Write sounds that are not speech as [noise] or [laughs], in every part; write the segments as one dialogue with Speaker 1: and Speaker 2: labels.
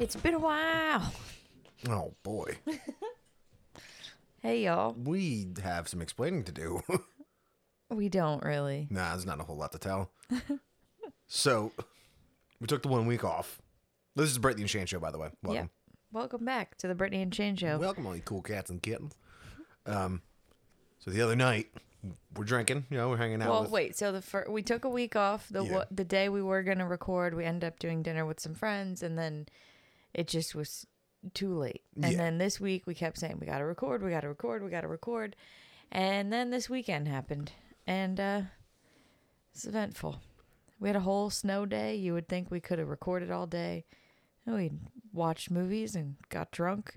Speaker 1: It's been a while.
Speaker 2: Oh boy,
Speaker 1: Hey, y'all.
Speaker 2: we have some explaining to do. [laughs]
Speaker 1: We don't really.
Speaker 2: nah, there's not a whole lot
Speaker 1: [laughs]
Speaker 2: to tell. so, we took the one week off. This is Brittany and Shane show, by the way.
Speaker 1: Yep.
Speaker 2: Welcome,
Speaker 1: Welcome back to the Brittany and Shane show.
Speaker 2: welcome, all you cool cats and kittens. Um, so the other night we're drinking. You know, we're hanging out.
Speaker 1: well,
Speaker 2: with,
Speaker 1: wait. So the fir- we took a week off. The
Speaker 2: Yeah.
Speaker 1: wa- the day we were gonna record, we ended up doing dinner with some friends, and then it just was too late. And
Speaker 2: Yeah.
Speaker 1: then this week we kept saying we gotta record, we gotta record, we gotta record, and then this weekend happened, and uh, it's eventful. We had a whole snow day. You would think we could have recorded all day. And We watched movies and got drunk.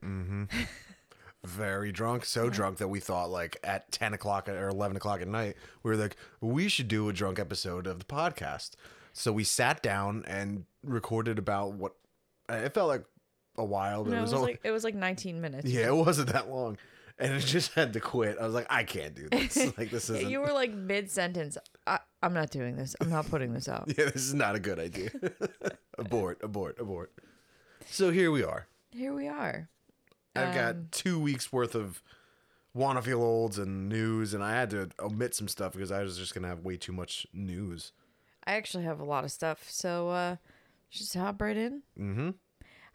Speaker 2: very drunk, so drunk that we thought like at ten o'clock or eleven o'clock at night, we were like, we should do a drunk episode of the podcast. So we sat down and recorded about what it felt like a while, but
Speaker 1: No,
Speaker 2: it was, only
Speaker 1: like it was like 19 minutes.
Speaker 2: yeah, it wasn't that long, and it just had to quit. I was like, I can't do this. like this isn't.
Speaker 1: You were like mid sentence. I'm not doing this. I'm not putting this out.
Speaker 2: [laughs] yeah, this is not a good idea. [laughs] abort, abort, abort. So here we are.
Speaker 1: Here we are.
Speaker 2: I've got two weeks worth of wanna feel olds and news, and I had to omit some stuff because I was just gonna have way too much news.
Speaker 1: I actually have a lot of stuff, so uh just hop right in. Mm-hmm.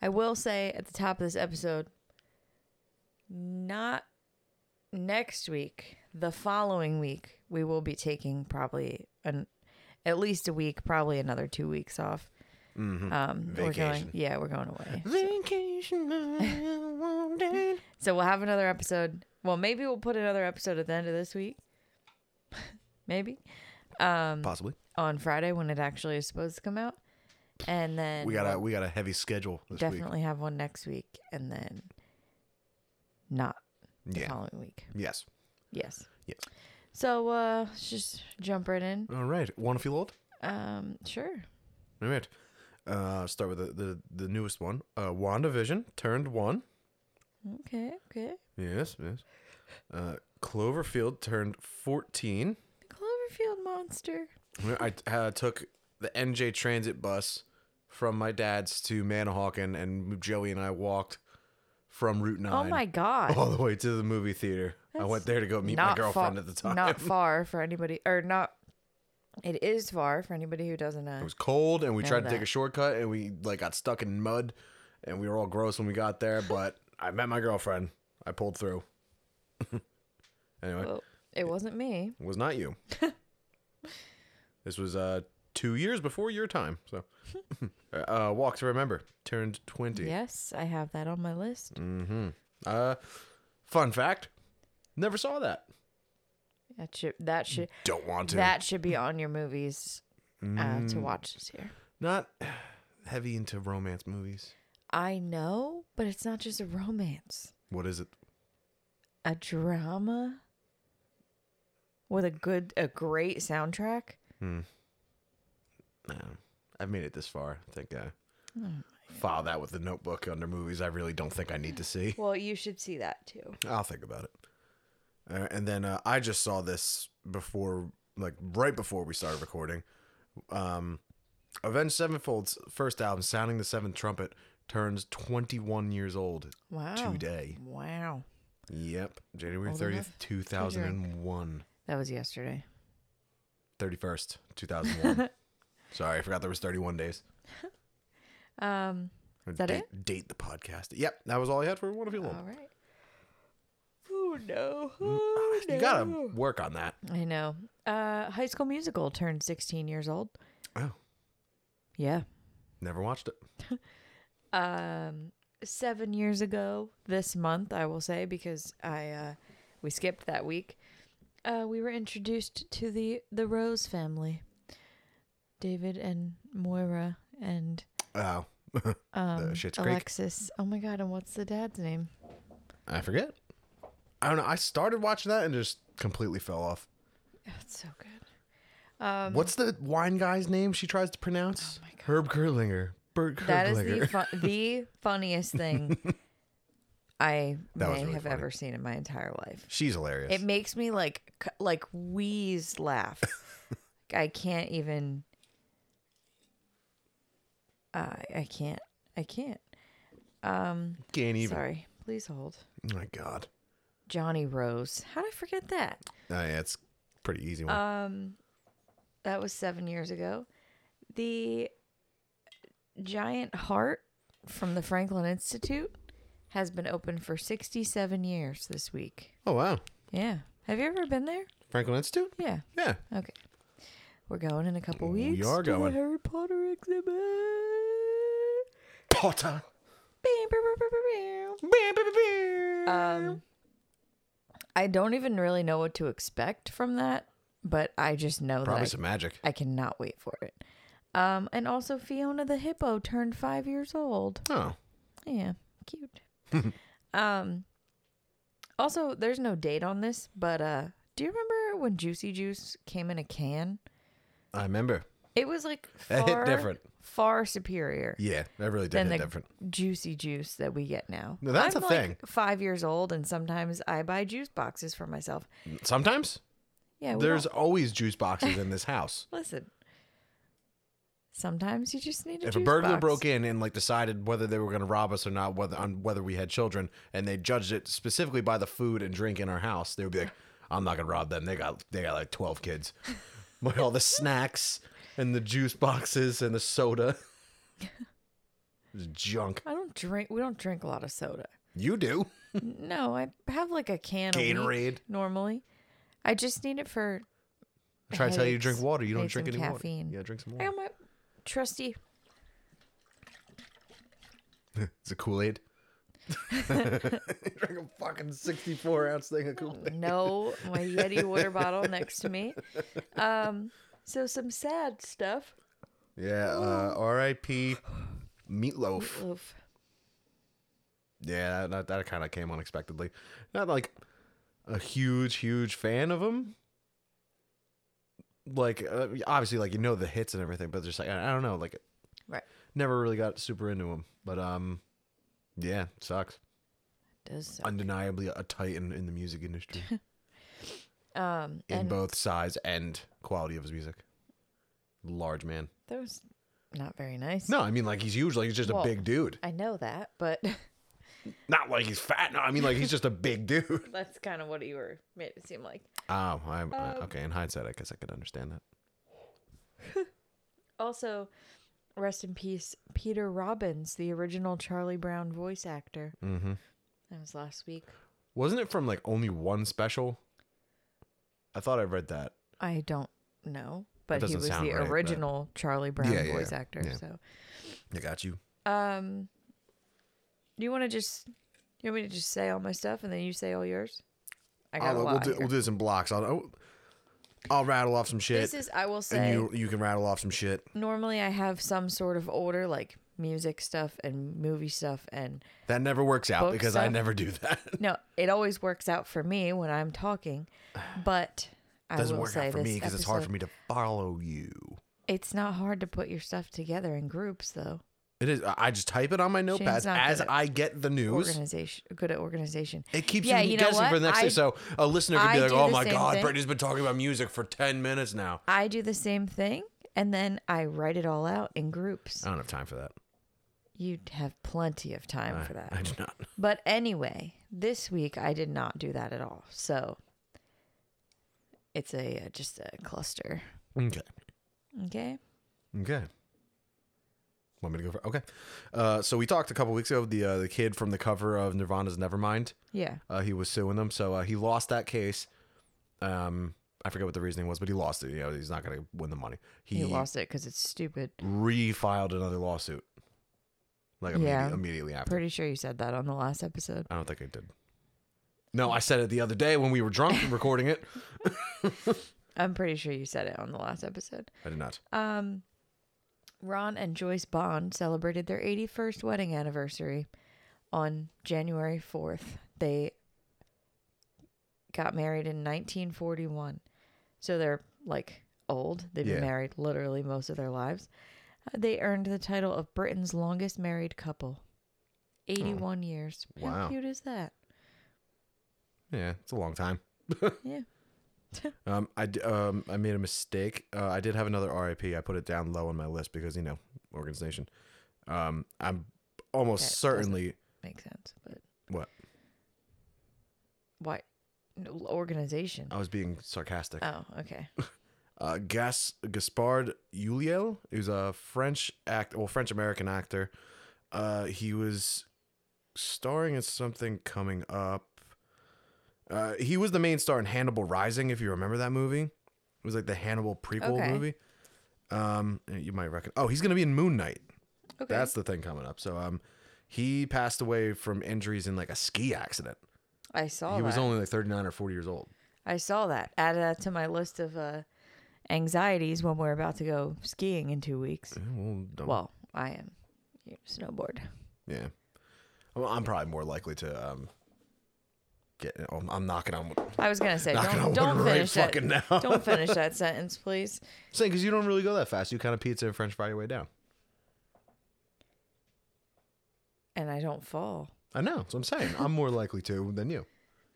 Speaker 1: I will say at the top of this episode, not next week, the following week, we will be taking probably an at least a week, probably another two weeks off. Um, We're going,
Speaker 2: Mm-hmm. Vacation.
Speaker 1: yeah, we're going away.
Speaker 2: Vacation I wanted.
Speaker 1: So we'll have another episode. Well, maybe we'll put another episode at the end of this week. [laughs] maybe.
Speaker 2: Possibly.
Speaker 1: on Friday when it actually is supposed to come out. And then
Speaker 2: We got a
Speaker 1: we'll
Speaker 2: we got a heavy schedule this
Speaker 1: Um, definitely have one next week and then not
Speaker 2: week.
Speaker 1: the
Speaker 2: Yeah.
Speaker 1: following week.
Speaker 2: Yes.
Speaker 1: Yes.
Speaker 2: Yes.
Speaker 1: So uh let's just jump right in.
Speaker 2: All right. Wanna feel old?
Speaker 1: Um sure.
Speaker 2: All right. Uh, start with the, the, the newest one. Uh, WandaVision turned one.
Speaker 1: Okay, okay.
Speaker 2: Yes, yes. Uh, Cloverfield turned 14.
Speaker 1: The Cloverfield monster.
Speaker 2: I uh, took the NJ Transit bus from my dad's to Manahawkin, and Joey and I walked from Route 9
Speaker 1: Oh my god.
Speaker 2: all the way to the movie theater. I went there to go meet my
Speaker 1: fa-
Speaker 2: girlfriend at the time. [laughs]
Speaker 1: Not far for anybody or not it is far for anybody who doesn't know.
Speaker 2: It was cold, and we tried to take
Speaker 1: that.
Speaker 2: a shortcut, and we like got stuck in mud, and we were all gross when we got there. But I met my girlfriend. I pulled through. [laughs] anyway,
Speaker 1: Well, it wasn't me.
Speaker 2: it was not you. this was uh two years before your time. So, [laughs] uh, walk to remember turned twenty.
Speaker 1: Yes, I have that on my list.
Speaker 2: Mm. Uh, fun fact: never saw that.
Speaker 1: That should that should
Speaker 2: Don't want to.
Speaker 1: That should be on your movies uh, to watch this year.
Speaker 2: Not [sighs] heavy into romance movies.
Speaker 1: I know, but it's not just a romance,
Speaker 2: What is it?
Speaker 1: a drama with a good, a great soundtrack.
Speaker 2: No, I've made it this far. I think I file that with the notebook under movies I really don't think I need to see.
Speaker 1: Well, you should see that too.
Speaker 2: I'll think about it. Uh, and then uh, I just saw this before, like right before we started recording. Um, Avenged Sevenfold's first album, Sounding the Seventh Trumpet, turns 21 years old
Speaker 1: Wow.
Speaker 2: today.
Speaker 1: Wow.
Speaker 2: Yep, January
Speaker 1: Oh. Old
Speaker 2: 30th,
Speaker 1: enough
Speaker 2: 2001.
Speaker 1: That was yesterday.
Speaker 2: 31st,
Speaker 1: [laughs]
Speaker 2: 2001. Sorry, I forgot there was 31 days.
Speaker 1: Um,
Speaker 2: Is
Speaker 1: that
Speaker 2: date, it? Date the podcast. Yep, that was all I had for one of you.
Speaker 1: all right. Oh no. Oh,
Speaker 2: ah, You gotta work on that.
Speaker 1: I know. Uh, High School Musical turned 16 years old.
Speaker 2: Oh,
Speaker 1: Yeah.
Speaker 2: never watched it.
Speaker 1: um seven years ago this month i will say because i uh we skipped that week uh we were introduced to the the rose family david and moira and
Speaker 2: Oh,
Speaker 1: um
Speaker 2: Schitt's Creek?
Speaker 1: alexis oh my god and what's the dad's name
Speaker 2: I forget. I don't know. I started watching that and just completely fell off.
Speaker 1: that's so good Um,
Speaker 2: What's the wine guy's name she tries to pronounce? Herb Gerlinger. Bert Gerlinger.
Speaker 1: Oh that is the fu- the funniest
Speaker 2: [laughs]
Speaker 1: thing i
Speaker 2: That was
Speaker 1: may
Speaker 2: really
Speaker 1: have
Speaker 2: funny.
Speaker 1: ever seen in my entire life
Speaker 2: [laughs] She's hilarious.
Speaker 1: It makes me like c- like wheeze laugh. I can't even. uh, I I can't. I can't. Um,
Speaker 2: Can't even.
Speaker 1: sorry. Please hold.
Speaker 2: Oh my God.
Speaker 1: Johnny Rose. How did I forget that?
Speaker 2: Uh, yeah, it's a pretty easy one.
Speaker 1: Um, that was seven years ago. The giant heart from the Franklin Institute has been open for 67 years this week.
Speaker 2: oh wow.
Speaker 1: Yeah. Have you ever been there?
Speaker 2: Franklin Institute.
Speaker 1: Yeah. [laughs]
Speaker 2: Yeah.
Speaker 1: Okay. We're going in a couple
Speaker 2: We
Speaker 1: weeks.
Speaker 2: are
Speaker 1: to the
Speaker 2: going.
Speaker 1: Harry Potter exhibit.
Speaker 2: Potter.
Speaker 1: Bam, bam, bam, bam, bam, bam. Um, I don't even really know what to expect from that, but I just know that
Speaker 2: Probably
Speaker 1: I
Speaker 2: some magic.
Speaker 1: I cannot wait for it. Um, and also Fiona the hippo turned five years old.
Speaker 2: Oh.
Speaker 1: Yeah,
Speaker 2: [laughs]
Speaker 1: cute. um, also there's no date on this, but uh, do you remember when Juicy Juice came in a can?
Speaker 2: I remember.
Speaker 1: It was like
Speaker 2: That
Speaker 1: far
Speaker 2: hit [laughs] different.
Speaker 1: far superior
Speaker 2: Yeah, that really did
Speaker 1: than
Speaker 2: hit
Speaker 1: the
Speaker 2: different.
Speaker 1: Juicy Juice that we get now.
Speaker 2: No, that's
Speaker 1: I'm
Speaker 2: a
Speaker 1: like
Speaker 2: thing.
Speaker 1: Five years old, and sometimes I buy juice boxes for myself.
Speaker 2: Sometimes
Speaker 1: Yeah, we
Speaker 2: there's
Speaker 1: all-
Speaker 2: always juice boxes in
Speaker 1: [laughs]
Speaker 2: this house.
Speaker 1: listen. Sometimes you just need a
Speaker 2: If a
Speaker 1: juice
Speaker 2: burglar
Speaker 1: box.
Speaker 2: broke in and like decided whether they were going to rob us or not, whether on whether we had children, and they judged it specifically by the food and drink in our house, they would
Speaker 1: [laughs]
Speaker 2: be like, "I'm not going to rob them. They got they got like twelve kids, [laughs] with all the snacks and the juice boxes and
Speaker 1: [laughs]
Speaker 2: the soda, It's junk.
Speaker 1: I don't drink. We don't drink a lot of soda.
Speaker 2: You do
Speaker 1: No, I have like a can of
Speaker 2: Gatorade.
Speaker 1: normally. I just need it for.
Speaker 2: I try to tell you to drink
Speaker 1: Headaches.
Speaker 2: water. You don't
Speaker 1: Need
Speaker 2: drink
Speaker 1: some
Speaker 2: any
Speaker 1: caffeine.
Speaker 2: water. Yeah, drink some
Speaker 1: I
Speaker 2: water.
Speaker 1: got my trusty.
Speaker 2: It's a
Speaker 1: [laughs]
Speaker 2: Kool Aid. [laughs] drink a fucking sixty-four ounce
Speaker 1: [laughs]
Speaker 2: thing of Kool Aid.
Speaker 1: No, my Yeti
Speaker 2: [laughs]
Speaker 1: water bottle next to me. Um, so some sad stuff.
Speaker 2: Yeah. Uh, R.I.P. Meatloaf.
Speaker 1: Oof.
Speaker 2: Yeah, that, that kind of came unexpectedly. Not like a huge, huge fan of him. Like, uh, obviously, like you know the hits and everything, but just like I, I don't know, like
Speaker 1: Right.
Speaker 2: never really got super into him. But um, yeah, sucks.
Speaker 1: Does suck.
Speaker 2: Undeniably a titan in the music industry
Speaker 1: um
Speaker 2: in
Speaker 1: and
Speaker 2: both size and quality of his music. Large man.
Speaker 1: that was not very nice.
Speaker 2: No, I mean like he's huge. Like he's just
Speaker 1: Well-
Speaker 2: a big dude.
Speaker 1: I know that, but [laughs]
Speaker 2: Not like he's fat. No, I mean like he's just a big [laughs] dude.
Speaker 1: that's kind of what you were made it seem like.
Speaker 2: Oh,
Speaker 1: Um,
Speaker 2: I'm I- okay. In hindsight, I guess I could understand that.
Speaker 1: Also, rest in peace, Peter Robbins, the original Charlie Brown voice actor. Mm-hmm. That was last week.
Speaker 2: Wasn't it from like only one special? I thought I read that.
Speaker 1: I don't know, but he
Speaker 2: doesn't
Speaker 1: was
Speaker 2: sound
Speaker 1: the
Speaker 2: right, but-
Speaker 1: original Charlie Brown
Speaker 2: Yeah, yeah,
Speaker 1: voice
Speaker 2: yeah,
Speaker 1: actor.
Speaker 2: yeah.
Speaker 1: So,
Speaker 2: I got you.
Speaker 1: um, do you want to just you want me to just say all my stuff and then you say all yours? I got a
Speaker 2: I'll, uh, we'll,
Speaker 1: lot.
Speaker 2: do,
Speaker 1: here.
Speaker 2: we'll do some blocks. I'll, I'll rattle off some shit,
Speaker 1: this is I will say
Speaker 2: and you you can rattle off some shit.
Speaker 1: normally I have some sort of order like music stuff and movie stuff and
Speaker 2: That never works out
Speaker 1: Book
Speaker 2: because I
Speaker 1: stuff.
Speaker 2: never do that. [laughs]
Speaker 1: no, it always works out for me when I'm talking, but I
Speaker 2: Doesn't
Speaker 1: will
Speaker 2: work
Speaker 1: say
Speaker 2: out for
Speaker 1: this
Speaker 2: me because it's hard for
Speaker 1: episode-
Speaker 2: me to follow you.
Speaker 1: It's not hard to put your stuff together in groups though.
Speaker 2: It is. I I just type it on my notepads
Speaker 1: not
Speaker 2: as
Speaker 1: good at
Speaker 2: I get the news.
Speaker 1: Organization, good at organization.
Speaker 2: It keeps
Speaker 1: Yeah,
Speaker 2: me
Speaker 1: you know
Speaker 2: guessing for
Speaker 1: what?
Speaker 2: the next
Speaker 1: I-
Speaker 2: day. So a listener could
Speaker 1: I
Speaker 2: be like,
Speaker 1: do
Speaker 2: "Oh
Speaker 1: the
Speaker 2: my
Speaker 1: same
Speaker 2: god,
Speaker 1: thing."
Speaker 2: Brittany's been talking about music for ten minutes now."
Speaker 1: I do the same thing and then I write it all out in groups.
Speaker 2: I don't have time for that.
Speaker 1: you have plenty of time for that.
Speaker 2: I do
Speaker 1: [laughs]
Speaker 2: not.
Speaker 1: But anyway, this week I did not do that at all. So it's a uh, just a cluster.
Speaker 2: Okay.
Speaker 1: Okay.
Speaker 2: Okay. Want me to go for okay? Uh, so we talked a couple weeks ago the uh, the kid from the cover of Nirvana's Nevermind.
Speaker 1: Yeah.
Speaker 2: Uh, he was suing them, so uh, he lost that case. Um, I forget what the reasoning was, but he lost it. You know, he's not going to win the money. He,
Speaker 1: You lost it because it's stupid.
Speaker 2: refiled another lawsuit. Like immedi-
Speaker 1: Yeah.
Speaker 2: immediately after.
Speaker 1: Pretty sure you said that on the last episode.
Speaker 2: I don't think I did. No, I said it the other day when we were
Speaker 1: [laughs]
Speaker 2: drunk recording it.
Speaker 1: I'm pretty sure you said it on the last episode.
Speaker 2: I did not.
Speaker 1: Um, Ron and Joyce Bond celebrated their 81st wedding anniversary on January 4th. They got married in 1941. So they're like old. They've
Speaker 2: Yeah.
Speaker 1: been married literally most of their lives. Uh, They earned the title of Britain's longest married couple. 81 years.
Speaker 2: Oh. Wow.
Speaker 1: How cute is that?
Speaker 2: Yeah, it's a long time. [laughs]
Speaker 1: Yeah. [laughs]
Speaker 2: Um, I d- um, I made a mistake. Uh, I did have another RIP. I put it down low on my list because you know organization. Um, I'm almost
Speaker 1: That doesn't-
Speaker 2: certainly
Speaker 1: Makes sense. But
Speaker 2: what
Speaker 1: why? No, organization.
Speaker 2: I was being sarcastic.
Speaker 1: Oh, okay.
Speaker 2: Uh, Gas Gaspard Ulliel is a French act, well, French American actor. Uh, he was starring in something coming up. Uh, he was the main star in Hannibal Rising, if you remember that movie. It was like the Hannibal prequel
Speaker 1: Okay.
Speaker 2: movie. Um, you might reckon. Oh, he's gonna be in Moon Knight.
Speaker 1: Okay.
Speaker 2: That's the thing coming up. So, um, he passed away from injuries in like a ski accident.
Speaker 1: I saw
Speaker 2: he
Speaker 1: that.
Speaker 2: was only like thirty nine or forty years old.
Speaker 1: I saw that. Add that to my list of uh, anxieties when we're about to go skiing in two weeks.
Speaker 2: Yeah, well, don't-
Speaker 1: Well, I am. You snowboard.
Speaker 2: Yeah. Well, I'm probably more likely to um get oh, I'm knocking on wood-
Speaker 1: I was gonna
Speaker 2: [laughs]
Speaker 1: say,
Speaker 2: knocking on
Speaker 1: don't
Speaker 2: wood
Speaker 1: don't
Speaker 2: right
Speaker 1: finish
Speaker 2: fucking [laughs]
Speaker 1: that.
Speaker 2: now.
Speaker 1: don't finish that sentence, please.
Speaker 2: Saying cuz you don't really go that fast. You kind of pizza and french fry your way down.
Speaker 1: And I don't fall.
Speaker 2: I know. That's what I'm saying. I'm more likely to than you.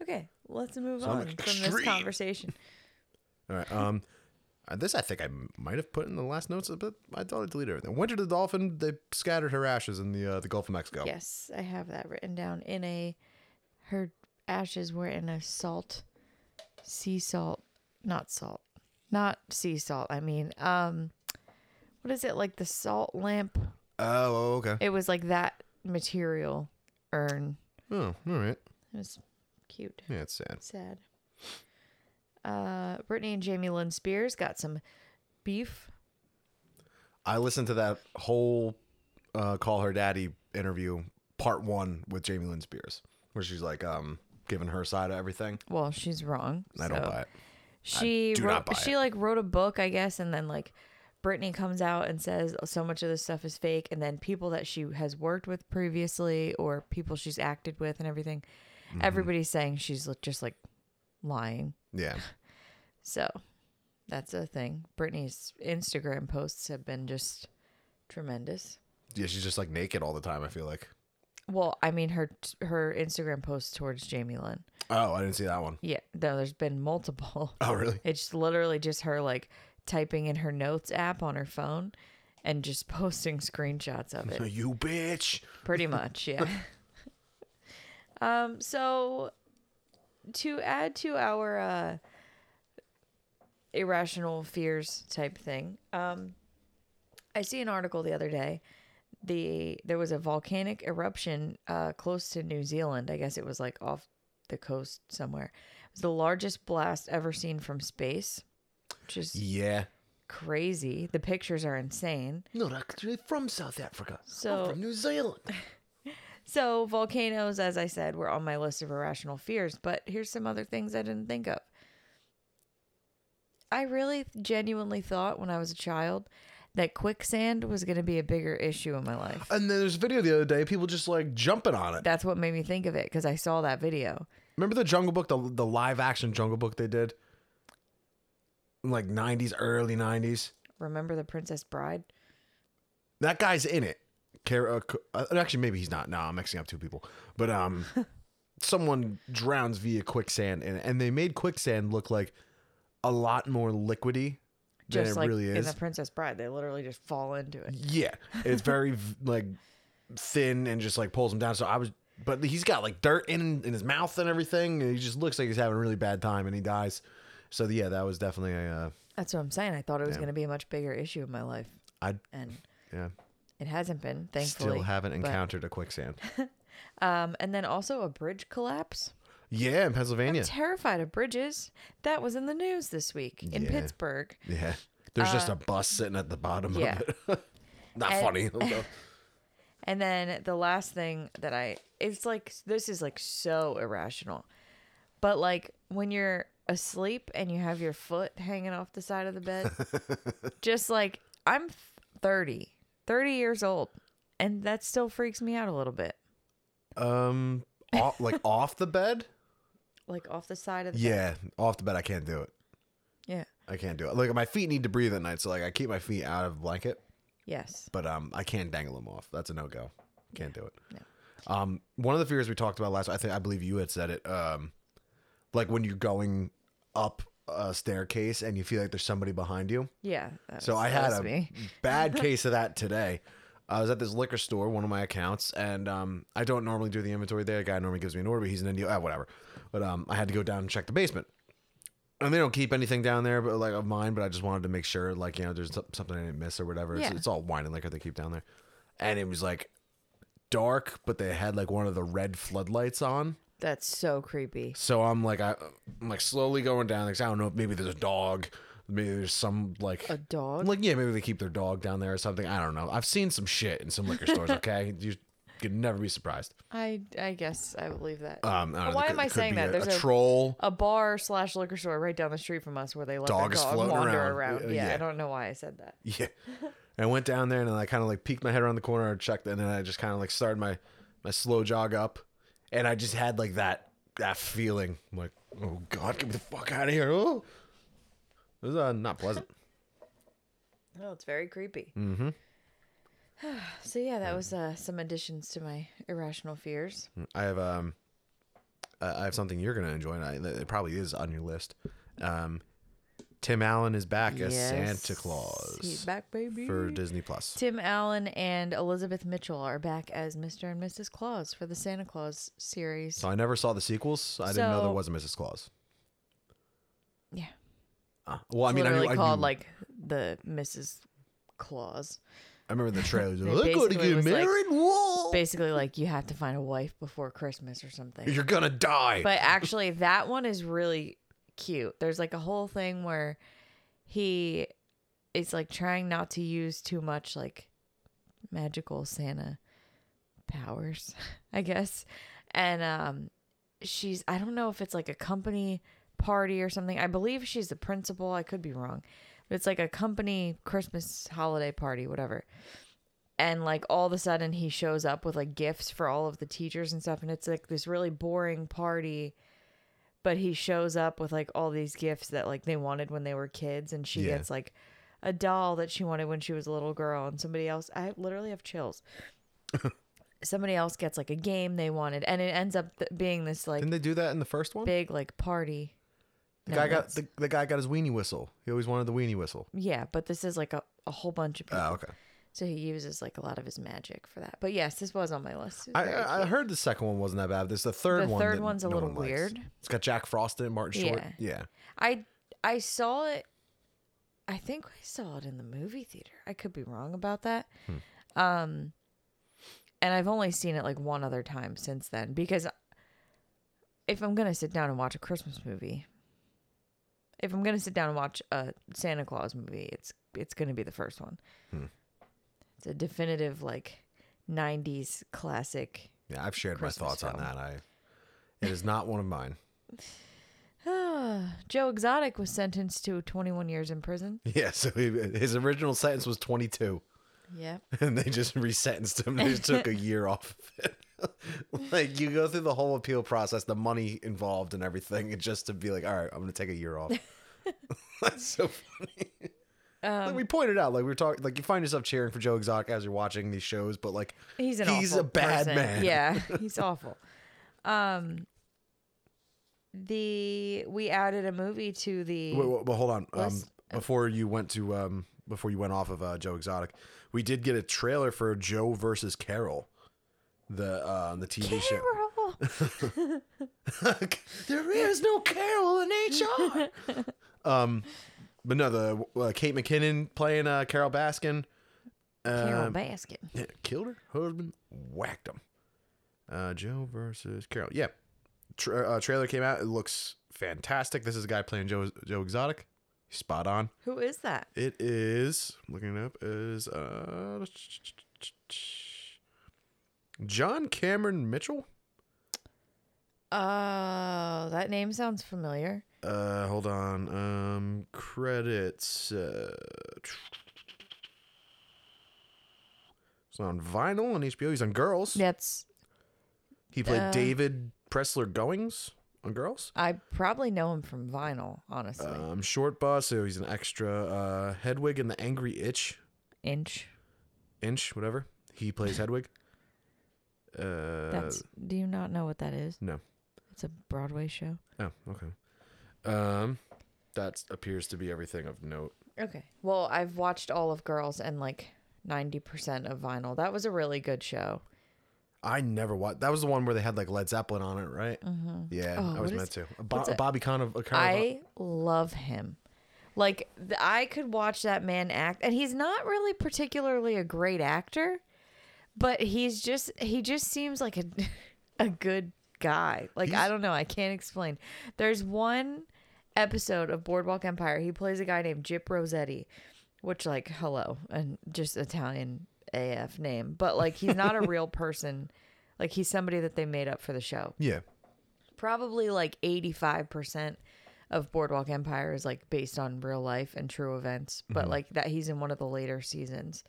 Speaker 1: Okay, let's move
Speaker 2: So I'm
Speaker 1: on from
Speaker 2: extreme.
Speaker 1: this conversation.
Speaker 2: All right. Um uh, this I think I m- might have put in the last notes, but I thought I deleted everything. Winter the dolphin, they scattered her ashes in the uh, the Gulf of Mexico.
Speaker 1: Yes, I have that written down in a her ashes were in a salt sea salt not salt. Not sea salt. I mean, um what is it like the salt lamp?
Speaker 2: Oh, okay.
Speaker 1: It was like that material urn.
Speaker 2: Oh, all right.
Speaker 1: It was cute.
Speaker 2: Yeah, it's sad.
Speaker 1: Sad. Uh Brittany and Jamie Lynn Spears got some beef.
Speaker 2: I listened to that whole uh, "Call Her Daddy" interview, part one with Jamie Lynn Spears, where she's like um, giving her side of everything.
Speaker 1: Well, she's wrong.
Speaker 2: I don't
Speaker 1: so-
Speaker 2: buy it.
Speaker 1: she
Speaker 2: do
Speaker 1: wrote,
Speaker 2: not buy
Speaker 1: she like wrote a book, I guess, and then like Brittany comes out and says "Oh, so much of this stuff is fake, and then people that she has worked with previously or people she's acted with and everything,
Speaker 2: Mm-hmm.
Speaker 1: everybody's saying she's like, just like lying. [laughs]
Speaker 2: Yeah,
Speaker 1: So that's a thing. Brittany's Instagram posts have been just tremendous.
Speaker 2: yeah, she's just like naked all the time. I feel like.
Speaker 1: Well, I mean her her Instagram posts towards Jamie Lynn.
Speaker 2: Oh, I didn't see that one. [laughs]
Speaker 1: Yeah, no, there's been multiple.
Speaker 2: Oh, really?
Speaker 1: It's literally just her like typing in her notes app on her phone and just [laughs] posting screenshots of it.
Speaker 2: You bitch.
Speaker 1: Pretty much, yeah. [laughs] um so to add to our uh irrational fears type thing. Um I see an article the other day. The there was a volcanic eruption uh close to New Zealand. I guess it was like off the coast somewhere. It was the largest blast ever seen from space. Which is
Speaker 2: Yeah.
Speaker 1: crazy. The pictures are insane.
Speaker 2: No, actually from South Africa.
Speaker 1: So- [laughs]
Speaker 2: New Zealand.
Speaker 1: So, volcanoes, as I said, were on my list of irrational fears, but here's some other things I didn't think of. I really genuinely thought when I was a child that quicksand was going to be a bigger issue in my life.
Speaker 2: And then there's a video the other day, people just like jumping on it.
Speaker 1: That's what made me think of it because I saw that video.
Speaker 2: Remember the Jungle Book, the the live action Jungle Book they did, In, like '90s, early '90s.
Speaker 1: Remember the Princess Bride?
Speaker 2: That guy's in it. Cara, uh, actually, maybe he's not. No, I'm mixing up two people.
Speaker 1: [laughs]
Speaker 2: But um, someone drowns via quicksand, and and they made quicksand look like a lot more liquidy than
Speaker 1: Just
Speaker 2: it
Speaker 1: like
Speaker 2: really
Speaker 1: in the
Speaker 2: is.
Speaker 1: Princess Bride, they literally just fall into it.
Speaker 2: yeah, it's very v- [laughs] like thin and just like pulls him down. So I was, but he's got like dirt in in his mouth and everything. And he just looks like he's having a really bad time, and he dies. So yeah, that was definitely a. Uh,
Speaker 1: That's what I'm saying. I thought it was going to be a much bigger issue in my life,
Speaker 2: I
Speaker 1: and
Speaker 2: yeah
Speaker 1: it hasn't been, thankfully.
Speaker 2: still haven't
Speaker 1: but-
Speaker 2: encountered a quicksand.
Speaker 1: Um, and then also a bridge collapse.
Speaker 2: Yeah, in Pennsylvania.
Speaker 1: terrified of bridges. That was in the news this week in
Speaker 2: Yeah.
Speaker 1: Pittsburgh.
Speaker 2: Yeah. There's just a bus sitting at the bottom
Speaker 1: Uh, yeah.
Speaker 2: of it. [laughs] Not
Speaker 1: And-
Speaker 2: funny.
Speaker 1: [laughs] And then the last thing that I, it's like, this is like so irrational. But like when you're asleep and you have your foot hanging off the side of the
Speaker 2: [laughs]
Speaker 1: bed, just like I'm 30, 30 years old, and that still freaks me out a little bit.
Speaker 2: um off, like off the bed?
Speaker 1: Like off the side of the
Speaker 2: Yeah, off the bed I can't do it.
Speaker 1: Yeah.
Speaker 2: I can't do it. Like my feet need to breathe at night, so like I keep my feet out of blanket,
Speaker 1: Yes.
Speaker 2: but um I can't dangle them off. That's a no-go. Can't do it.
Speaker 1: No.
Speaker 2: Um one of the fears we talked about last I think I believe you had said it um like when you're going up a staircase and you feel like there's somebody behind you.
Speaker 1: Yeah. that
Speaker 2: So
Speaker 1: was-
Speaker 2: I
Speaker 1: that [laughs]
Speaker 2: had
Speaker 1: was
Speaker 2: a
Speaker 1: me.
Speaker 2: bad case of that today. I was at this liquor store, one of my accounts, and um, I don't normally do the inventory there. The guy normally gives me an order, but he's an Indian, ah, whatever. But um, I had to go down and check the basement. And they don't keep anything down there, but like of mine. But I just wanted to make sure, like you know, there's some- something I didn't miss or whatever. It's,
Speaker 1: Yeah.
Speaker 2: it's all wine and liquor they keep down there, and it was like dark, but they had like one of the red floodlights on.
Speaker 1: That's so creepy.
Speaker 2: So I'm like, I, I'm like slowly going down. Like, I don't know, maybe there's a dog, maybe there's some like
Speaker 1: A dog?
Speaker 2: like yeah, maybe they keep their dog down there or something. I don't know. I've seen some shit in some liquor [laughs] stores. Okay, you could never be surprised.
Speaker 1: I I guess I believe that.
Speaker 2: Um, I don't know,
Speaker 1: Why
Speaker 2: it
Speaker 1: am I
Speaker 2: could
Speaker 1: saying
Speaker 2: be
Speaker 1: that?
Speaker 2: A,
Speaker 1: There's
Speaker 2: a
Speaker 1: a- [laughs]
Speaker 2: troll. [laughs]
Speaker 1: a bar slash liquor store right down the street from us where they let
Speaker 2: Dog
Speaker 1: the
Speaker 2: is
Speaker 1: dog
Speaker 2: floating
Speaker 1: wander
Speaker 2: around.
Speaker 1: around.
Speaker 2: Uh,
Speaker 1: Yeah,
Speaker 2: yeah.
Speaker 1: I don't know why I said that.
Speaker 2: Yeah. And I went down there and I kind of like peeked my head around the corner and checked, and then I just kind of like started my my slow jog up, and I just had like that that feeling I'm like, oh god, get me the fuck out of here. Oh, it was uh, not pleasant.
Speaker 1: Oh, it's very creepy. Mm-hmm. [sighs] so yeah,
Speaker 2: Mm.
Speaker 1: that was uh, some additions to my irrational fears.
Speaker 2: I have um, I I have something you're gonna enjoy, and I, it probably is on your list. Um, Tim Allen is back as Santa
Speaker 1: He's
Speaker 2: Claus
Speaker 1: back, baby.
Speaker 2: for Disney Plus.
Speaker 1: Tim Allen and Elizabeth Mitchell are back as Mr. and Mrs. Claus for the Santa Claus series.
Speaker 2: So I never saw the sequels. I didn't know there
Speaker 1: So-
Speaker 2: was a Mrs. Claus.
Speaker 1: Yeah,
Speaker 2: Uh, well, I
Speaker 1: it's
Speaker 2: mean, I,
Speaker 1: literally
Speaker 2: knew, I,
Speaker 1: called
Speaker 2: knew-
Speaker 1: like the Mrs. Claus. [laughs]
Speaker 2: I remember the trailers.
Speaker 1: They
Speaker 2: They're going to
Speaker 1: basically
Speaker 2: get
Speaker 1: was like-
Speaker 2: married. Whoa!
Speaker 1: Basically, like you have to find a wife before Christmas or something.
Speaker 2: You're gonna die.
Speaker 1: But actually, that one is really cute. There's like a whole thing where he is like trying not to use too much like magical Santa powers, I guess. And um she's I don't know if it's like a company party or something. I believe she's the principal. I could be wrong. But it's like a company Christmas holiday party, whatever. And like all of a sudden he shows up with like gifts for all of the teachers and stuff and it's like this really boring party but he shows up with like all these gifts that like they wanted when they were kids and she
Speaker 2: Yeah.
Speaker 1: gets like a doll that she wanted when she was a little girl and somebody else I literally have
Speaker 2: [laughs]
Speaker 1: chills. somebody else gets like a game they wanted and it ends up th- being this like
Speaker 2: Didn't they do that in the first one?
Speaker 1: big like party.
Speaker 2: the
Speaker 1: No,
Speaker 2: guy got
Speaker 1: that's-
Speaker 2: the, the guy got his weenie whistle. He always wanted the weenie whistle.
Speaker 1: yeah, but this is like a, a whole bunch of people.
Speaker 2: Oh, okay.
Speaker 1: So he uses like a lot of his magic for that. But yes, this was on my list. It was
Speaker 2: I,
Speaker 1: very
Speaker 2: I, I
Speaker 1: cute.
Speaker 2: heard the second one wasn't that bad. There's the third
Speaker 1: The
Speaker 2: one.
Speaker 1: third
Speaker 2: that
Speaker 1: one's a
Speaker 2: no
Speaker 1: little
Speaker 2: one likes.
Speaker 1: weird.
Speaker 2: It's got Jack Frost in it, Martin Short.
Speaker 1: Yeah.
Speaker 2: Yeah.
Speaker 1: I I saw it. I think I saw it in the movie theater. I could be wrong about that. Um, and I've only seen it like one other time since then because if I'm gonna sit down and watch a Christmas movie, if I'm gonna sit down and watch a Santa Claus movie, it's it's gonna be the first one. It's a definitive like '90s classic. [sighs]
Speaker 2: Yeah, I've shared
Speaker 1: Christmas
Speaker 2: my thoughts on
Speaker 1: film.
Speaker 2: that. I it is not one of mine. [laughs]
Speaker 1: Joe Exotic was sentenced to 21 years in prison.
Speaker 2: Yeah, so he, his original sentence was 22,
Speaker 1: Yep.
Speaker 2: [laughs] and they just resentenced him. They just took
Speaker 1: [laughs]
Speaker 2: a year off of it. [laughs] like you go through the whole appeal process, the money involved, and everything, and just to be like, all right, I'm going to take a year
Speaker 1: [laughs]
Speaker 2: off. [laughs] That's so funny. like
Speaker 1: Um,
Speaker 2: we pointed out, like we were talking, like you find yourself cheering for Joe Exotic as you're watching these shows, but like
Speaker 1: He's an
Speaker 2: he's
Speaker 1: awful
Speaker 2: a bad
Speaker 1: person.
Speaker 2: man. [laughs]
Speaker 1: Yeah, he's awful. Um, the we added a movie to the
Speaker 2: Wait, wait, but hold on. Um,
Speaker 1: List-
Speaker 2: before you went to um, before you went off of uh, Joe Exotic, we did get a trailer for Joe versus Carol, the uh, the TV
Speaker 1: Carol.
Speaker 2: show. [laughs] there is no Carol in HR.
Speaker 1: [laughs]
Speaker 2: um, but no, the uh, Kate McKinnon playing uh, Carol Baskin.
Speaker 1: Carol
Speaker 2: [laughs] Um,
Speaker 1: Baskin.
Speaker 2: yeah, killed her husband, whacked him. Uh, Joe versus Carol. Yeah, Tra- uh, trailer came out. It looks fantastic. This is a guy playing Joe Joe Exotic. Spot on.
Speaker 1: Who is that?
Speaker 2: It is I'm looking it up is uh John Cameron Mitchell.
Speaker 1: Oh, that name sounds familiar.
Speaker 2: Uh, hold on. Um, credits. Uh, it's on vinyl on HBO. He's on Girls.
Speaker 1: That's
Speaker 2: He played
Speaker 1: Uh.
Speaker 2: David Pressler Goings on Girls.
Speaker 1: I probably know him from vinyl, honestly.
Speaker 2: Um, Short Bus. So he's an extra. Uh, Hedwig and the Angry Itch.
Speaker 1: Inch.
Speaker 2: Inch, whatever. He plays Hedwig. Uh,
Speaker 1: That's. do you not know what that is?
Speaker 2: no.
Speaker 1: It's a Broadway show.
Speaker 2: Oh, okay. Um, that appears to be everything of note.
Speaker 1: Okay. Well, I've watched all of Girls and like 90% of vinyl. That was a really good show.
Speaker 2: I never watched. That was the one where they had like Led Zeppelin on it, right? Yeah,
Speaker 1: Oh,
Speaker 2: I was
Speaker 1: what
Speaker 2: meant
Speaker 1: is-
Speaker 2: to. A Bo-
Speaker 1: what's
Speaker 2: a
Speaker 1: it-
Speaker 2: Bobby uh, Connor. A Connor
Speaker 1: I love him. Like th- I could watch that man act and he's not really particularly a great actor, but he's just he just seems like a [laughs] a good guy. Like I
Speaker 2: He's-
Speaker 1: don't know, I can't explain. There's one episode of Boardwalk Empire. He plays a guy named Jip Rossetti, which like hello and just Italian AF name, but like he's not a real person. Like he's somebody that they made up for the show
Speaker 2: yeah,
Speaker 1: probably like 85% of Boardwalk Empire is like based on real life and true events, but
Speaker 2: Mm-hmm.
Speaker 1: like that he's in one of the later seasons.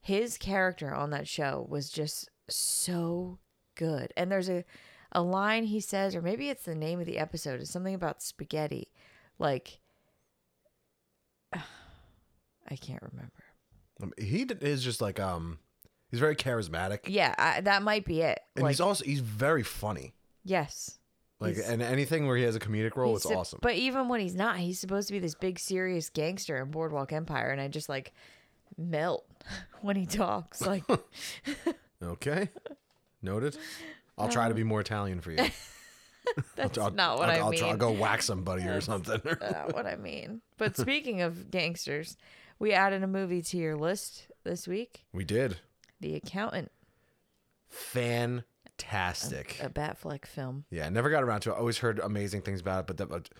Speaker 1: His character on that show was just so good. And there's a a line he says or maybe it's the name of the episode, it's something about spaghetti. Like [sighs] I can't remember.
Speaker 2: Um, he d- is just like um, he's very charismatic,
Speaker 1: Yeah, I, that might be it.
Speaker 2: and
Speaker 1: like
Speaker 2: he's also he's very funny.
Speaker 1: yes.
Speaker 2: Like
Speaker 1: He's-
Speaker 2: and anything where he has a comedic role,
Speaker 1: He's
Speaker 2: it's
Speaker 1: sup-
Speaker 2: awesome.
Speaker 1: But even when he's not, he's supposed to be this big serious gangster in Boardwalk Empire, and I just like melt [laughs] when he talks. Like [laughs]
Speaker 2: okay, noted. I'll try to be more Italian for you.
Speaker 1: that's
Speaker 2: I'll,
Speaker 1: not what
Speaker 2: I'll,
Speaker 1: i
Speaker 2: I'll
Speaker 1: mean.
Speaker 2: Try, I'll go whack somebody or something. [laughs]
Speaker 1: not what I mean. But speaking of gangsters, we added a movie to your list this week:
Speaker 2: we did
Speaker 1: The Accountant,
Speaker 2: fantastic.
Speaker 1: a Batfleck film.
Speaker 2: Yeah, I never got around to it. I always heard amazing things about it, but that but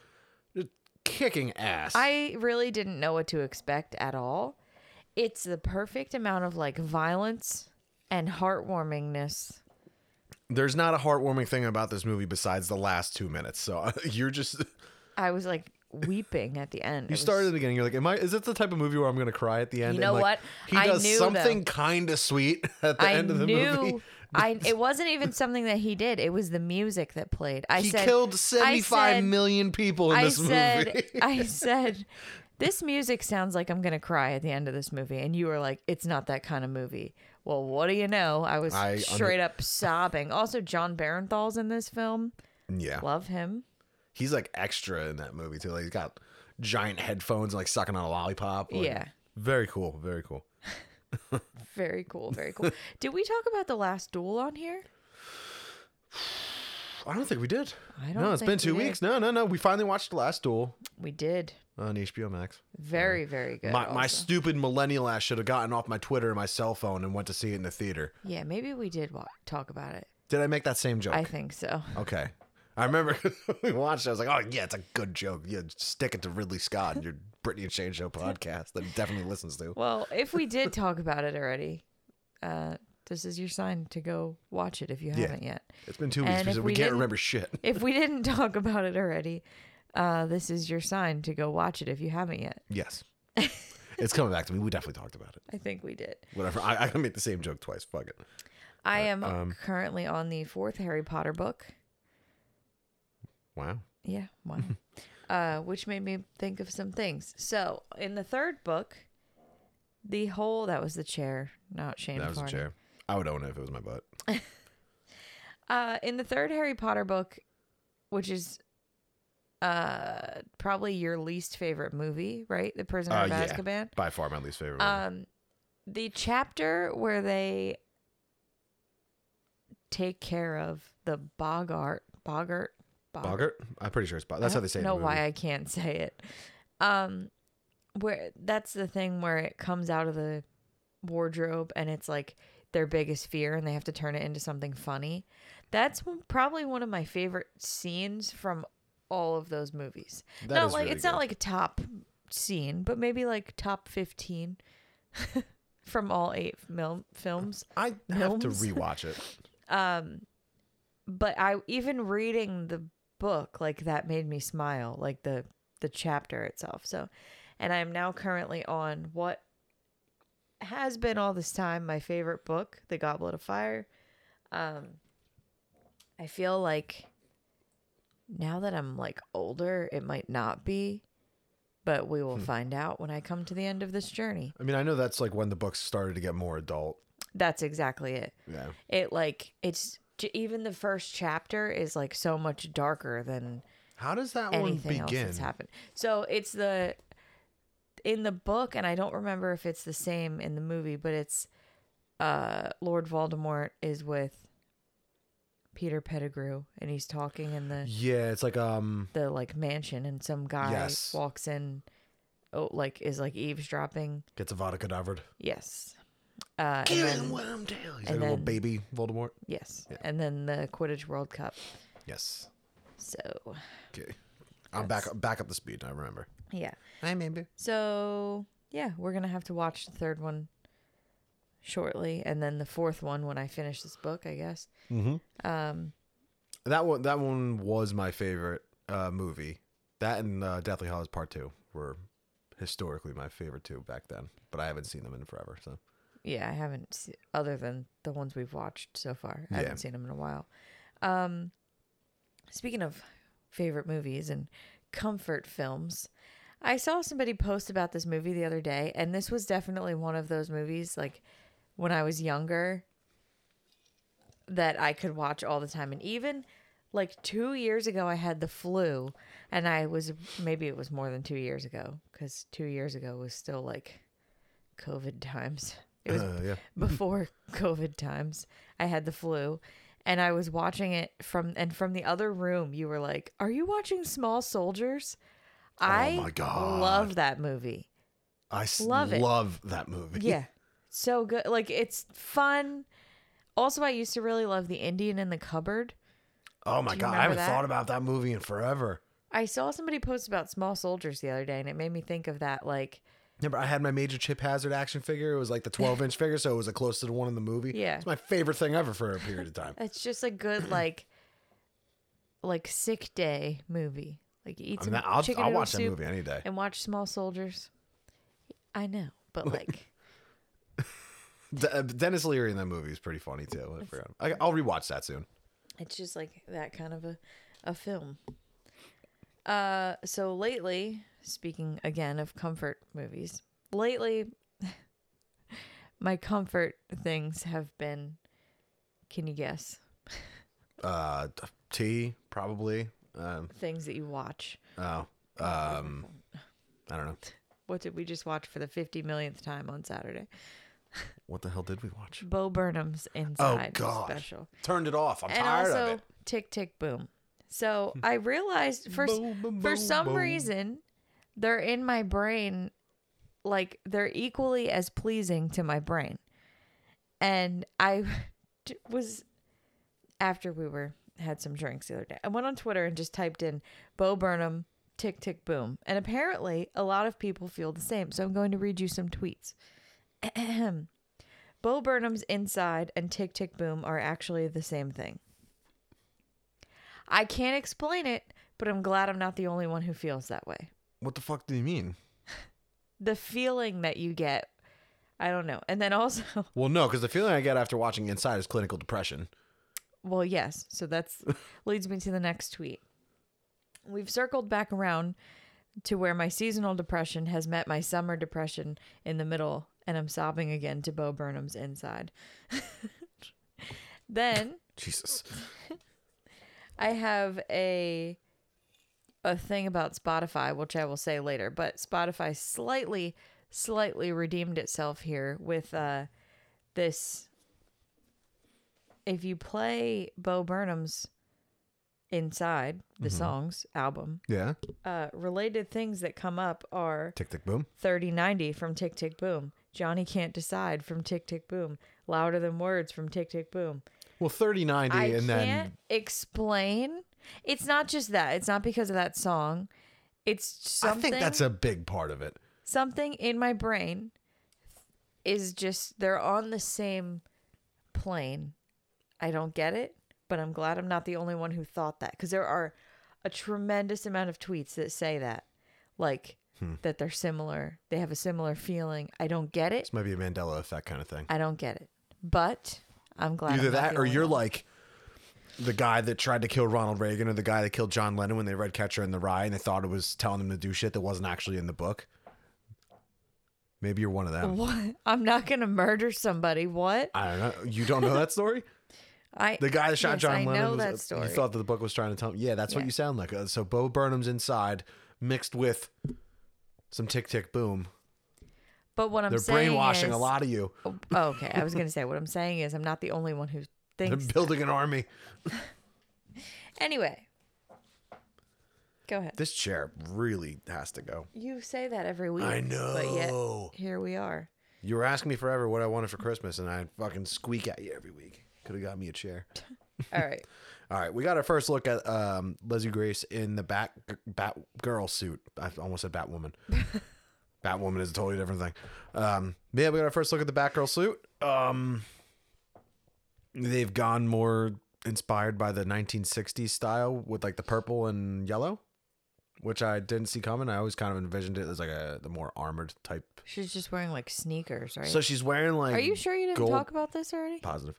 Speaker 2: just kicking ass.
Speaker 1: I really didn't know what to expect at all. It's the perfect amount of like violence and heartwarmingness.
Speaker 2: There's not a heartwarming thing about this movie besides the last two minutes. So [laughs] you're just
Speaker 1: I was like weeping at the end. It
Speaker 2: you
Speaker 1: was
Speaker 2: started at the beginning. You're like, am I? Is it the type of movie where I'm gonna cry at the end?
Speaker 1: You know
Speaker 2: And, like,
Speaker 1: what?
Speaker 2: He
Speaker 1: I
Speaker 2: does
Speaker 1: knew,
Speaker 2: something kind of sweet [laughs] at the end of the movie. [laughs]
Speaker 1: I it wasn't even something that he did. It was the music that played. I
Speaker 2: He
Speaker 1: said
Speaker 2: killed
Speaker 1: I
Speaker 2: seventy five
Speaker 1: said-
Speaker 2: million people in
Speaker 1: I
Speaker 2: this
Speaker 1: said
Speaker 2: movie.
Speaker 1: I said this music sounds like I'm gonna cry at the end of this movie, and you were like, "It's not that kind of movie." Well, what do you know? I was
Speaker 2: I under-
Speaker 1: straight up sobbing. Also, John Barenthal's in this film.
Speaker 2: [laughs] yeah,
Speaker 1: Love him.
Speaker 2: he's like extra in that movie too. Like he's got giant headphones, and like sucking on a lollipop. Like,
Speaker 1: Yeah.
Speaker 2: very cool. Very cool.
Speaker 1: Very cool. Very
Speaker 2: [laughs]
Speaker 1: cool. did we talk about the Last Duel on here?
Speaker 2: I don't think we did.
Speaker 1: I
Speaker 2: no,
Speaker 1: don't
Speaker 2: it's been
Speaker 1: think we
Speaker 2: two
Speaker 1: did.
Speaker 2: weeks. No, no, no. We finally watched The Last Duel
Speaker 1: We did.
Speaker 2: on HBO Max.
Speaker 1: Very, very good.
Speaker 2: Uh, My, my
Speaker 1: also.
Speaker 2: stupid millennial ass should have gotten off my Twitter and my cell phone and went to see it in the theater.
Speaker 1: yeah, maybe we did wa- talk about it.
Speaker 2: Did I make that same joke?
Speaker 1: I think so.
Speaker 2: okay. I remember [laughs] we watched it. I was like, oh, yeah, it's a good joke. Yeah, stick it to Ridley Scott and your Brittany and Shane Show podcast that he definitely listens to.
Speaker 1: Well, if we did talk about it already, uh, this is your sign to go watch it if you haven't yet.
Speaker 2: It's been two weeks
Speaker 1: And if
Speaker 2: because we,
Speaker 1: we
Speaker 2: can't
Speaker 1: didn't-
Speaker 2: remember shit. [laughs]
Speaker 1: If we didn't [laughs] talk about it already, uh, this is your sign to go watch it if you haven't yet.
Speaker 2: Yes. it's coming back to me. We definitely talked about it.
Speaker 1: I think we did.
Speaker 2: Whatever. I, I can make the same joke twice. Fuck it. Uh,
Speaker 1: I am
Speaker 2: um,
Speaker 1: currently on the fourth Harry Potter book.
Speaker 2: Wow.
Speaker 1: Yeah, wow.
Speaker 2: [laughs]
Speaker 1: uh, which made me think of some things. So, in the third book, the whole that was the chair, not Shane.
Speaker 2: That was a
Speaker 1: Farnham.
Speaker 2: chair. I would own it if it was my butt.
Speaker 1: Uh, in the third Harry Potter book, which is uh probably your least favorite movie, right? The Prisoner
Speaker 2: Uh,
Speaker 1: of
Speaker 2: yeah.
Speaker 1: Azkaban.
Speaker 2: By far my least favorite. one.
Speaker 1: Um, the chapter where they take care of the Bogart, Bogart, Bog-
Speaker 2: Boggart? I'm pretty sure it's Bog. That's how they say it.
Speaker 1: I
Speaker 2: in
Speaker 1: don't
Speaker 2: the
Speaker 1: know why
Speaker 2: movie.
Speaker 1: I can't [laughs] say it. Um, where that's the thing where it comes out of the wardrobe and it's like their biggest fear, and they have to turn it into something funny. That's one- probably one of my favorite scenes from all of those movies.
Speaker 2: That
Speaker 1: not
Speaker 2: is
Speaker 1: like
Speaker 2: really
Speaker 1: it's not
Speaker 2: good.
Speaker 1: like a top scene, but maybe like top fifteen [laughs] from all eight mil- films.
Speaker 2: I have to
Speaker 1: Gnomes.
Speaker 2: rewatch it.
Speaker 1: but I even reading the book like that made me smile like the the chapter itself so and I'm now currently on what has been all this time my favorite book The Goblet of Fire um I feel like now that I'm like older it might not be but we will find out when I come to the end of this journey
Speaker 2: I mean, I know that's like when the books started to get more adult.
Speaker 1: that's exactly it
Speaker 2: Yeah.
Speaker 1: it like it's j- even the first chapter is like so much darker than
Speaker 2: How does that
Speaker 1: anything
Speaker 2: one
Speaker 1: else
Speaker 2: begin?
Speaker 1: that's happened. So it's the in the book, and I don't remember if it's the same in the movie, but it's uh, Lord Voldemort is with Peter Pettigrew, and he's talking in the
Speaker 2: Yeah, it's like um
Speaker 1: the like mansion, and some guy
Speaker 2: Yes.
Speaker 1: walks in, oh, like is like eavesdropping.
Speaker 2: gets a Vada cadavered.
Speaker 1: Yes. Uh, and then-
Speaker 2: I'm down. He's like
Speaker 1: and
Speaker 2: a little
Speaker 1: then-
Speaker 2: baby Voldemort.
Speaker 1: yes, and then the Quidditch World Cup.
Speaker 2: Yes.
Speaker 1: So
Speaker 2: Okay. I'm back up back up the speed, I remember.
Speaker 1: yeah,
Speaker 2: I remember.
Speaker 1: so yeah, we're gonna have to watch the third one shortly, and then the fourth one when I finish this book, I guess.
Speaker 2: That one that one was my favorite uh movie. That and uh, Deathly Hollows Part 2 were historically my favorite two back then, but I haven't seen them in forever, so.
Speaker 1: Yeah, I haven't se- other than the ones we've watched so far. I
Speaker 2: Yeah.
Speaker 1: haven't seen them in a while. Um, speaking of favorite movies and comfort films, I saw somebody post about this movie the other day, and this was definitely one of those movies like when I was younger that I could watch all the time, and even like two years ago, I had the flu, and I was maybe it was more than two years ago because two years ago was still like COVID times. It was
Speaker 2: Uh, [laughs] yeah.
Speaker 1: before [laughs] COVID times. I had the flu and I was watching it from and from the other room you were like, "Are you watching Small Soldiers?" I
Speaker 2: Oh my God.
Speaker 1: love that movie.
Speaker 2: I s-
Speaker 1: Love it.
Speaker 2: love that movie.
Speaker 1: Yeah. so good. Like it's fun. Also, I used to really love The Indian in the Cupboard.
Speaker 2: [laughs] Oh my
Speaker 1: Do you
Speaker 2: god, I
Speaker 1: remember
Speaker 2: haven't
Speaker 1: that?
Speaker 2: thought about that movie in forever.
Speaker 1: I saw somebody post about Small Soldiers the other day and it made me think of that like
Speaker 2: Remember, I had my major Chip Hazard action figure. It was
Speaker 1: [laughs]
Speaker 2: like the 12 inch figure, so it was the closest to the one in the movie.
Speaker 1: Yeah.
Speaker 2: It's my favorite thing ever for a period
Speaker 1: [laughs]
Speaker 2: of time.
Speaker 1: it's just a
Speaker 2: [clears throat]
Speaker 1: good like like sick day movie. Like eat
Speaker 2: I
Speaker 1: some
Speaker 2: mean, I'll,
Speaker 1: chicken
Speaker 2: I'll
Speaker 1: noodle
Speaker 2: watch that
Speaker 1: soup.
Speaker 2: movie any day.
Speaker 1: and watch Small Soldiers. I know, but
Speaker 2: [laughs]
Speaker 1: like,
Speaker 2: De- uh, Dennis Leary in that movie is pretty funny too. I forgot. I, I'll rewatch that soon.
Speaker 1: it's just like that kind of a, a film. Uh, so lately, speaking again of comfort movies, lately, [laughs] my comfort things have been. Can you guess
Speaker 2: Uh, T probably. Um,
Speaker 1: things that you watch?
Speaker 2: oh, um, I don't know.
Speaker 1: What did we just watch for the fifty millionth time on Saturday?
Speaker 2: What the hell did we watch?
Speaker 1: Bo Burnham's Inside
Speaker 2: God.
Speaker 1: special.
Speaker 2: Turned it off. Oh, I'm
Speaker 1: and
Speaker 2: tired
Speaker 1: also
Speaker 2: of it. Hmm.
Speaker 1: tick tick boom. So I realized for s-
Speaker 2: Boom, boom,
Speaker 1: for
Speaker 2: boom,
Speaker 1: some
Speaker 2: boom.
Speaker 1: reason they're in my brain like they're equally as pleasing to my brain. And I [laughs] d- was after we were had some drinks the other day. I went on Twitter and just typed in Bo Burnham tick tick boom. And apparently a lot of people feel the same. So I'm going to read you some tweets. [clears throat] Bo Burnham's Inside and Tick Tick Boom are actually the same thing. I can't explain it, but I'm glad I'm not the only one who feels that way.
Speaker 2: What the fuck do you mean?
Speaker 1: The feeling that you get, I don't know. And then also, [laughs]
Speaker 2: Well, no, because the feeling I get after watching Inside is clinical depression.
Speaker 1: well, yes, so that's leads me to the next tweet. We've circled back around to where my seasonal depression has met my summer depression in the middle, and I'm sobbing again to Bo Burnham's Inside. [laughs] then
Speaker 2: Jesus.
Speaker 1: I have a a thing about Spotify, which I will say later, but Spotify slightly slightly redeemed itself here with uh this if you play Bo Burnham's Inside, the songs album,
Speaker 2: Yeah.
Speaker 1: uh related things that come up are
Speaker 2: Tick tick boom.
Speaker 1: 3090 from Tick Tick Boom, Johnny Can't Decide from Tick Tick Boom, Louder Than Words from Tick Tick Boom,
Speaker 2: Well, thirty ninety,
Speaker 1: I can't
Speaker 2: and then
Speaker 1: explain. It's not just that. It's not because of that song. It's something.
Speaker 2: I think that's a big part of it.
Speaker 1: something in my brain is just they're on the same plane. I don't get it, but I'm glad I'm not the only one who thought that because there are a tremendous amount of tweets that say that, like
Speaker 2: Hmm.
Speaker 1: that they're similar. They have a similar feeling. I don't get it.
Speaker 2: This might be a Mandela effect kind of thing.
Speaker 1: I don't get it. But I'm glad. I'm
Speaker 2: Either
Speaker 1: not
Speaker 2: that,
Speaker 1: the
Speaker 2: or
Speaker 1: only
Speaker 2: you're
Speaker 1: one.
Speaker 2: like the guy that tried to kill Ronald Reagan, or the guy that killed John Lennon when they read Catcher in the Rye and they thought it was telling them to do shit that wasn't actually in the book. Maybe you're one of them.
Speaker 1: What? I'm not gonna murder somebody. What?
Speaker 2: I don't know. You don't know that story?
Speaker 1: I
Speaker 2: The guy that shot
Speaker 1: yes,
Speaker 2: John
Speaker 1: I
Speaker 2: Lennon.
Speaker 1: know
Speaker 2: was- uh,
Speaker 1: that story.
Speaker 2: You thought that the book was trying to tell him. Yeah, that's what
Speaker 1: Yeah.
Speaker 2: you sound like. Uh, So Bo Burnham's inside, mixed with Some tick tick boom.
Speaker 1: But what I'm
Speaker 2: They're
Speaker 1: saying
Speaker 2: brainwashing
Speaker 1: is,
Speaker 2: a lot of you.
Speaker 1: Oh, okay, I was gonna say what I'm saying is I'm not the only one who
Speaker 2: They're [laughs]
Speaker 1: thinks.
Speaker 2: building an army.
Speaker 1: Anyway, go ahead.
Speaker 2: This chair really has to go.
Speaker 1: You say that every week.
Speaker 2: I
Speaker 1: But yet
Speaker 2: know.
Speaker 1: here we are.
Speaker 2: You were asking me forever what I wanted for Christmas, and I fucking squeak at you every week. Could have got me a chair.
Speaker 1: All right. [laughs]
Speaker 2: All right, we got our first look at um, Leslie Grace in the Bat Bat Girl suit. I almost
Speaker 1: [laughs]
Speaker 2: said Batwoman. Batwoman is a totally different thing. Um, yeah, we got our first look at the Batgirl suit. Um, they've gone more inspired by the 1960s style with like the purple and yellow, which I didn't see coming. I always kind of envisioned it as like a the more armored type.
Speaker 1: She's just wearing like sneakers, right?
Speaker 2: So she's wearing like
Speaker 1: Are you sure you didn't
Speaker 2: gold-
Speaker 1: talk about this already?
Speaker 2: positive.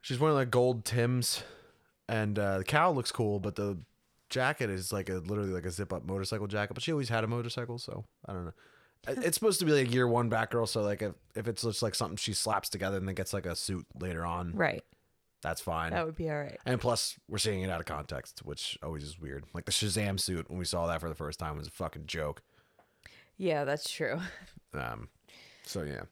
Speaker 2: She's wearing like gold Tim's, and uh, the cow looks cool, but the jacket is like a literally like a zip up motorcycle jacket. But she always had a motorcycle, so I don't know. It- It's supposed to be like year one Batgirl, so like if, if it's just like something she slaps together and then gets like a suit later on,
Speaker 1: Right.
Speaker 2: that's fine.
Speaker 1: That would be all right.
Speaker 2: And plus, we're seeing it out of context, which always is weird. Like the Shazam suit when we saw that for the first time was a fucking joke.
Speaker 1: Yeah, that's true.
Speaker 2: Um, so yeah,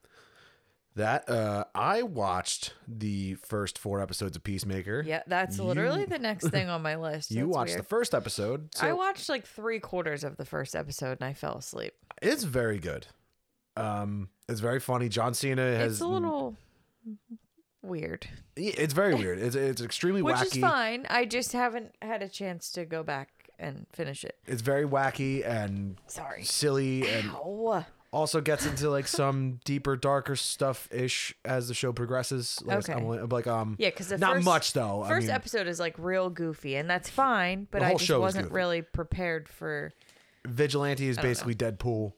Speaker 2: that uh, I watched the first four episodes of Peacemaker.
Speaker 1: Yeah, that's literally the next thing on my list.
Speaker 2: [laughs] You
Speaker 1: That's
Speaker 2: watched
Speaker 1: weird.
Speaker 2: the first episode. So
Speaker 1: I watched like three quarters of the first episode and I fell asleep.
Speaker 2: it's very good. Um, it's very funny. John Cena has.
Speaker 1: it's a little weird,
Speaker 2: Yeah, It's very weird. It's it's extremely
Speaker 1: which
Speaker 2: wacky.
Speaker 1: is fine. I just haven't had a chance to go back and finish it.
Speaker 2: It's very wacky and
Speaker 1: Sorry.
Speaker 2: silly, and
Speaker 1: Ow.
Speaker 2: also gets into
Speaker 1: [laughs]
Speaker 2: like some deeper, darker stuff ish as the show progresses. Like, it's-
Speaker 1: Okay.
Speaker 2: I'm like- like um,
Speaker 1: Yeah, because
Speaker 2: not much though.
Speaker 1: First
Speaker 2: I mean,
Speaker 1: episode is like real goofy, and that's fine. But
Speaker 2: The
Speaker 1: I
Speaker 2: whole
Speaker 1: just
Speaker 2: show is
Speaker 1: wasn't
Speaker 2: goofy.
Speaker 1: really prepared for.
Speaker 2: Vigilante is basically Deadpool.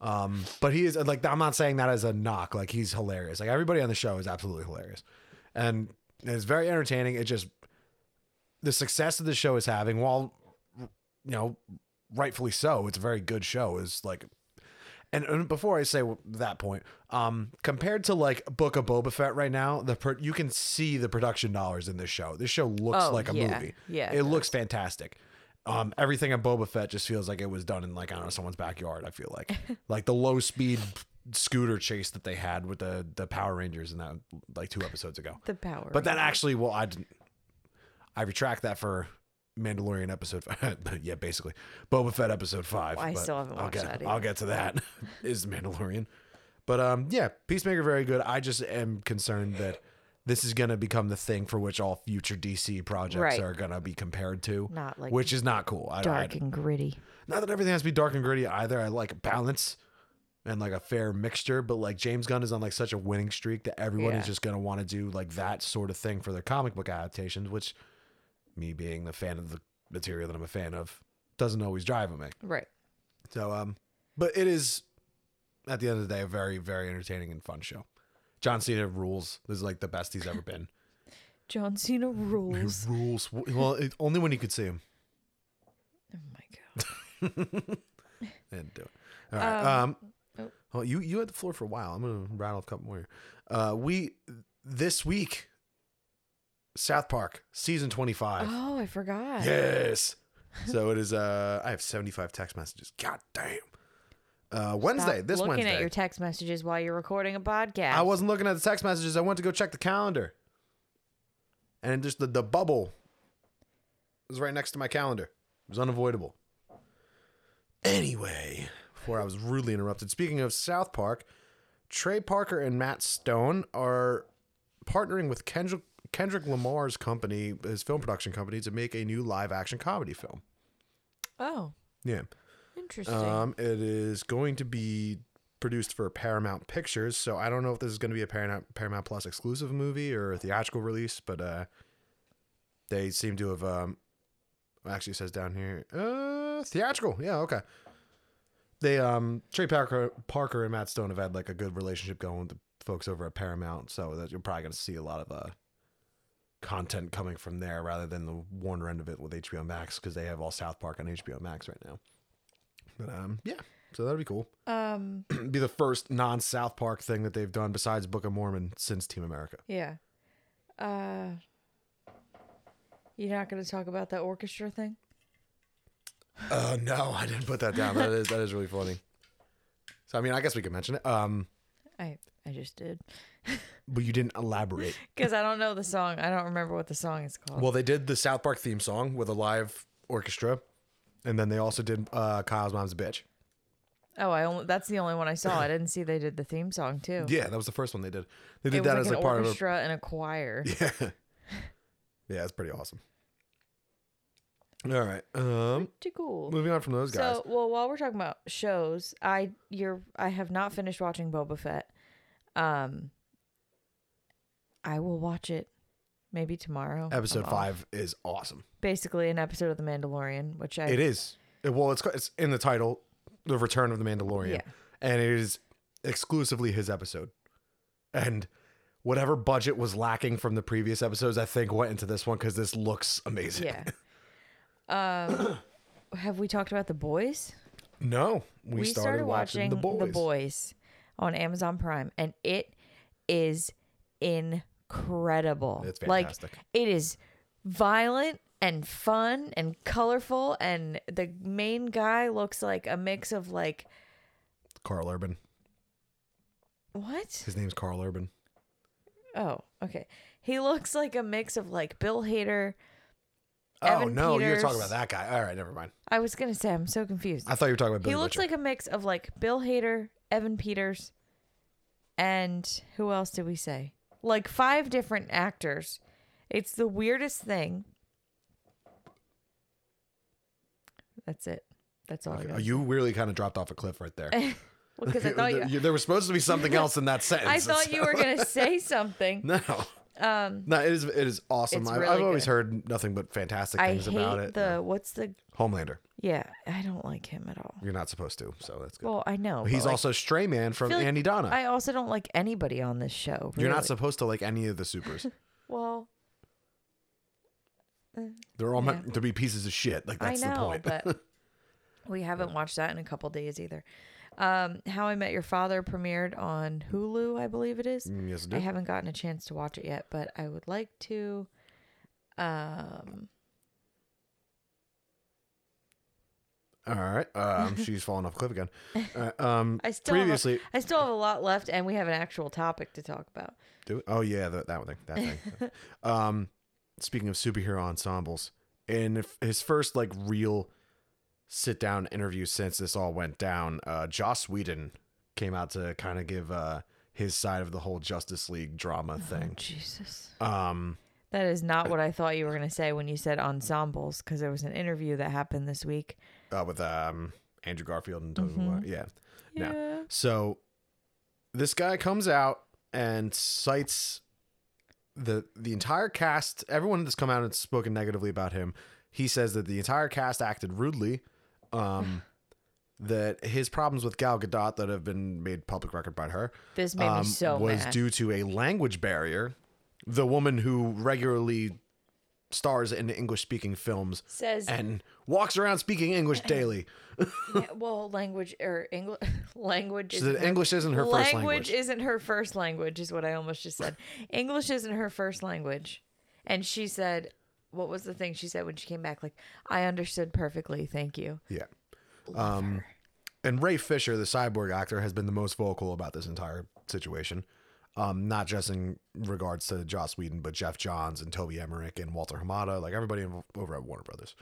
Speaker 2: Um, but he is like I'm not saying that as a knock. Like he's hilarious. Like everybody on the show is absolutely hilarious, and it's very entertaining. It just the success of the show is having, while you know, rightfully so, it's a very good show. Is like, and, and before I say that point, um, compared to like Book of Boba Fett right now, the pro- you can see the production dollars in this show. This show looks
Speaker 1: Oh,
Speaker 2: like a
Speaker 1: yeah.
Speaker 2: movie.
Speaker 1: Yeah,
Speaker 2: it
Speaker 1: it
Speaker 2: looks fantastic. Um, everything in Boba Fett just feels like it was done in like I don't know someone's backyard. I feel
Speaker 1: [laughs]
Speaker 2: like like the low speed scooter chase that they had with the the Power Rangers in that like two episodes ago.
Speaker 1: The power.
Speaker 2: But that actually, well, I didn't. I retract that for Mandalorian episode. Five, [laughs] yeah, basically Boba Fett episode five.
Speaker 1: I
Speaker 2: but
Speaker 1: still haven't
Speaker 2: I'll
Speaker 1: watched
Speaker 2: get,
Speaker 1: that either.
Speaker 2: I'll get to that. [laughs] is Mandalorian, but um, yeah, Peacemaker very good. I just am concerned that this is going to become the thing for which all future DC projects
Speaker 1: Right.
Speaker 2: are going to be compared to.
Speaker 1: Not like
Speaker 2: which is not cool. I, I,
Speaker 1: dark and gritty.
Speaker 2: not that everything has to be dark and gritty either. I like balance and like a fair mixture, but like James Gunn is on like such a winning streak that everyone
Speaker 1: Yeah.
Speaker 2: is just going to want to do like that sort of thing for their comic book adaptations, which me being the fan of the material that I'm a fan of doesn't always drive me.
Speaker 1: Right.
Speaker 2: So um but it is at the end of the day a very very entertaining and fun show. John Cena rules. This is like the best he's ever been.
Speaker 1: John Cena
Speaker 2: He [laughs]
Speaker 1: rules.
Speaker 2: rules. Well, it, only when you could see him.
Speaker 1: oh my god.
Speaker 2: They didn't do it. All right. Um,
Speaker 1: oh.
Speaker 2: well, you you had the floor for a while. I'm gonna rattle a couple more. Here. Uh, we this week, South Park season 25.
Speaker 1: Oh, I forgot.
Speaker 2: Yes. so it is. Uh, I have 75 text messages. God damn. Uh, Wednesday.
Speaker 1: Stop
Speaker 2: this
Speaker 1: looking
Speaker 2: Wednesday.
Speaker 1: at your text messages while you're recording a podcast.
Speaker 2: I wasn't looking at the text messages. I went to go check the calendar. And just the, the bubble was right next to my calendar. It was unavoidable. Anyway, before I was rudely interrupted, speaking of South Park, Trey Parker and Matt Stone are partnering with Kendrick, Kendrick Lamar's company, his film production company, to make a new live action comedy film.
Speaker 1: oh,
Speaker 2: Yeah.
Speaker 1: interesting.
Speaker 2: Um, it is going to be produced for Paramount Pictures, so I don't know if this is going to be a Paramount Paramount Plus exclusive movie or a theatrical release, but uh, they seem to have um, actually it says down here uh, theatrical. Yeah, okay. They um Trey Parker Parker and Matt Stone have had like a good relationship going with the folks over at Paramount, so that you're probably going to see a lot of uh content coming from there rather than the Warner end of it with HBO Max because they have all South Park on HBO Max right now. But um, yeah, so that'd be cool. [clears throat]
Speaker 1: um,
Speaker 2: be the first non South Park thing that they've done besides Book of Mormon since Team America.
Speaker 1: yeah. Uh, you're not going to talk about that orchestra thing?
Speaker 2: Uh, Oh no, I didn't put that down. That is that is really funny. So I mean, I guess we could mention it. Um,
Speaker 1: I I just [laughs] did
Speaker 2: but you didn't
Speaker 1: [laughs]
Speaker 2: elaborate.
Speaker 1: because I don't know the song. I don't remember what the song is called.
Speaker 2: Well, they did the South Park theme song with a live orchestra, and then they also did uh, Kyle's mom's a bitch.
Speaker 1: oh, I only, that's the only one I saw. I didn't see they did the theme song too.
Speaker 2: Yeah, that was the first one they did. They did
Speaker 1: Oh. it was
Speaker 2: that
Speaker 1: like
Speaker 2: as
Speaker 1: an
Speaker 2: like part of. A,
Speaker 1: orchestra and a choir.
Speaker 2: [laughs] yeah, yeah, it's pretty awesome. All right, um,
Speaker 1: Pretty cool.
Speaker 2: moving on from those guys.
Speaker 1: So, well, while we're talking about shows, I you're I have not finished watching Boba Fett. Um, I will watch it maybe tomorrow.
Speaker 2: Episode
Speaker 1: I'm off.
Speaker 2: five is awesome.
Speaker 1: basically an episode of The Mandalorian, which I
Speaker 2: It is it- well, it's it's in the title, "The Return of the Mandalorian,"
Speaker 1: Yeah.
Speaker 2: and it is exclusively his episode, and whatever budget was lacking from the previous episodes, I think went into this one because this looks [laughs] amazing.
Speaker 1: yeah. um, have we talked about The Boys?
Speaker 2: No, we, started, watching, the boys.
Speaker 1: Boys on Amazon Prime, and it is incredible.
Speaker 2: It's fantastic.
Speaker 1: Like it is violent and fun and colorful, and the main guy looks like a mix of like
Speaker 2: Carl Urban.
Speaker 1: what?
Speaker 2: His name's Carl Urban.
Speaker 1: Oh, okay. He looks like a mix of like Bill Hader.
Speaker 2: oh
Speaker 1: Evan
Speaker 2: no, you're
Speaker 1: Peters.
Speaker 2: talking about that guy. All right, never mind.
Speaker 1: I was gonna say I'm so confused.
Speaker 2: I thought you were talking about Billy
Speaker 1: he looks
Speaker 2: Butcher.
Speaker 1: like a mix of like Bill Hader, Evan Peters, and who else did we say? Like five different actors. It's the weirdest thing. That's it. That's all I got.
Speaker 2: Oh, you really kind of dropped off a cliff right there.
Speaker 1: Because [laughs]
Speaker 2: [laughs]
Speaker 1: I thought you,
Speaker 2: there was supposed to
Speaker 1: [laughs]
Speaker 2: be something else in that sentence.
Speaker 1: I thought
Speaker 2: [laughs]
Speaker 1: you were gonna say something.
Speaker 2: No,
Speaker 1: Um,
Speaker 2: no, it is it is awesome.
Speaker 1: It's
Speaker 2: I, I've
Speaker 1: really
Speaker 2: always
Speaker 1: good.
Speaker 2: heard nothing but fantastic
Speaker 1: I
Speaker 2: things
Speaker 1: hate
Speaker 2: about it.
Speaker 1: the what's the
Speaker 2: Homelander,
Speaker 1: yeah. I don't like him at all.
Speaker 2: you're not supposed to, so that's good.
Speaker 1: Well, I know
Speaker 2: But He's
Speaker 1: but, like,
Speaker 2: also Stray Man from
Speaker 1: feel like
Speaker 2: Andy Donna.
Speaker 1: I also don't like anybody on this show.
Speaker 2: you're not
Speaker 1: really.
Speaker 2: supposed to like any of
Speaker 1: [laughs]
Speaker 2: the supers.
Speaker 1: well.
Speaker 2: They're all
Speaker 1: Yeah.
Speaker 2: meant to be pieces of shit. Like that's
Speaker 1: I
Speaker 2: the
Speaker 1: know,
Speaker 2: point.
Speaker 1: but
Speaker 2: [laughs]
Speaker 1: we haven't watched that in a couple days either. Um, How I Met Your Father premiered on Hulu, I believe it is.
Speaker 2: Mm, yes, it
Speaker 1: I
Speaker 2: did.
Speaker 1: haven't gotten a chance to watch it yet, but I would like to. Um,
Speaker 2: All right.
Speaker 1: [laughs]
Speaker 2: Um, she's falling off a cliff again. Uh, um,
Speaker 1: I still have a-
Speaker 2: previously
Speaker 1: I still have a lot left, and we have an actual topic to talk about.
Speaker 2: do it. Oh yeah, that that one thing. That thing. um, speaking of superhero ensembles, in f- his first like real sit down interview since this all went down, uh, Joss Whedon came out to kind of give uh his side of the whole Justice League
Speaker 1: Oh,
Speaker 2: drama thing.
Speaker 1: Jesus,
Speaker 2: Um,
Speaker 1: that is not what I thought you were going to say when you said ensembles, because there was an interview that happened this week.
Speaker 2: uh, with um Andrew Garfield and Toby.
Speaker 1: Mhm.
Speaker 2: Maguire. Yeah. No.
Speaker 1: Yeah.
Speaker 2: So this guy comes out and cites the the entire cast, everyone that's come out and spoken negatively about him. He says that the entire cast acted rudely.
Speaker 1: [sighs]
Speaker 2: Um that his problems with Gal Gadot that have been made public record by her
Speaker 1: This made
Speaker 2: um,
Speaker 1: me so
Speaker 2: was
Speaker 1: mad.
Speaker 2: due to a language barrier. The woman who regularly stars in English speaking films [laughs]
Speaker 1: Says
Speaker 2: and walks around
Speaker 1: [clears throat]
Speaker 2: speaking English daily.
Speaker 1: Yeah, well, language or English [laughs] language.
Speaker 2: She
Speaker 1: isn't
Speaker 2: said
Speaker 1: her-
Speaker 2: English isn't her first language.
Speaker 1: isn't her first language, is what I almost just said. English isn't her first language, and she said, "What was the thing she said when she came back? Like, I understood perfectly. Thank you."
Speaker 2: Yeah. Um, and Ray Fisher, the cyborg actor, has been the most vocal about this entire situation. Um, not just in regards to Joss Whedon, but Jeff Johns and Toby Emmerich and Walter Hamada, like everybody inv- over at Warner Brothers.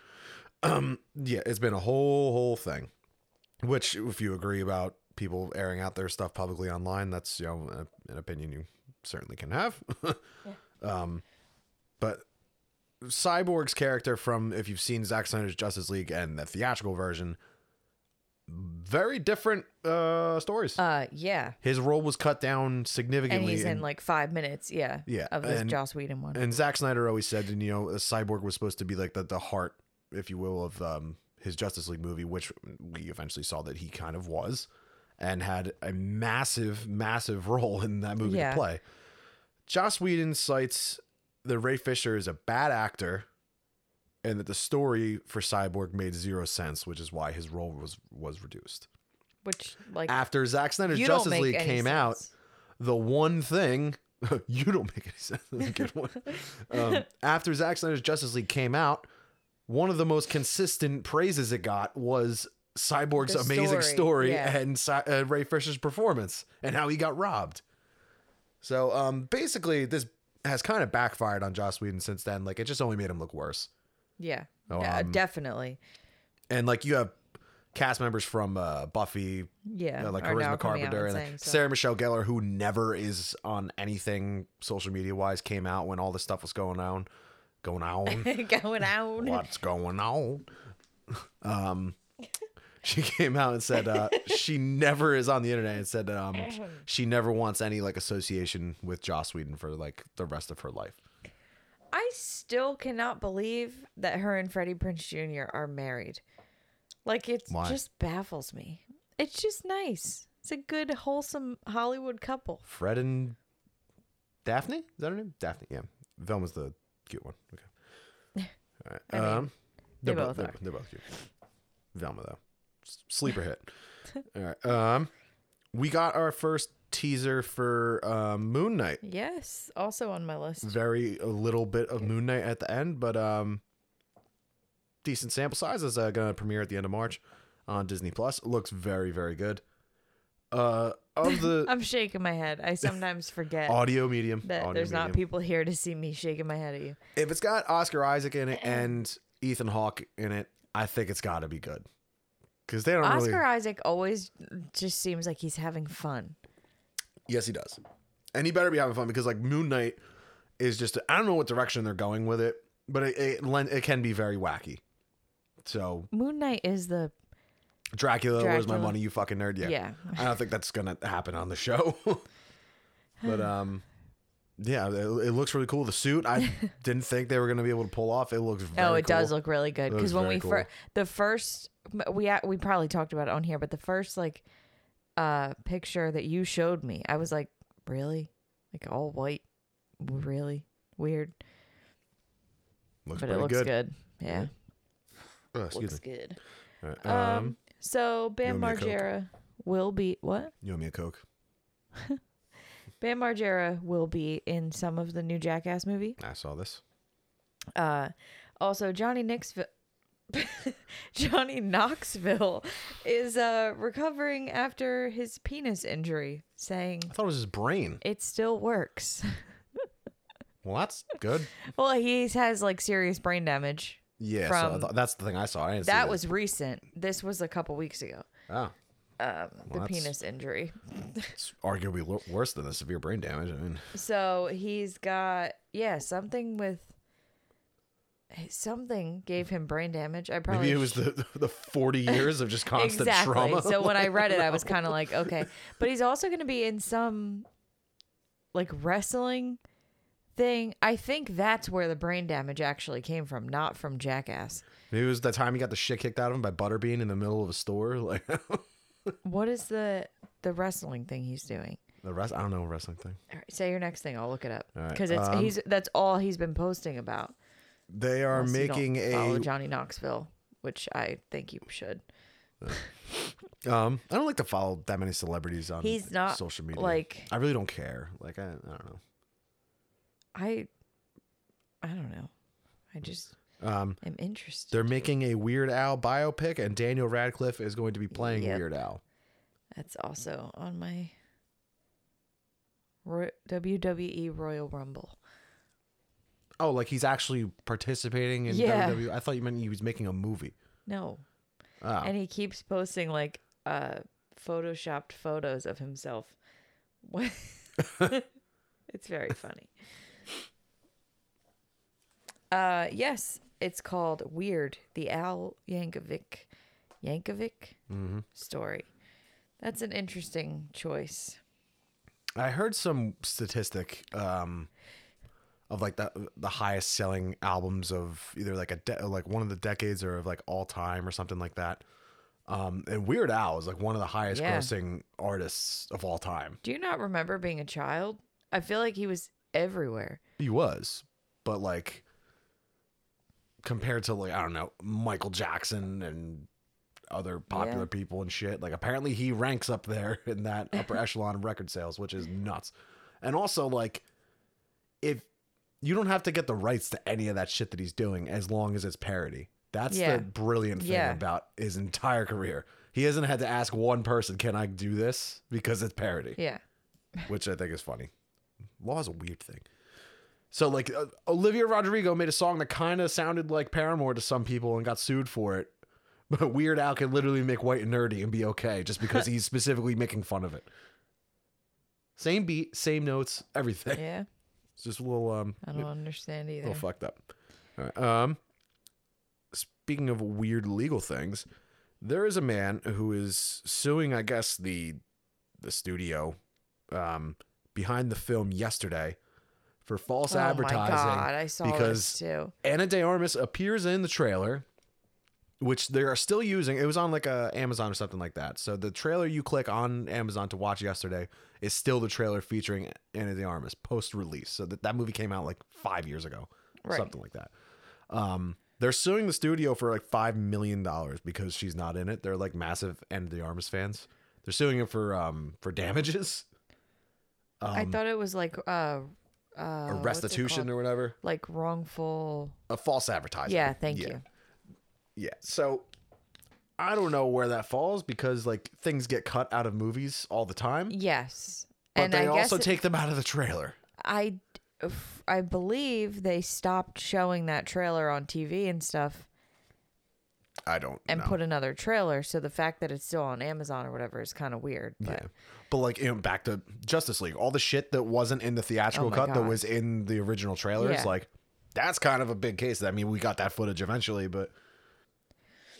Speaker 2: Um, yeah, it's been a whole whole thing. Which, if you agree about people airing out their stuff publicly online, that's you know a- an opinion you certainly can have. [laughs] Um, but Cyborg's character from if you've seen Zack Snyder's Justice League and the theatrical version, very different uh, stories.
Speaker 1: Uh, yeah,
Speaker 2: His role was cut down
Speaker 1: and
Speaker 2: significantly.
Speaker 1: he's in
Speaker 2: and-
Speaker 1: like five minutes. Yeah,
Speaker 2: Yeah,
Speaker 1: of this
Speaker 2: and-
Speaker 1: Joss Whedon one.
Speaker 2: and Zack Snyder always said, you know, a cyborg was supposed to be like the, the heart, if you will, of um, his Justice League movie, which we eventually saw that he kind of was and had a massive, massive [laughs] role in that movie
Speaker 1: Yeah.
Speaker 2: to play. Joss Whedon cites that Ray Fisher is a bad actor and that the story for Cyborg made zero sense, which is why his role was was reduced.
Speaker 1: which like
Speaker 2: After Zack Snyder's
Speaker 1: you
Speaker 2: Justice
Speaker 1: don't make
Speaker 2: League
Speaker 1: any
Speaker 2: came out,
Speaker 1: sense.
Speaker 2: the one thing [laughs] you don't make any sense. [laughs] That's a good one.
Speaker 1: [laughs]
Speaker 2: Um, after Zack Snyder's Justice League came out, one of the most consistent praises it got was Cyborg's
Speaker 1: The
Speaker 2: amazing
Speaker 1: story,
Speaker 2: story
Speaker 1: yeah.
Speaker 2: and Cy- uh, Ray Fisher's performance and how he got robbed. So um, basically, this has kind of backfired on Joss Whedon since then. Like it just only made him look worse.
Speaker 1: Yeah.
Speaker 2: Oh,
Speaker 1: Yeah,
Speaker 2: um,
Speaker 1: definitely.
Speaker 2: And like you have cast members from uh, Buffy,
Speaker 1: Yeah.
Speaker 2: uh, like
Speaker 1: are now
Speaker 2: Charisma
Speaker 1: coming out
Speaker 2: Carpenter, and
Speaker 1: saying
Speaker 2: like,
Speaker 1: so.
Speaker 2: Sarah Michelle Gellar, who never is on anything social media wise, came out when all this stuff was going on, going on.
Speaker 1: [laughs] [laughs] going out.
Speaker 2: What's going on? Um, she came out and said uh, she never is on the internet and said that um, she never wants any like association with Joss Whedon for like the rest of her life.
Speaker 1: I still cannot believe that her and Freddie Prince Jr. are married. Like it
Speaker 2: Why?
Speaker 1: just baffles me. It's just nice. It's a good, wholesome Hollywood couple.
Speaker 2: Fred and Daphne? Is that her name? Daphne, yeah. Velma's the cute one. Okay.
Speaker 1: [laughs]
Speaker 2: All right.
Speaker 1: mean,
Speaker 2: um, they're,
Speaker 1: they
Speaker 2: both,
Speaker 1: both
Speaker 2: they're,
Speaker 1: are.
Speaker 2: they're both cute. Velma, though. S-
Speaker 1: [laughs]
Speaker 2: Sleeper hit. All right. Um, we got our first teaser for um, Moon Knight.
Speaker 1: Yes, also on my list.
Speaker 2: very a little bit of Moon Knight at the end, but um, decent sample size is uh, gonna premiere at the end of March on Disney Plus. Looks very very good. Uh, of the
Speaker 1: I'm shaking my head. [laughs] I sometimes forget
Speaker 2: audio medium,
Speaker 1: that
Speaker 2: audio
Speaker 1: there's not
Speaker 2: medium.
Speaker 1: people here to see me shaking my head at you.
Speaker 2: if it's got Oscar Isaac in it and Ethan Hawke in it, I think it's got to be good because they don't
Speaker 1: Oscar
Speaker 2: really.
Speaker 1: Isaac always just seems like he's having fun.
Speaker 2: Yes, he does, and he better be having fun because like Moon Knight is just I don't know what direction they're going with it, but it it, len- it can be very wacky. So
Speaker 1: Moon Knight is the
Speaker 2: Dracula, where's my
Speaker 1: Dracula.
Speaker 2: money, you fucking nerd? Yeah.
Speaker 1: Yeah.
Speaker 2: I don't think that's gonna happen on the show. [laughs] but um yeah, it, it looks really cool. The
Speaker 1: [laughs]
Speaker 2: suit, I didn't think they were gonna be able to pull off. It looks very
Speaker 1: oh, it does
Speaker 2: cool.
Speaker 1: look really good
Speaker 2: That was
Speaker 1: because when
Speaker 2: very
Speaker 1: we
Speaker 2: cool.
Speaker 1: first the first we a- we probably talked about it on here, but the first like uh picture that you showed me, I was like, really, like all white, really weird,
Speaker 2: looks
Speaker 1: but it
Speaker 2: pretty
Speaker 1: looks good. Yeah,
Speaker 2: Oh, excuse
Speaker 1: looks good.
Speaker 2: me. All right,
Speaker 1: Um,
Speaker 2: Um,
Speaker 1: so Bam
Speaker 2: you owe me a Coke.
Speaker 1: Margera will be what?
Speaker 2: you owe me a Coke.
Speaker 1: Bam Margera will be in some of the new Jackass movie.
Speaker 2: I saw this.
Speaker 1: Uh, also, Johnny Knoxville, [laughs] Johnny Knoxville, is uh, recovering after his penis injury, saying
Speaker 2: I thought it was his brain.
Speaker 1: it still works. [laughs]
Speaker 2: Well, that's good.
Speaker 1: well, he has like serious brain damage.
Speaker 2: Yeah, so I
Speaker 1: From-
Speaker 2: thought- that's the thing I saw. I didn't see
Speaker 1: That was recent. This was a couple weeks ago.
Speaker 2: oh,
Speaker 1: Um, the
Speaker 2: that's-
Speaker 1: penis injury.
Speaker 2: it's arguably lo- worse than the severe brain damage. I mean,
Speaker 1: So he's got yeah something with something gave him brain damage. I probably
Speaker 2: maybe it was the
Speaker 1: [laughs]
Speaker 2: the forty years of just constant
Speaker 1: exactly.
Speaker 2: trauma.
Speaker 1: So when I read it, I was kind of like, okay. But he's also going to be in some like wrestling thing. I think that's where the brain damage actually came from, not from Jackass.
Speaker 2: [laughs] maybe it was the time he got the shit kicked out of him by Butterbean in the middle of a store. [laughs] Like
Speaker 1: What is the the wrestling thing he's doing?
Speaker 2: The rest, I don't know wrestling thing.
Speaker 1: All right, say your next thing. I'll look it up
Speaker 2: All right,
Speaker 1: because it's
Speaker 2: um,
Speaker 1: he's that's all he's been posting about.
Speaker 2: They are
Speaker 1: Unless you don't
Speaker 2: making
Speaker 1: follow
Speaker 2: a.
Speaker 1: Johnny Knoxville, which I think you should.
Speaker 2: Um, I don't like to follow that many celebrities on.
Speaker 1: He's not,
Speaker 2: social media.
Speaker 1: like-
Speaker 2: I really don't care. Like I, I don't
Speaker 1: I I don't know. I just
Speaker 2: know. Um,
Speaker 1: am interested.
Speaker 2: they're making a Weird Al biopic, and Daniel Radcliffe is going to be playing
Speaker 1: Yep.
Speaker 2: Weird Al.
Speaker 1: That's also on my Roy- WWE Royal Rumble.
Speaker 2: Oh, like he's actually participating in
Speaker 1: Yeah.
Speaker 2: WWE. I thought you meant he was making a movie.
Speaker 1: No.
Speaker 2: Oh,
Speaker 1: And he keeps posting like uh photoshopped photos of himself. What? [laughs] it's very funny. Uh yes, it's called Weird: The Al Yankovic Yankovic story. That's an interesting choice.
Speaker 2: I heard some statistic um, of like the the highest selling albums of either like a de- like one of the decades or of like all time or something like that. Um, and Weird Al is like one of the highest
Speaker 1: Yeah.
Speaker 2: grossing artists of all time.
Speaker 1: Do you not remember being a child? I feel like he was everywhere.
Speaker 2: He was, but like compared to like I don't know Michael Jackson and other popular
Speaker 1: Yeah.
Speaker 2: people and shit. Like apparently he ranks up there [laughs] in that
Speaker 1: [laughs]
Speaker 2: upper echelon of record sales, which is nuts. And also like if you don't have to get the rights to any of that shit that he's doing as long as it's parody. That's
Speaker 1: Yeah.
Speaker 2: the brilliant thing
Speaker 1: Yeah.
Speaker 2: about his entire career. He hasn't had to ask one person, "Can I do this?" because it's parody, [laughs]
Speaker 1: Yeah.
Speaker 2: which I think is funny. Law is a weird thing. So like uh, Olivia Rodrigo made a song that kind of sounded like Paramore to some people and got sued for it. But Weird Al can literally make white and nerdy and be okay just
Speaker 1: [laughs]
Speaker 2: because he's specifically making fun of it. Same beat, same notes, everything.
Speaker 1: Yeah.
Speaker 2: It's just a little um
Speaker 1: I don't understand either.
Speaker 2: little fucked up. All right. Um, speaking of weird legal things, there is a man who is suing, I guess the the studio, um, behind the film yesterday for false
Speaker 1: oh
Speaker 2: advertising.
Speaker 1: my god, I saw this
Speaker 2: because
Speaker 1: too.
Speaker 2: Anna De Armas appears in the trailer, which they are still using. It was on like a Amazon or something like that. So the trailer you click on Amazon to watch yesterday is still the trailer featuring Anna De Armas post release. So that that movie came out like five years ago,
Speaker 1: Right.
Speaker 2: something like that. Um, they're suing the studio for like five million dollars because she's not in it. They're like massive Anna De Armas fans. They're suing her for um for damages,
Speaker 1: I thought it was like uh uh
Speaker 2: or
Speaker 1: what's it
Speaker 2: um, restitution,
Speaker 1: called?
Speaker 2: or whatever,
Speaker 1: like wrongful
Speaker 2: a false advertising.
Speaker 1: Yeah, thank you.
Speaker 2: Yeah. So I don't know where that falls because like things get cut out of movies all the time,
Speaker 1: Yes.
Speaker 2: but
Speaker 1: and
Speaker 2: they
Speaker 1: I
Speaker 2: also
Speaker 1: guess
Speaker 2: take them out of the trailer.
Speaker 1: I I believe they stopped showing that trailer on TV and stuff
Speaker 2: I don't
Speaker 1: and
Speaker 2: know.
Speaker 1: put another trailer, so the fact that it's still on Amazon or whatever is kind of weird, but
Speaker 2: yeah. But like you know, back to Justice League, all the shit that wasn't in the theatrical
Speaker 1: Oh my
Speaker 2: cut that
Speaker 1: God.
Speaker 2: was in the original trailers,
Speaker 1: Yeah.
Speaker 2: like that's kind of a big case. I mean, we got that footage eventually, but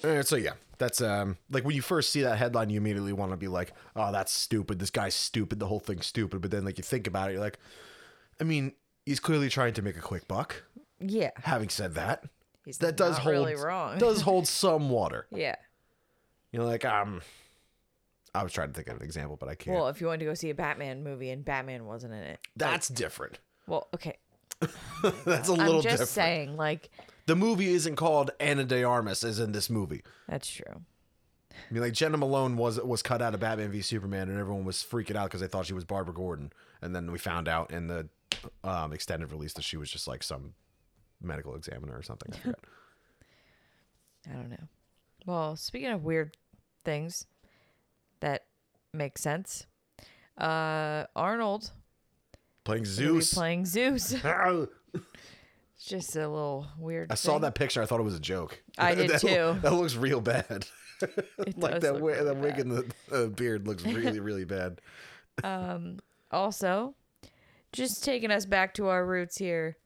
Speaker 2: Uh, so yeah, that's um like when you first see that headline, you immediately want to be like, oh, that's stupid. This guy's stupid. The whole thing's stupid. But then like you think about it, you're like, I mean, he's clearly trying to make a quick buck.
Speaker 1: yeah.
Speaker 2: Having said that,
Speaker 1: He's
Speaker 2: that does
Speaker 1: not
Speaker 2: hold
Speaker 1: really wrong.
Speaker 2: does hold some water.
Speaker 1: [laughs] yeah.
Speaker 2: You're like, um, I was trying to think of an example, but I can't.
Speaker 1: Well, if you wanted to go see a Batman movie and Batman wasn't in it.
Speaker 2: that's different.
Speaker 1: Well, okay.
Speaker 2: That's a little
Speaker 1: I'm just
Speaker 2: different.
Speaker 1: saying, like,
Speaker 2: The movie isn't called Anna De Armas as in this movie.
Speaker 1: that's true.
Speaker 2: I mean, like Jenna Malone was was cut out of Batman v Superman, and everyone was freaking out because they thought she was Barbara Gordon, and then we found out in the um, extended release that she was just like some medical examiner or something. I
Speaker 1: [laughs]
Speaker 2: forgot.
Speaker 1: I don't know. Well, speaking of weird things that make sense, uh, Arnold
Speaker 2: Playing
Speaker 1: is gonna be
Speaker 2: Zeus.
Speaker 1: playing Zeus. [laughs]
Speaker 2: Ow.
Speaker 1: It's just a little weird.
Speaker 2: [laughs] I saw
Speaker 1: thing.
Speaker 2: that picture. I thought it was a joke. [laughs]
Speaker 1: I did
Speaker 2: That loo-
Speaker 1: too.
Speaker 2: That looks
Speaker 1: [laughs]
Speaker 2: real bad. [laughs] like
Speaker 1: does
Speaker 2: that
Speaker 1: look
Speaker 2: wig,
Speaker 1: really
Speaker 2: that wig and the uh, beard looks
Speaker 1: [laughs]
Speaker 2: really, really bad.
Speaker 1: Also, just taking us back to our roots here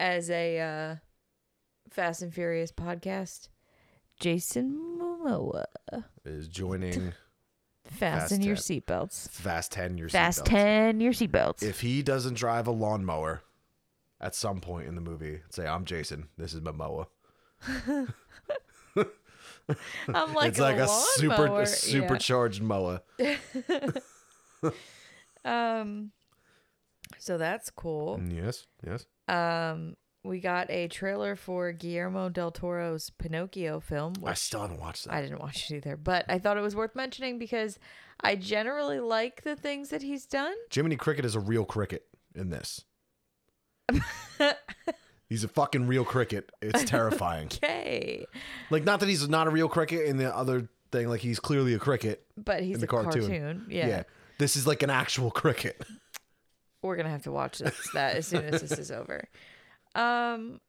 Speaker 1: as a uh, Fast and Furious podcast. Jason Momoa, [laughs]
Speaker 2: Is joining
Speaker 1: fasten your
Speaker 2: 10.
Speaker 1: seatbelts.
Speaker 2: Fast Ten. Your
Speaker 1: Fast
Speaker 2: seatbelts.
Speaker 1: ten your seatbelts.
Speaker 2: If he doesn't drive a lawnmower at some point in the movie, say, "I'm Jason. This is Momoa." [laughs]
Speaker 1: I'm like,
Speaker 2: it's like a, super
Speaker 1: lawnmower.
Speaker 2: a supercharged Moa.
Speaker 1: Yeah. Um, so that's cool.
Speaker 2: Mm, Yes, yes.
Speaker 1: Um, we got a trailer for Guillermo del Toro's Pinocchio film,
Speaker 2: I
Speaker 1: which
Speaker 2: still haven't watched that.
Speaker 1: I didn't watch it either, but I thought it was worth mentioning because I generally like the things that he's done.
Speaker 2: Jiminy Cricket is a real cricket
Speaker 1: [laughs]
Speaker 2: in this. he's a fucking real cricket. It's
Speaker 1: [laughs]
Speaker 2: terrifying.
Speaker 1: Okay,
Speaker 2: Like, not that he's not a real cricket in the other thing. Like, he's clearly a cricket.
Speaker 1: but he's
Speaker 2: the
Speaker 1: a
Speaker 2: cartoon.
Speaker 1: cartoon. Yeah.
Speaker 2: This is like an actual cricket. [laughs]
Speaker 1: we're gonna have to watch this that as soon as this is
Speaker 2: [laughs]
Speaker 1: over. Um,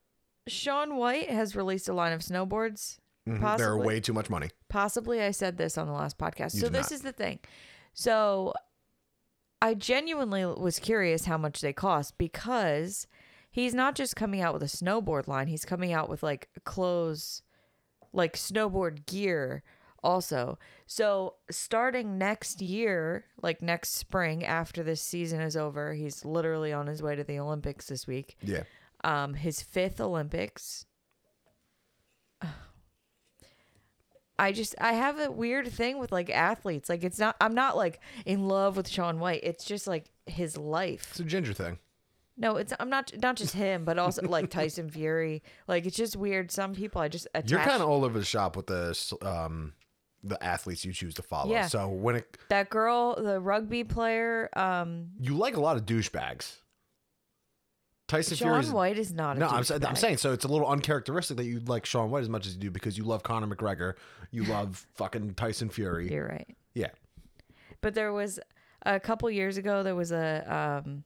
Speaker 1: Sean White has released a line of snowboards. Possibly.
Speaker 2: There are way too much money.
Speaker 1: Possibly I said this on the last podcast.
Speaker 2: You
Speaker 1: so
Speaker 2: did
Speaker 1: this
Speaker 2: not.
Speaker 1: is the thing. So I genuinely was curious how much they cost because he's not just coming out with a snowboard line, he's coming out with like clothes like snowboard gear also. So starting next year, like next spring after this season is over, he's literally on his way to the Olympics this week
Speaker 2: Yeah.
Speaker 1: um, his fifth Olympics. [sighs] I just I have a weird thing with like athletes. Like it's not I'm not like in love with Sean White. It's just like his life.
Speaker 2: It's a ginger thing.
Speaker 1: No, it's I'm not not just him, but also
Speaker 2: [laughs]
Speaker 1: like Tyson Fury. Like it's just weird. Some people I just attach
Speaker 2: You're kind of all over the shop with the um the athletes you choose to follow.
Speaker 1: Yeah.
Speaker 2: So when it
Speaker 1: that girl, the rugby player. Um,
Speaker 2: you like a lot of douchebags. Tyson
Speaker 1: Sean
Speaker 2: Fury's
Speaker 1: White is not a
Speaker 2: No, I'm, sa- I'm
Speaker 1: douchebag.
Speaker 2: saying so. It's a little uncharacteristic that you like Sean White as much as you do because you love Conor McGregor,
Speaker 1: [laughs]
Speaker 2: you love fucking Tyson Fury.
Speaker 1: You're right.
Speaker 2: Yeah,
Speaker 1: But there was a couple years ago there was a um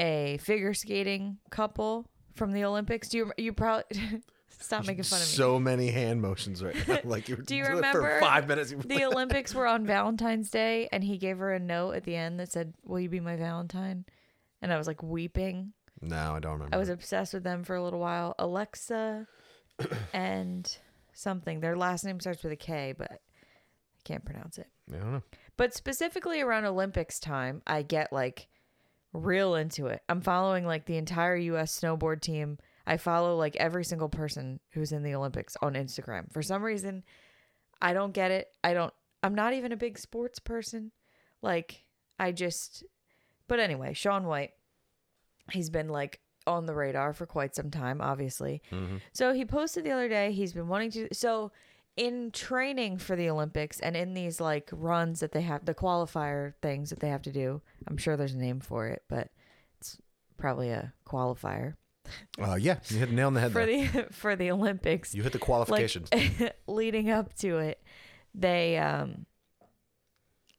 Speaker 1: a figure skating couple from the Olympics. Do you you probably [laughs] stop making fun of me.
Speaker 2: so many hand motions right now. [laughs] Like you were
Speaker 1: Do you
Speaker 2: doing it
Speaker 1: remember
Speaker 2: for five minutes? You-
Speaker 1: The Olympics were on Valentine's Day and he gave her a note at the end that said, "Will you be my Valentine?" And I was like weeping.
Speaker 2: [laughs] no, I don't remember.
Speaker 1: I was obsessed with them for a little while. Alexa and something. Their last name starts with a K, but I can't pronounce it.
Speaker 2: I don't know.
Speaker 1: But specifically around Olympics time, I get like real into it. I'm following like the entire US snowboard team. I follow like every single person who's in the Olympics on Instagram. For some reason, I don't get it. I don't I'm not even a big sports person. Like I just but anyway, Sean White he's been like on the radar for quite some time, obviously. So he posted the other day he's been wanting to. So in training for the Olympics and in these like runs that they have, the qualifier things that they have to do, I'm sure there's a name for it, but it's probably a qualifier
Speaker 2: Uh, yeah, you hit the nail on the head
Speaker 1: for
Speaker 2: there.
Speaker 1: the [laughs] for the Olympics
Speaker 2: you hit
Speaker 1: [laughs]
Speaker 2: the qualifications.
Speaker 1: like, leading up to it, they um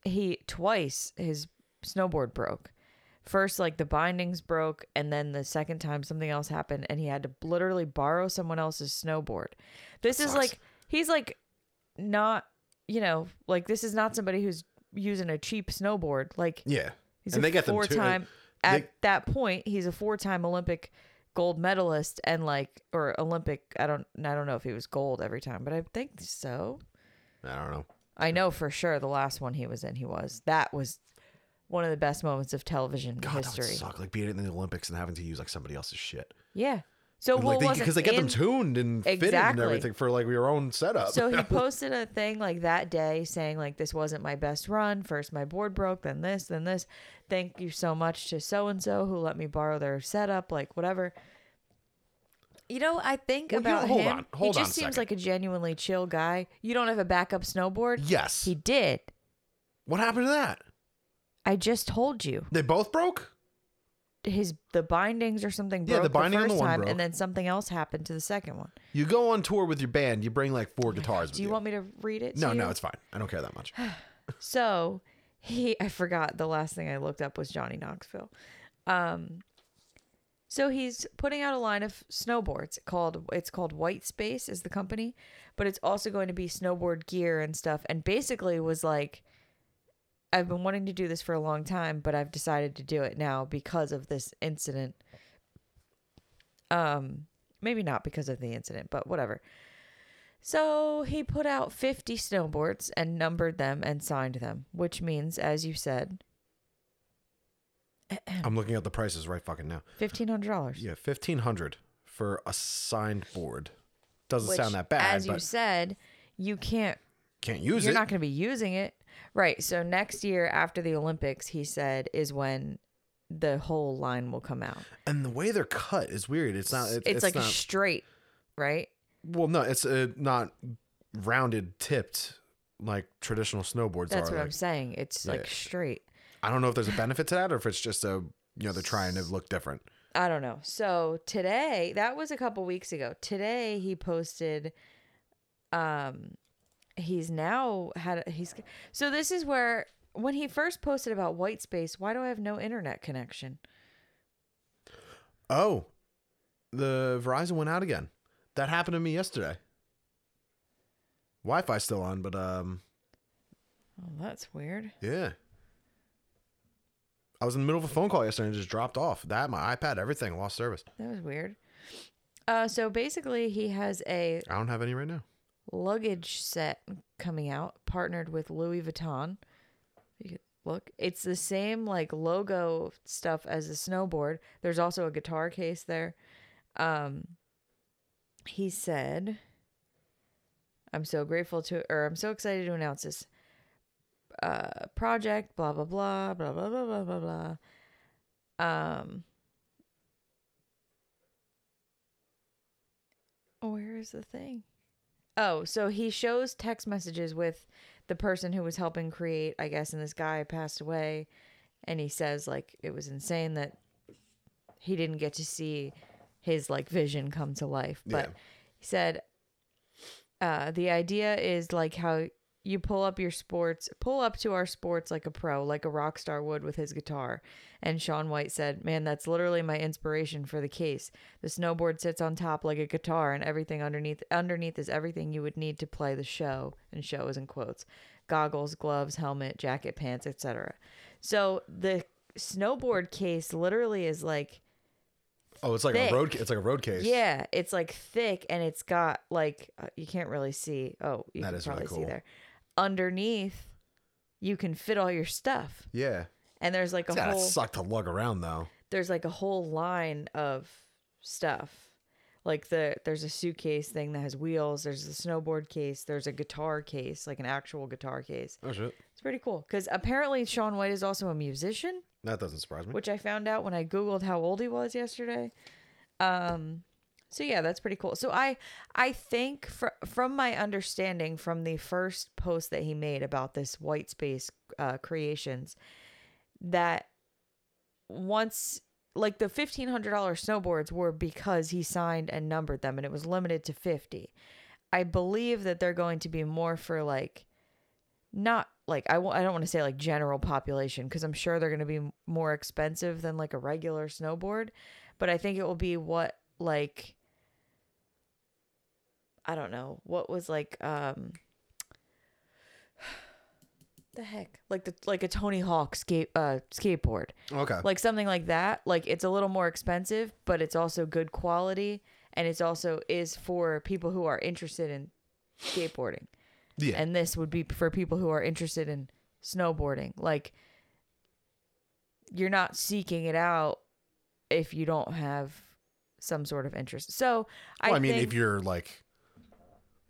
Speaker 1: he twice his snowboard broke. First, like the bindings broke, and then the second time something else happened, and he had to literally borrow someone else's snowboard. This is
Speaker 2: sucks.
Speaker 1: like he's like not you know like this is not somebody who's using a cheap snowboard like
Speaker 2: yeah,
Speaker 1: He's
Speaker 2: and
Speaker 1: a
Speaker 2: they got them
Speaker 1: four
Speaker 2: too.
Speaker 1: time
Speaker 2: they-
Speaker 1: at that point, he's a four time Olympic gold medalist and like or Olympic I don't I don't know if he was gold every time, but I think so.
Speaker 2: I don't know.
Speaker 1: I know for sure the last one he was in he was. That was one of the best moments of television
Speaker 2: God, that would
Speaker 1: history.
Speaker 2: suck. Like being in the Olympics and having to use like somebody else's shit.
Speaker 1: Yeah. So
Speaker 2: And,
Speaker 1: well,
Speaker 2: like they
Speaker 1: wasn't
Speaker 2: because they get them
Speaker 1: in-
Speaker 2: tuned and fitted and
Speaker 1: Exactly.
Speaker 2: everything for like your own setup.
Speaker 1: So
Speaker 2: [laughs]
Speaker 1: he posted a thing like that day saying like this wasn't my best run. First my board broke, then this, then this. Thank you so much to so and so who let me borrow their setup, like whatever. You know, I think
Speaker 2: Well, you know-
Speaker 1: about
Speaker 2: hold
Speaker 1: him.
Speaker 2: on, hold
Speaker 1: he
Speaker 2: on
Speaker 1: just
Speaker 2: a
Speaker 1: seems
Speaker 2: second.
Speaker 1: like a genuinely chill guy. You don't have a backup snowboard.
Speaker 2: yes,
Speaker 1: He did.
Speaker 2: what happened to that?
Speaker 1: I just told you
Speaker 2: They both broke.
Speaker 1: his the bindings or something
Speaker 2: Yeah,
Speaker 1: broke
Speaker 2: the binding on
Speaker 1: first
Speaker 2: the one
Speaker 1: time,
Speaker 2: broke.
Speaker 1: and then something else happened to the second one.
Speaker 2: You go on tour with your band. You bring like four guitars. with
Speaker 1: Do you want me to read it? to
Speaker 2: No,
Speaker 1: you?
Speaker 2: no, it's fine. I don't care that
Speaker 1: [sighs]
Speaker 2: much.
Speaker 1: So he, I forgot the last thing I looked up was Johnny Knoxville. Um, so he's putting out a line of snowboards called it's called White Space is the company, but it's also going to be snowboard gear and stuff. And basically was like, I've been wanting to do this for a long time, but I've decided to do it now because of this incident. Um, maybe not because of the incident, but whatever. So he put out 50 snowboards and numbered them and signed them, which means, as you said, [clears throat]
Speaker 2: I'm looking at the prices right fucking now.
Speaker 1: $1,500.
Speaker 2: Yeah, fifteen hundred for a signed board. Doesn't
Speaker 1: which,
Speaker 2: sound that bad,
Speaker 1: As you
Speaker 2: but
Speaker 1: said, you can't,
Speaker 2: can't use
Speaker 1: you're
Speaker 2: it.
Speaker 1: not going to be using it. Right. So next year after the Olympics, he said, is when the whole line will come out.
Speaker 2: and the way they're cut is weird. It's not. It,
Speaker 1: it's, like
Speaker 2: not,
Speaker 1: straight, right?
Speaker 2: well, no, it's uh, not rounded, tipped like traditional snowboards
Speaker 1: That's
Speaker 2: are.
Speaker 1: what
Speaker 2: Like,
Speaker 1: I'm saying. It's like
Speaker 2: Yeah.
Speaker 1: straight.
Speaker 2: I don't know if there's a benefit to that or if it's just a you know they're trying to look different.
Speaker 1: I don't know. So today, that was a couple weeks ago. Today he posted um he's now had he's So this is where when he first posted about white space, why do I have no internet connection?
Speaker 2: Oh, the Verizon went out again. That happened to me yesterday. Wi-Fi's still on, but um,
Speaker 1: Oh, that's weird.
Speaker 2: Yeah. I was in the middle of a phone call yesterday and it just dropped off. That, my iPad, everything, lost service.
Speaker 1: That was weird. Uh so basically he has a
Speaker 2: I don't have any right now.
Speaker 1: luggage set coming out, partnered with Louis Vuitton. You could look. It's the same like logo stuff as the snowboard. There's also a guitar case there. Um, he said, "I'm so grateful to, or I'm so excited to announce this uh, project." Blah blah blah blah blah blah blah blah blah. Um. Where is the thing? Oh, so he shows text messages with the person who was helping create, I guess, and this guy passed away. And he says, like, it was insane that he didn't get to see his like vision come to life. But
Speaker 2: Yeah.
Speaker 1: he said uh, the idea is like how you pull up your sports, pull up to our sports like a pro, like a rock star would with his guitar. And Sean White said, "Man, that's literally my inspiration for the case. The snowboard sits on top like a guitar, and everything underneath underneath is everything you would need to play the show. And show is in quotes: goggles, gloves, helmet, jacket, pants, etc. So the snowboard case literally is like."
Speaker 2: Oh, it's like
Speaker 1: Thick.
Speaker 2: a road. ca- It's like a road case.
Speaker 1: Yeah, it's like thick and it's got like uh, you can't really see. Oh, you
Speaker 2: That
Speaker 1: can
Speaker 2: is really
Speaker 1: probably see
Speaker 2: cool.
Speaker 1: there. Underneath, you can fit all your stuff,
Speaker 2: Yeah.
Speaker 1: and there's like a
Speaker 2: It's gotta
Speaker 1: whole
Speaker 2: suck to lug around though.
Speaker 1: there's like a whole line of stuff. Like the there's a suitcase thing that has wheels. There's a snowboard case. There's a guitar case, like an actual guitar case.
Speaker 2: Oh shit.
Speaker 1: It's pretty cool because apparently Sean White is also a musician
Speaker 2: That doesn't surprise me.
Speaker 1: which I found out when I googled how old he was yesterday. Um, so yeah, that's pretty cool. So I I think fr- from my understanding from the first post that he made about this white space uh, creations that once like the fifteen hundred dollar snowboards were because he signed and numbered them, and it was limited to fifty. I believe that they're going to be more for like not like I w- I don't want to say like general population because I'm sure they're going to be m- more expensive than like a regular snowboard, but I think it will be what like I don't know what was like um [sighs] the heck like the like a Tony Hawk skate uh skateboard
Speaker 2: Okay.
Speaker 1: like something like that like it's a little more expensive but it's also good quality and it's also is for people who are interested in skateboarding
Speaker 2: yeah.
Speaker 1: and this would be for people who are interested in snowboarding like you're not seeking it out if you don't have some sort of interest so
Speaker 2: Well,
Speaker 1: I,
Speaker 2: I mean,
Speaker 1: think,
Speaker 2: if you're like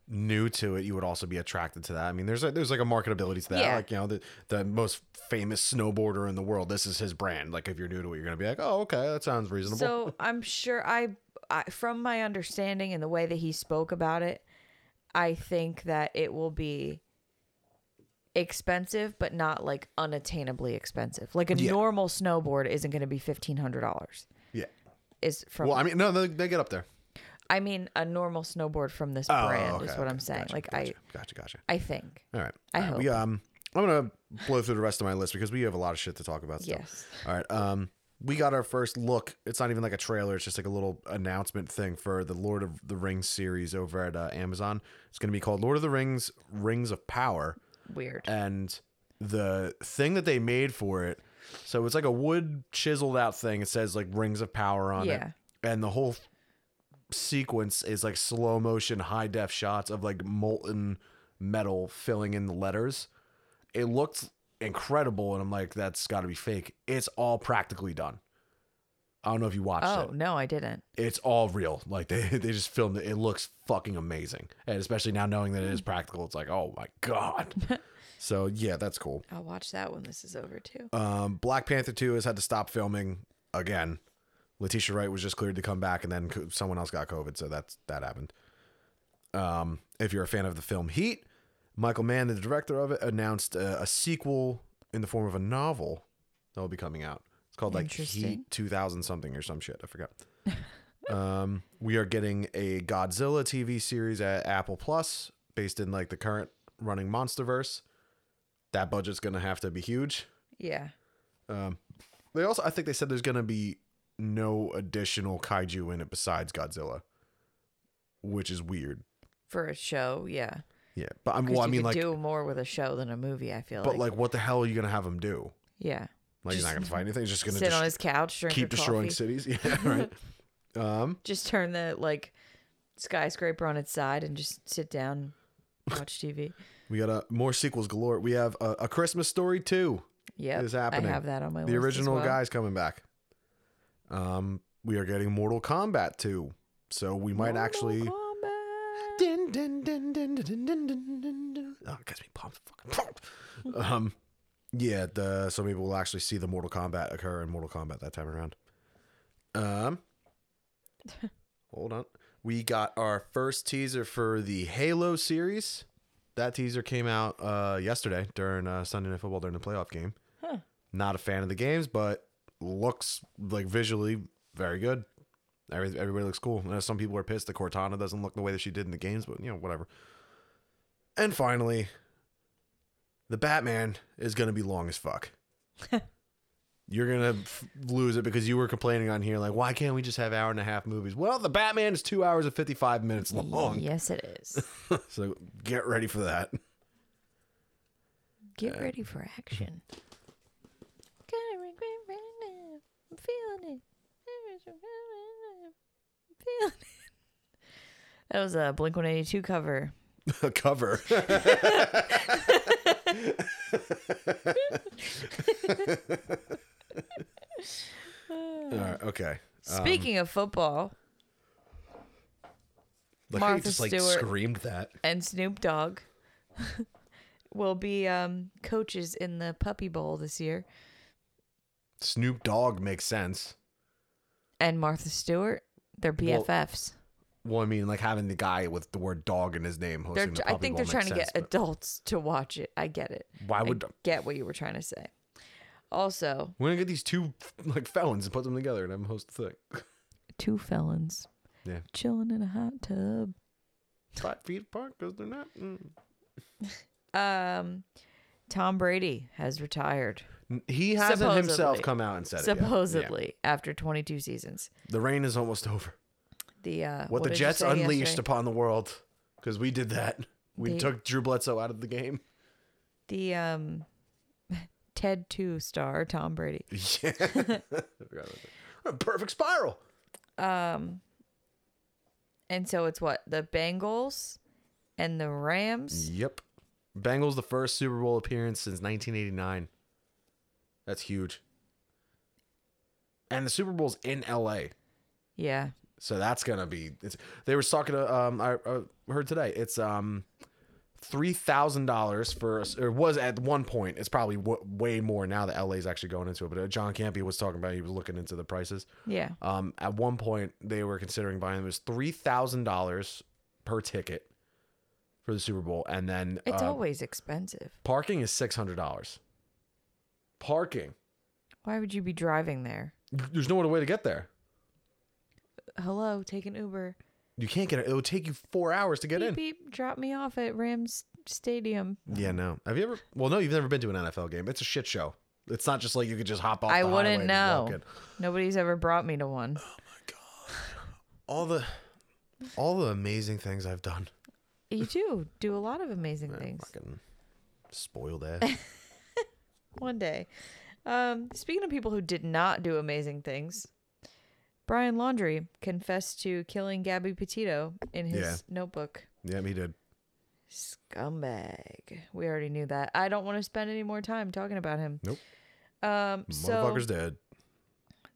Speaker 2: new to it, you would also be attracted to that. I mean, there's a, there's like a marketability to that.
Speaker 1: Yeah.
Speaker 2: Like you know, the the most famous snowboarder in the world. This is his brand. Like if you're new to it, you're gonna be like, oh, okay, that sounds reasonable.
Speaker 1: [laughs] so i'm sure I, I from my understanding and the way that he spoke about it i think that it will be expensive but not like unattainably expensive like a
Speaker 2: Yeah.
Speaker 1: normal snowboard isn't going to be $1500
Speaker 2: yeah.
Speaker 1: is from
Speaker 2: Well, I mean, no, they, they get up there.
Speaker 1: I mean a normal snowboard from this
Speaker 2: Oh,
Speaker 1: brand
Speaker 2: okay,
Speaker 1: is what
Speaker 2: okay.
Speaker 1: I'm saying.
Speaker 2: Gotcha,
Speaker 1: like
Speaker 2: gotcha, gotcha, gotcha.
Speaker 1: I I think.
Speaker 2: All right.
Speaker 1: I
Speaker 2: All right, We, um, I'm gonna blow through the rest of my list because we have a lot of shit to talk about. Still.
Speaker 1: Yes.
Speaker 2: All right. Um, we got our first look. It's not even like a trailer. It's just like a little announcement thing for the Lord of the Rings series over at uh, Amazon. It's gonna be called Lord of the Rings: Rings of Power,
Speaker 1: Weird.
Speaker 2: and the thing that they made for it. So it's like a wood chiseled out thing. It says like Rings of Power on
Speaker 1: Yeah.
Speaker 2: it, and the whole sequence is like slow motion high def shots of like molten metal filling in the letters it looked incredible and i'm like that's got to be fake it's all practically done i don't know if you watched
Speaker 1: Oh, no, I didn't.
Speaker 2: it it's all real [laughs] like they, they just filmed it it looks fucking amazing and especially now knowing that it is practical it's like oh my god so yeah that's cool
Speaker 1: I'll watch that when this is over too.
Speaker 2: um, Black Panther 2 has had to stop filming again. Letitia Wright was just cleared to come back, and then co- someone else got COVID, so that's that happened. Um, if you're a fan of the film Heat, Michael Mann, the director of it, announced a, a sequel in the form of a novel that will be coming out. It's called like Heat
Speaker 1: Interesting.
Speaker 2: 2000 something or some shit. I forgot. [laughs] um, we are getting a Godzilla TV series at Apple Plus based in like the current running MonsterVerse. That budget's gonna have to be huge.
Speaker 1: Yeah.
Speaker 2: They also, I think they said there's going to be no additional kaiju in it besides Godzilla, which is weird.
Speaker 1: For a show, yeah.
Speaker 2: Yeah, but I'm.
Speaker 1: 'Cause
Speaker 2: Well, I
Speaker 1: you
Speaker 2: mean,
Speaker 1: could
Speaker 2: like,
Speaker 1: do more with a show than a movie, I feel
Speaker 2: but
Speaker 1: like.
Speaker 2: like, what the hell are you going to have him do?
Speaker 1: yeah.
Speaker 2: Like, he's not going to fight anything. He's just going
Speaker 1: Sit
Speaker 2: to
Speaker 1: on his couch, drink
Speaker 2: keep
Speaker 1: your
Speaker 2: destroying
Speaker 1: coffee.
Speaker 2: cities. [laughs] Yeah,
Speaker 1: [laughs]
Speaker 2: right. um,
Speaker 1: Just turn the like skyscraper on its side and just sit down, and watch TV.
Speaker 2: we got a more sequels galore. We have a, a Christmas Story too.
Speaker 1: Yep.
Speaker 2: Is happening.
Speaker 1: I have that on my list.
Speaker 2: The
Speaker 1: as
Speaker 2: original
Speaker 1: well.
Speaker 2: guy's coming back. Um, we are getting Mortal Kombat too, so we might
Speaker 1: Mortal
Speaker 2: actually.
Speaker 1: Kombat.
Speaker 2: Dun, dun, dun, dun, dun, dun, dun, dun, dun, dun. Oh, it gets me pumped. Fucking pumped. um, yeah, the so maybe we'll actually see the Mortal Kombat occur in Mortal Kombat that time around. Um, [laughs] hold on. We got our first teaser for the Halo series. That teaser came out uh, yesterday during uh, Sunday Night Football during the playoff game. Not a fan of the games, but looks like visually very good. Every, everybody looks cool. And some people are pissed that Cortana doesn't look the way that she did in the games, but you know, whatever. And finally, the Batman is going to be long as
Speaker 1: [laughs]
Speaker 2: fuck. You're going to f- lose it because you were complaining on here, like, why can't we just have hour and a half movies? Well, the Batman is two hours and 55 minutes long.
Speaker 1: Yes, it is.
Speaker 2: So get ready for that. [laughs] Uh,
Speaker 1: Get ready for action. Gotta regret right now. I'm feeling it. I'm feeling it. That was a Blink 182 cover.
Speaker 2: A cover.
Speaker 1: Ah.
Speaker 2: All right, okay.
Speaker 1: Speaking of football
Speaker 2: Like how you
Speaker 1: Martha
Speaker 2: just like
Speaker 1: Stewart.
Speaker 2: screamed that.
Speaker 1: and Snoop Dogg, [laughs] will be um, coaches in the Puppy Bowl this year.
Speaker 2: Snoop Dogg makes sense.
Speaker 1: And Martha Stewart, they're
Speaker 2: Well,
Speaker 1: BFFs.
Speaker 2: Well, I mean, like having the guy with the word dog in his name
Speaker 1: they're,
Speaker 2: hosting
Speaker 1: tr-
Speaker 2: the
Speaker 1: I
Speaker 2: Puppy
Speaker 1: think
Speaker 2: Bowl
Speaker 1: they're trying
Speaker 2: makes
Speaker 1: to get
Speaker 2: sense, but
Speaker 1: adults to watch it. I get it.
Speaker 2: Why
Speaker 1: I
Speaker 2: would
Speaker 1: get what you were trying to say. Also,
Speaker 2: we're gonna get these two like felons and put them together and have them host the thing? [laughs]
Speaker 1: two felons
Speaker 2: Yeah,
Speaker 1: chilling in a hot tub.
Speaker 2: five feet apart because they're not. mm.
Speaker 1: Um, Tom Brady has retired
Speaker 2: He hasn't himself
Speaker 1: Supposedly.
Speaker 2: come out and said it. yet. Yeah.
Speaker 1: supposedly after 22 seasons.
Speaker 2: the rain is almost over.
Speaker 1: The uh,
Speaker 2: What, the
Speaker 1: did you
Speaker 2: Jets
Speaker 1: say
Speaker 2: unleashed
Speaker 1: yesterday?
Speaker 2: upon the world because we did that. We
Speaker 1: They-
Speaker 2: took Drew Bledsoe out of the game. [laughs]
Speaker 1: The um, [laughs] Ted Two star Tom Brady. [laughs]
Speaker 2: Yeah, I forgot about that. perfect spiral.
Speaker 1: Um, and so it's what the Bengals and the Rams.
Speaker 2: Yep. Bengals the first Super Bowl appearance since 1989. That's huge. And the Super Bowl's in LA.
Speaker 1: Yeah,
Speaker 2: So that's going to be it's, they were talking to um I, I heard today. It's um $3,000 for a s- or was at one point. It's probably w- way more now that LA's actually going into it, but uh, John Campy was talking about it, he was looking into the prices.
Speaker 1: yeah.
Speaker 2: Um, at one point, they were considering buying it was three thousand dollars per ticket for the Super Bowl, and then
Speaker 1: It's
Speaker 2: uh,
Speaker 1: always expensive.
Speaker 2: parking is six hundred dollars. Parking,
Speaker 1: Why would you be driving there?
Speaker 2: there's no other way to get there.
Speaker 1: Hello, take an Uber.
Speaker 2: You can't get it. It'll take you four hours to get
Speaker 1: beep,
Speaker 2: in.
Speaker 1: beep, drop me off at Rams Stadium.
Speaker 2: Yeah, no. Have you ever? Well, no, you've never been to an NFL game. It's a shit show. It's not just like you could just hop off.
Speaker 1: I
Speaker 2: the
Speaker 1: wouldn't
Speaker 2: highway and just
Speaker 1: know.
Speaker 2: walk in.
Speaker 1: Nobody's ever brought me to
Speaker 2: [laughs]
Speaker 1: one.
Speaker 2: All the, all the amazing things I've done.
Speaker 1: You do do a lot of amazing things.
Speaker 2: Fucking spoiled ass.
Speaker 1: [laughs] One day. Um, speaking of people who did not do amazing things, Brian Laundry confessed to killing Gabby Petito in his
Speaker 2: Yeah.
Speaker 1: notebook.
Speaker 2: yeah, he did.
Speaker 1: Scumbag. We already knew that. I don't want to spend any more time talking about him.
Speaker 2: Nope.
Speaker 1: Um, so
Speaker 2: Motherfucker's dead.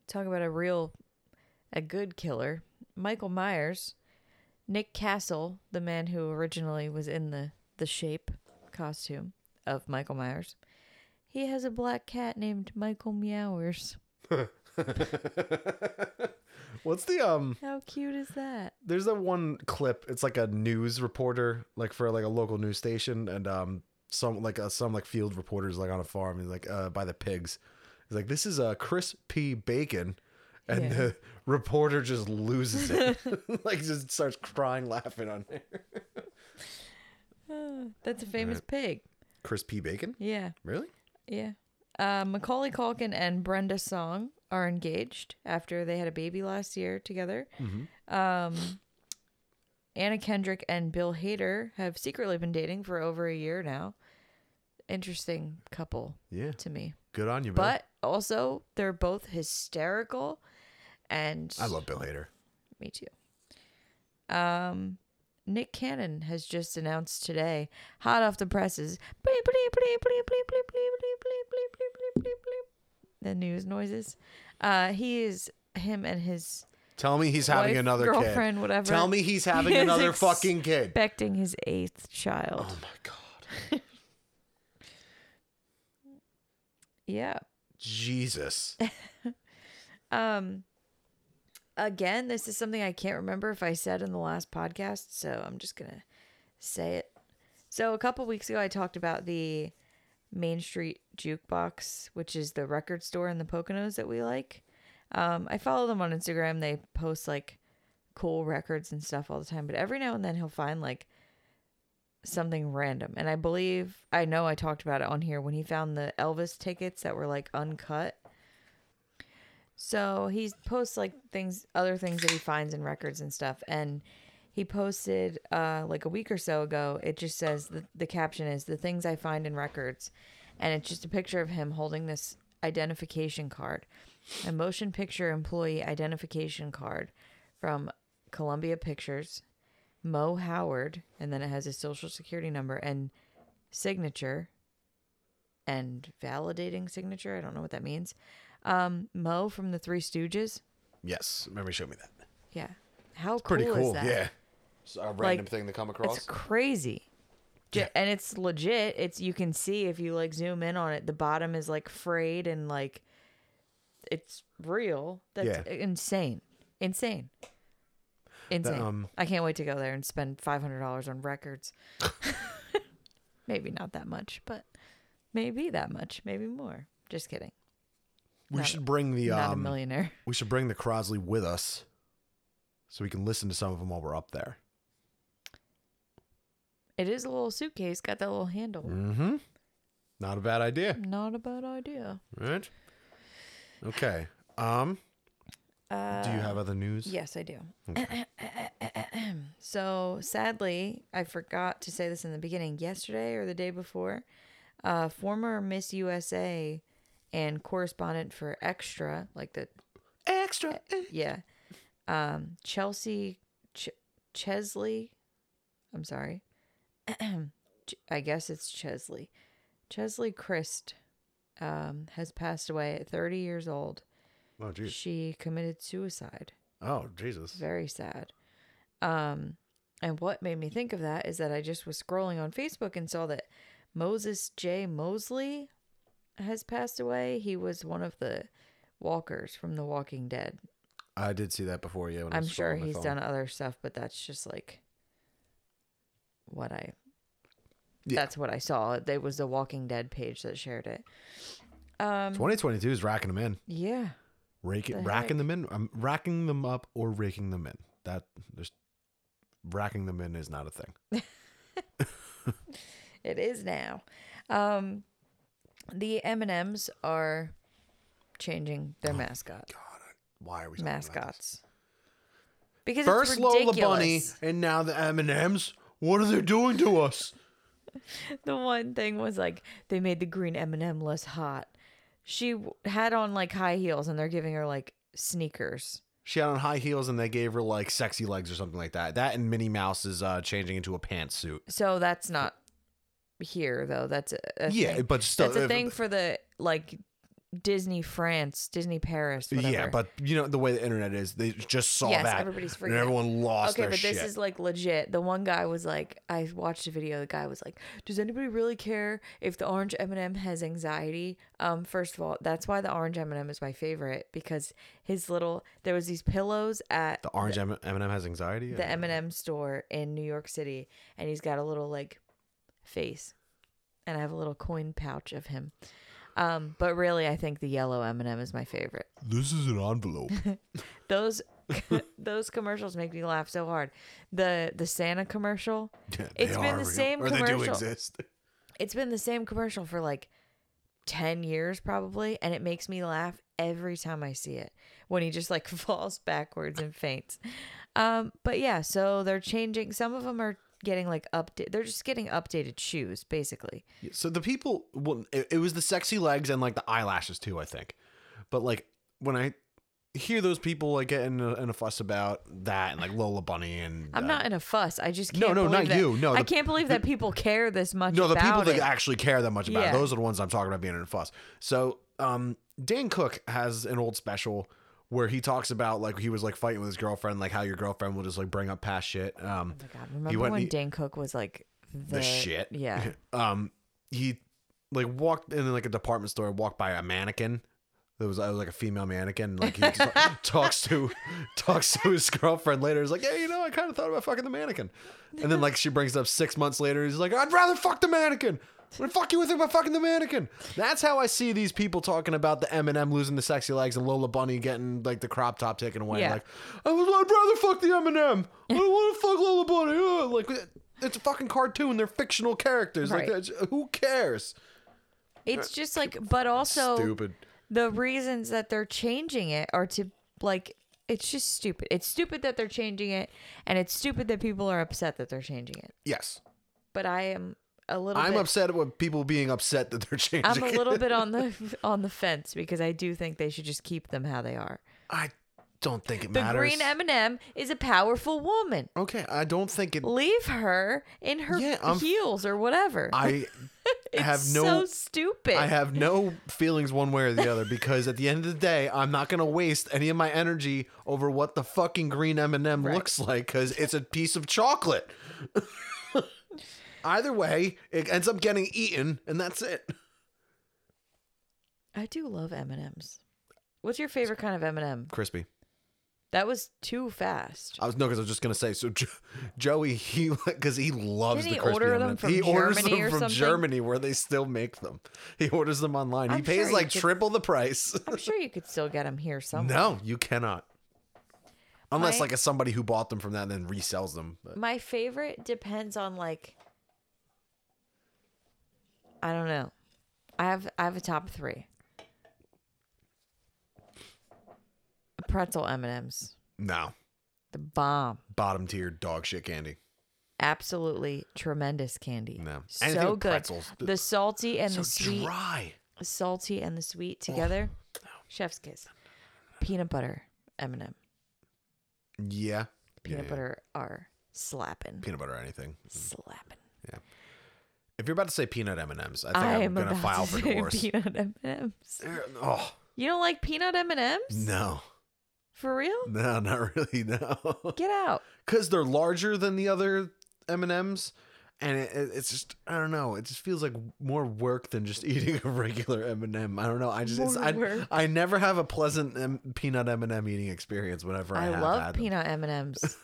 Speaker 1: talk about a real a good killer michael myers nick castle the man who originally was in the the shape costume of michael myers he has a black cat named michael meowers
Speaker 2: What's the um?
Speaker 1: how cute is that
Speaker 2: there's that one clip it's like a news reporter like for like a local news station and um some like uh, some like field reporters like on a farm he's like uh by the pigs he's like this is a uh, crispy bacon and
Speaker 1: Yeah.
Speaker 2: the reporter just loses it [laughs] like just starts crying laughing on there
Speaker 1: Ah, that's a famous pig
Speaker 2: crispy bacon
Speaker 1: yeah
Speaker 2: really
Speaker 1: yeah uh, macaulay calkin and brenda song are engaged after they had a baby last year together Um, Anna Kendrick and Bill Hader have secretly been dating for over a year now. Interesting couple
Speaker 2: yeah
Speaker 1: to me.
Speaker 2: good on you Bill.
Speaker 1: But also, they're both hysterical and
Speaker 2: i love bill hader
Speaker 1: me too. Um, Nick Cannon has just announced today, hot off the presses, bleep, bleep, bleep, bleep, bleep, bleep, bleep, bleep, bleep, bleep, bleep, bleep, bleep, the news noises. Uh, he is him and his
Speaker 2: tell me he's having
Speaker 1: Wife,
Speaker 2: another
Speaker 1: girlfriend,
Speaker 2: kid
Speaker 1: whatever.
Speaker 2: tell me
Speaker 1: [laughs]
Speaker 2: he's having
Speaker 1: He is
Speaker 2: another
Speaker 1: ex-
Speaker 2: fucking kid
Speaker 1: expecting his eighth child.
Speaker 2: oh my god
Speaker 1: Yeah. [laughs]
Speaker 2: jesus
Speaker 1: Um again, this is something I can't remember if I said in the last podcast, so I'm just going to say it. So a couple weeks ago I talked about the Main Street Jukebox, which is the record store in the Poconos that we like. Um, I follow them on Instagram. They post like cool records and stuff all the time, but every now and then he'll find like something random. And I believe I know I talked about it on here when he found the Elvis tickets that were like uncut. So he posts like things, other things that he finds in records and stuff. And he posted uh, like a week or so ago. It just says the, the caption is the things I find in records, and it's just a picture of him holding this identification card, a motion picture employee identification card from Columbia Pictures, Mo Howard, and then it has his social security number and signature and validating signature. I don't know what that means. Um, Mo from the Three Stooges.
Speaker 2: Yes, remember you showed me that.
Speaker 1: Yeah. How
Speaker 2: Pretty
Speaker 1: cool,
Speaker 2: cool.
Speaker 1: is that?
Speaker 2: Yeah. It's a random
Speaker 1: Like,
Speaker 2: thing to come across.
Speaker 1: It's crazy. J- And it's legit. It's you can see if you like zoom in on it, the bottom is like frayed and like it's real. That's
Speaker 2: Yeah.
Speaker 1: insane. Insane. Insane.
Speaker 2: um,
Speaker 1: I can't wait to go there and spend five hundred dollars on
Speaker 2: [laughs]
Speaker 1: records. maybe not that much, but maybe that much, maybe more. Just kidding.
Speaker 2: we
Speaker 1: not-
Speaker 2: should bring the
Speaker 1: Not a
Speaker 2: um,
Speaker 1: millionaire.
Speaker 2: we should bring the Crosley with us, so we can listen to some of them while we're up there.
Speaker 1: It is a little suitcase, got that little handle.
Speaker 2: Mm-hmm. Not a bad idea,
Speaker 1: Not a bad idea.
Speaker 2: right? Okay. Um,
Speaker 1: Uh,
Speaker 2: do you have other news?
Speaker 1: Yes, I do. [clears throat] so sadly, I forgot to say this in the beginning. Yesterday or the day before, uh, former Miss USA and correspondent for Extra, like the
Speaker 2: Extra.
Speaker 1: yeah, um, Chelsea Ch- Chesley. I'm sorry. [clears throat] Ch- I guess it's Chesley. Chesley Christ um, has passed away at 30 years old.
Speaker 2: Oh, jeez.
Speaker 1: She committed suicide.
Speaker 2: Oh, Jesus.
Speaker 1: Very sad. Um, and what made me think of that is that I just was scrolling on Facebook and saw that Moses J. Mosley has passed away. He was one of the walkers from The Walking Dead.
Speaker 2: I did see that before. Yeah, when I
Speaker 1: I'm
Speaker 2: was scrolling
Speaker 1: sure
Speaker 2: my
Speaker 1: he's
Speaker 2: phone.
Speaker 1: done other stuff, but that's just like what I.
Speaker 2: Yeah.
Speaker 1: That's what I saw. It was the Walking Dead page that shared it. Um,
Speaker 2: 2022 is racking them in,
Speaker 1: yeah.
Speaker 2: Rake,
Speaker 1: The
Speaker 2: racking them in. I'm racking them up or raking them in. That there's racking them in is not a thing.
Speaker 1: It is now. Um, the M and M's are changing
Speaker 2: Oh.
Speaker 1: their mascot
Speaker 2: God, I- why are we talking about this?
Speaker 1: mascots because
Speaker 2: First
Speaker 1: it's
Speaker 2: Lola
Speaker 1: ridiculous.
Speaker 2: Bunny, and now the M and M's. What are they doing to us?
Speaker 1: [laughs] The one thing was like they made the green M and M less hot. She w- had on like high heels, and they're giving her like sneakers.
Speaker 2: She had on high heels, and they gave her like sexy legs or something like that. That and Minnie Mouse is uh, changing into a pantsuit.
Speaker 1: So that's not here though. That's a, a
Speaker 2: Yeah,
Speaker 1: thing.
Speaker 2: but still,
Speaker 1: that's a
Speaker 2: if-
Speaker 1: thing for the like Disney France, Disney Paris. Whatever.
Speaker 2: Yeah, but you know the way the internet is, they just saw
Speaker 1: Yes,
Speaker 2: that,
Speaker 1: everybody's
Speaker 2: and
Speaker 1: freaking out.
Speaker 2: everyone lost
Speaker 1: Okay,
Speaker 2: their
Speaker 1: but
Speaker 2: shit.
Speaker 1: this is like legit. The one guy was like, I watched a video. The guy was like, "Does anybody really care if the orange M and m has anxiety?" Um, first of all, that's why the orange M and m is my favorite because his little there was these pillows at
Speaker 2: the orange M and M has anxiety.
Speaker 1: the M and M store in New York City, and he's got a little like face, and I have a little coin pouch of him. Um, but really, I think the yellow M and m is my favorite.
Speaker 2: This is an
Speaker 1: [laughs]
Speaker 2: envelope.
Speaker 1: Those [laughs] those commercials make me laugh so hard. The the Santa commercial.
Speaker 2: Yeah,
Speaker 1: It's been the same
Speaker 2: or they do
Speaker 1: commercial.
Speaker 2: exist.
Speaker 1: it's been the same commercial for like 10 years probably and it makes me laugh every time i see it when he just like [laughs] falls backwards and faints um but yeah so they're changing some of them are getting like update they're just getting updated shoes basically
Speaker 2: So the people, well, it, it was the sexy legs and like the eyelashes too, I think. But like when I hear those people like getting in a, in a fuss about that and like Lola Bunny and
Speaker 1: i'm
Speaker 2: uh,
Speaker 1: not in a fuss i just can't
Speaker 2: No, no,
Speaker 1: believe
Speaker 2: not
Speaker 1: that-
Speaker 2: you. No,
Speaker 1: i
Speaker 2: the-
Speaker 1: can't believe that people care this much
Speaker 2: No, the people
Speaker 1: about
Speaker 2: that
Speaker 1: it.
Speaker 2: actually care that much about
Speaker 1: Yeah.
Speaker 2: it, those are the ones I'm talking about being in a fuss. So, um, Dan Cook has an old special where he talks about like he was like fighting with his girlfriend, like how your girlfriend will just like bring up past shit. Um,
Speaker 1: oh my god remember
Speaker 2: went-
Speaker 1: when
Speaker 2: he-
Speaker 1: dane cook was like the,
Speaker 2: the shit. [laughs]
Speaker 1: yeah
Speaker 2: um, he like walked in like a department store and walked by a mannequin. There was, it was like a female mannequin. Like he t- talks to talks to his girlfriend later. He's like, yeah, you know, I kind of thought about fucking the mannequin. And then like she brings it up six months later. He's like, I'd rather fuck the mannequin. What the fuck you would think about fucking the mannequin? That's how I see these people talking about the Eminem losing the sexy legs and Lola Bunny getting like the crop top taken away.
Speaker 1: Yeah.
Speaker 2: Like, I would, I'd rather fuck the Eminem. I don't want to fuck Lola Bunny. Ugh. Like, it's a fucking cartoon. They're fictional characters.
Speaker 1: Right.
Speaker 2: Like, that's, who cares?
Speaker 1: It's just like, but also
Speaker 2: Stupid.
Speaker 1: the reasons that they're changing it are to like, it's just stupid. It's stupid that they're changing it, and it's stupid that people are upset that they're changing it.
Speaker 2: Yes,
Speaker 1: But I am a little.
Speaker 2: I'm
Speaker 1: bit,
Speaker 2: upset with people being upset that they're [laughs] changing.
Speaker 1: I'm a
Speaker 2: it.
Speaker 1: little bit on
Speaker 2: [laughs]
Speaker 1: the [laughs] on the fence because I do think they should just keep them how they are.
Speaker 2: I don't think it
Speaker 1: The
Speaker 2: matters.
Speaker 1: green M&M is a powerful woman.
Speaker 2: okay, I don't
Speaker 1: [laughs]
Speaker 2: think it.
Speaker 1: Leave her in her
Speaker 2: Yeah, I'm-
Speaker 1: heels or whatever.
Speaker 2: I
Speaker 1: it's
Speaker 2: have no.
Speaker 1: so stupid.
Speaker 2: I have no feelings one way or the other because at the end of the day, I'm not going to waste any of my energy over what the fucking green M&M
Speaker 1: Right.
Speaker 2: looks like cuz it's a piece of chocolate. [laughs] Either way, it ends up getting eaten and that's it.
Speaker 1: I do love M&Ms. What's your favorite kind of M&M?
Speaker 2: Crispy.
Speaker 1: That was too fast.
Speaker 2: I was no cuz I was just going to say so jo- Joey he [laughs] cuz he loves
Speaker 1: Didn't
Speaker 2: the
Speaker 1: he
Speaker 2: crispy
Speaker 1: order them
Speaker 2: M&Ms.
Speaker 1: from
Speaker 2: he orders
Speaker 1: Germany
Speaker 2: them
Speaker 1: or
Speaker 2: from
Speaker 1: something?
Speaker 2: Germany where they still make them. He orders them online. he
Speaker 1: I'm sure
Speaker 2: pays
Speaker 1: you
Speaker 2: like
Speaker 1: could-
Speaker 2: triple the price.
Speaker 1: I'm sure you could still get them here somewhere.
Speaker 2: [laughs] No, you cannot. Unless
Speaker 1: My-
Speaker 2: like it's somebody who bought them from that and then resells them. But
Speaker 1: My favorite depends on like I don't know. I have I have a top 3. Pretzel M&Ms.
Speaker 2: no.
Speaker 1: The bomb.
Speaker 2: Bottom tier dog shit candy.
Speaker 1: Absolutely tremendous candy.
Speaker 2: No. Anything
Speaker 1: So
Speaker 2: with
Speaker 1: good.
Speaker 2: pretzels.
Speaker 1: The salty and
Speaker 2: So
Speaker 1: the sweet.
Speaker 2: dry.
Speaker 1: the salty and the sweet together. Chef's kiss. Peanut butter M&M.
Speaker 2: Yeah.
Speaker 1: Peanut
Speaker 2: yeah,
Speaker 1: butter are slapping.
Speaker 2: Yeah. Peanut butter or anything.
Speaker 1: slapping.
Speaker 2: If you're about to say peanut M&Ms, I think
Speaker 1: I
Speaker 2: I
Speaker 1: am
Speaker 2: am going to
Speaker 1: about
Speaker 2: file
Speaker 1: to
Speaker 2: for
Speaker 1: [laughs] say
Speaker 2: divorce.
Speaker 1: peanut M&Ms.
Speaker 2: Oh,
Speaker 1: You don't like peanut M&Ms?
Speaker 2: no.
Speaker 1: For real?
Speaker 2: No, not really. No. [laughs]
Speaker 1: Get out.
Speaker 2: Cuz they're larger than the other M&Ms and it, it- it's just I don't know, it just feels like more work than just [laughs] eating a regular M&M. I don't know. I just it's,
Speaker 1: More
Speaker 2: I,
Speaker 1: work.
Speaker 2: I never have a pleasant M- peanut M&M eating experience whenever I,
Speaker 1: I
Speaker 2: have had
Speaker 1: love
Speaker 2: them. [laughs]
Speaker 1: peanut M&Ms.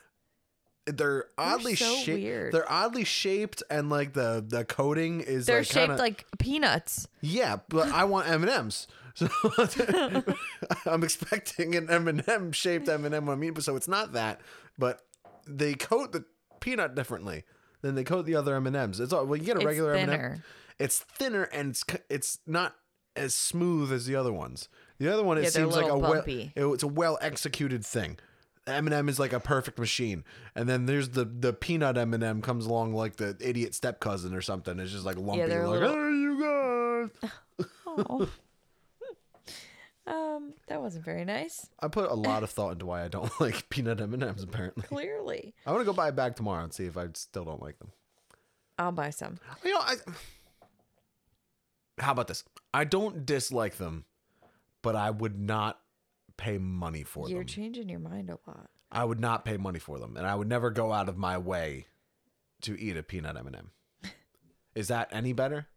Speaker 2: they're oddly
Speaker 1: so
Speaker 2: shaped.
Speaker 1: weird.
Speaker 2: They're oddly shaped, and like the the coating is
Speaker 1: They're
Speaker 2: like,
Speaker 1: shaped
Speaker 2: kinda-
Speaker 1: like
Speaker 2: [laughs]
Speaker 1: peanuts.
Speaker 2: yeah. But I want M and M's, [laughs] so I'm expecting an M and M shaped M and M when I mean, so it's not that, but they coat the peanut differently than they coat the other M and M's. It's all well, you get a
Speaker 1: It's
Speaker 2: regular M&M. M and M.
Speaker 1: thinner.
Speaker 2: It's thinner and it's c- it's not as smooth as the other ones. The other one it
Speaker 1: Yeah, they're a
Speaker 2: seems like a
Speaker 1: little
Speaker 2: well,
Speaker 1: bumpy.
Speaker 2: it- it's a well executed thing. Eminem is like a perfect machine, and then there's the the peanut Eminem comes along like the idiot step cousin or something. It's just like lumpy,
Speaker 1: they're a
Speaker 2: like
Speaker 1: little-
Speaker 2: "Hey, you guys.
Speaker 1: [laughs] Oh. um, that wasn't very nice.
Speaker 2: I put a lot of thought into why I don't [laughs] like peanut M&Ms. Apparently,
Speaker 1: Clearly.
Speaker 2: I want to go buy a bag tomorrow and see if I still don't like them.
Speaker 1: I'll buy some.
Speaker 2: You know, I. [sighs] How about this? I don't dislike them, but I would not pay money for
Speaker 1: You're
Speaker 2: them.
Speaker 1: changing your mind a lot.
Speaker 2: I would not pay money for them, and I would never go out of my way to eat a peanut M&M.
Speaker 1: [laughs]
Speaker 2: Is that any better?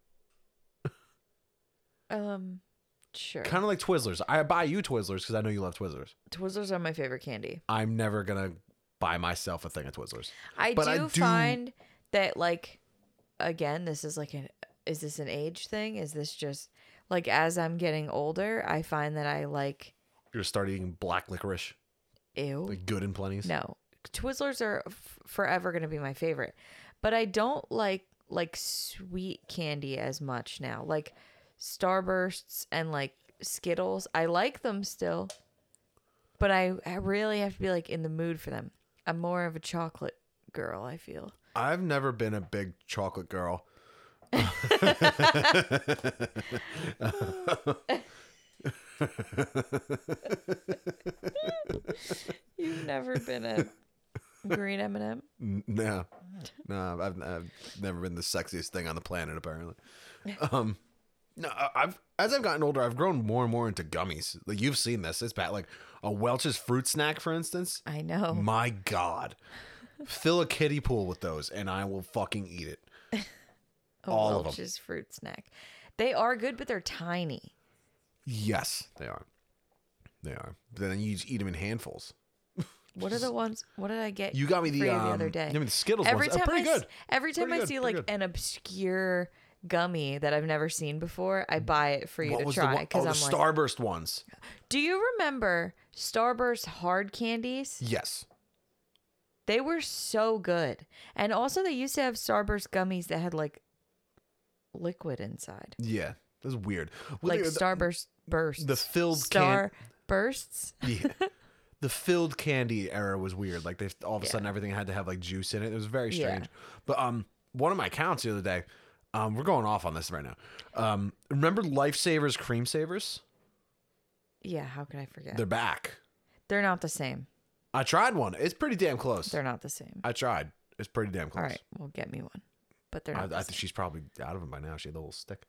Speaker 1: Um, sure.
Speaker 2: Kind of like Twizzlers. I buy you Twizzlers because I know you love Twizzlers.
Speaker 1: Twizzlers are my favorite candy.
Speaker 2: I'm never gonna buy myself a thing of Twizzlers.
Speaker 1: I do,
Speaker 2: But I do-
Speaker 1: find that like again, this is like an is this an age thing? Is this just like as I'm getting older, I find that I like
Speaker 2: You're gonna start eating black licorice,
Speaker 1: ew.
Speaker 2: like good and plenty's.
Speaker 1: no. Twizzlers are f- forever going to be my favorite. But I don't like like sweet candy as much now. Like Starbursts and like Skittles. I like them still. But I, I really have to be like in the mood for them. I'm more of a chocolate girl, I feel.
Speaker 2: I've never been a big chocolate girl.
Speaker 1: You've never been a [laughs] green M&M?
Speaker 2: [laughs] N- No, no, I've, I've never been the sexiest thing on the
Speaker 1: [laughs]
Speaker 2: planet. Apparently, um, no, I- I've as I've gotten older, I've grown more and more into gummies. Like you've seen this, it's bad. Like a Welch's fruit snack, for instance.
Speaker 1: I know.
Speaker 2: My God, fill a kiddie pool with those, and I will fucking eat it.
Speaker 1: A
Speaker 2: all of 'em.
Speaker 1: Welch's fruit snack. They are good, but they're tiny.
Speaker 2: Yes, they are. They are. But then you just eat them in handfuls.
Speaker 1: What are the ones? What did I get?
Speaker 2: You got me
Speaker 1: for
Speaker 2: the,
Speaker 1: you
Speaker 2: um,
Speaker 1: other day.
Speaker 2: you mean the Skittles
Speaker 1: every
Speaker 2: ones. They're
Speaker 1: time
Speaker 2: pretty
Speaker 1: I s-
Speaker 2: good.
Speaker 1: Every time
Speaker 2: Pretty
Speaker 1: I
Speaker 2: good,
Speaker 1: see
Speaker 2: pretty
Speaker 1: like
Speaker 2: good.
Speaker 1: an obscure gummy that I've never seen before, I buy it for you
Speaker 2: Mm. What
Speaker 1: to
Speaker 2: was the
Speaker 1: try
Speaker 2: one- oh,
Speaker 1: because
Speaker 2: the
Speaker 1: I'm like,
Speaker 2: Starburst ones.
Speaker 1: do you remember Starburst hard candies?
Speaker 2: Yes.
Speaker 1: They were so good. And also they used to have Starburst gummies that had like liquid inside.
Speaker 2: Yeah. That's weird. Well,
Speaker 1: Like
Speaker 2: the-
Speaker 1: Starburst bursts.
Speaker 2: the filled
Speaker 1: Star bursts.
Speaker 2: [laughs] Yeah. The filled candy era was weird. Like they all of a sudden everything had to have like juice in it. It was very
Speaker 1: Yeah.
Speaker 2: strange. But um one of my accounts the other day, um, we're going off on this right now. Um remember lifesavers cream savers?
Speaker 1: Yeah, how could I forget? They're,
Speaker 2: They're back.
Speaker 1: not the same.
Speaker 2: I tried one. It's pretty damn close.
Speaker 1: They're not the same.
Speaker 2: I tried. It's pretty damn close.
Speaker 1: All right, well get me one. But they're
Speaker 2: I,
Speaker 1: not the
Speaker 2: I think
Speaker 1: same.
Speaker 2: she's probably out of them by now. She had the little stick.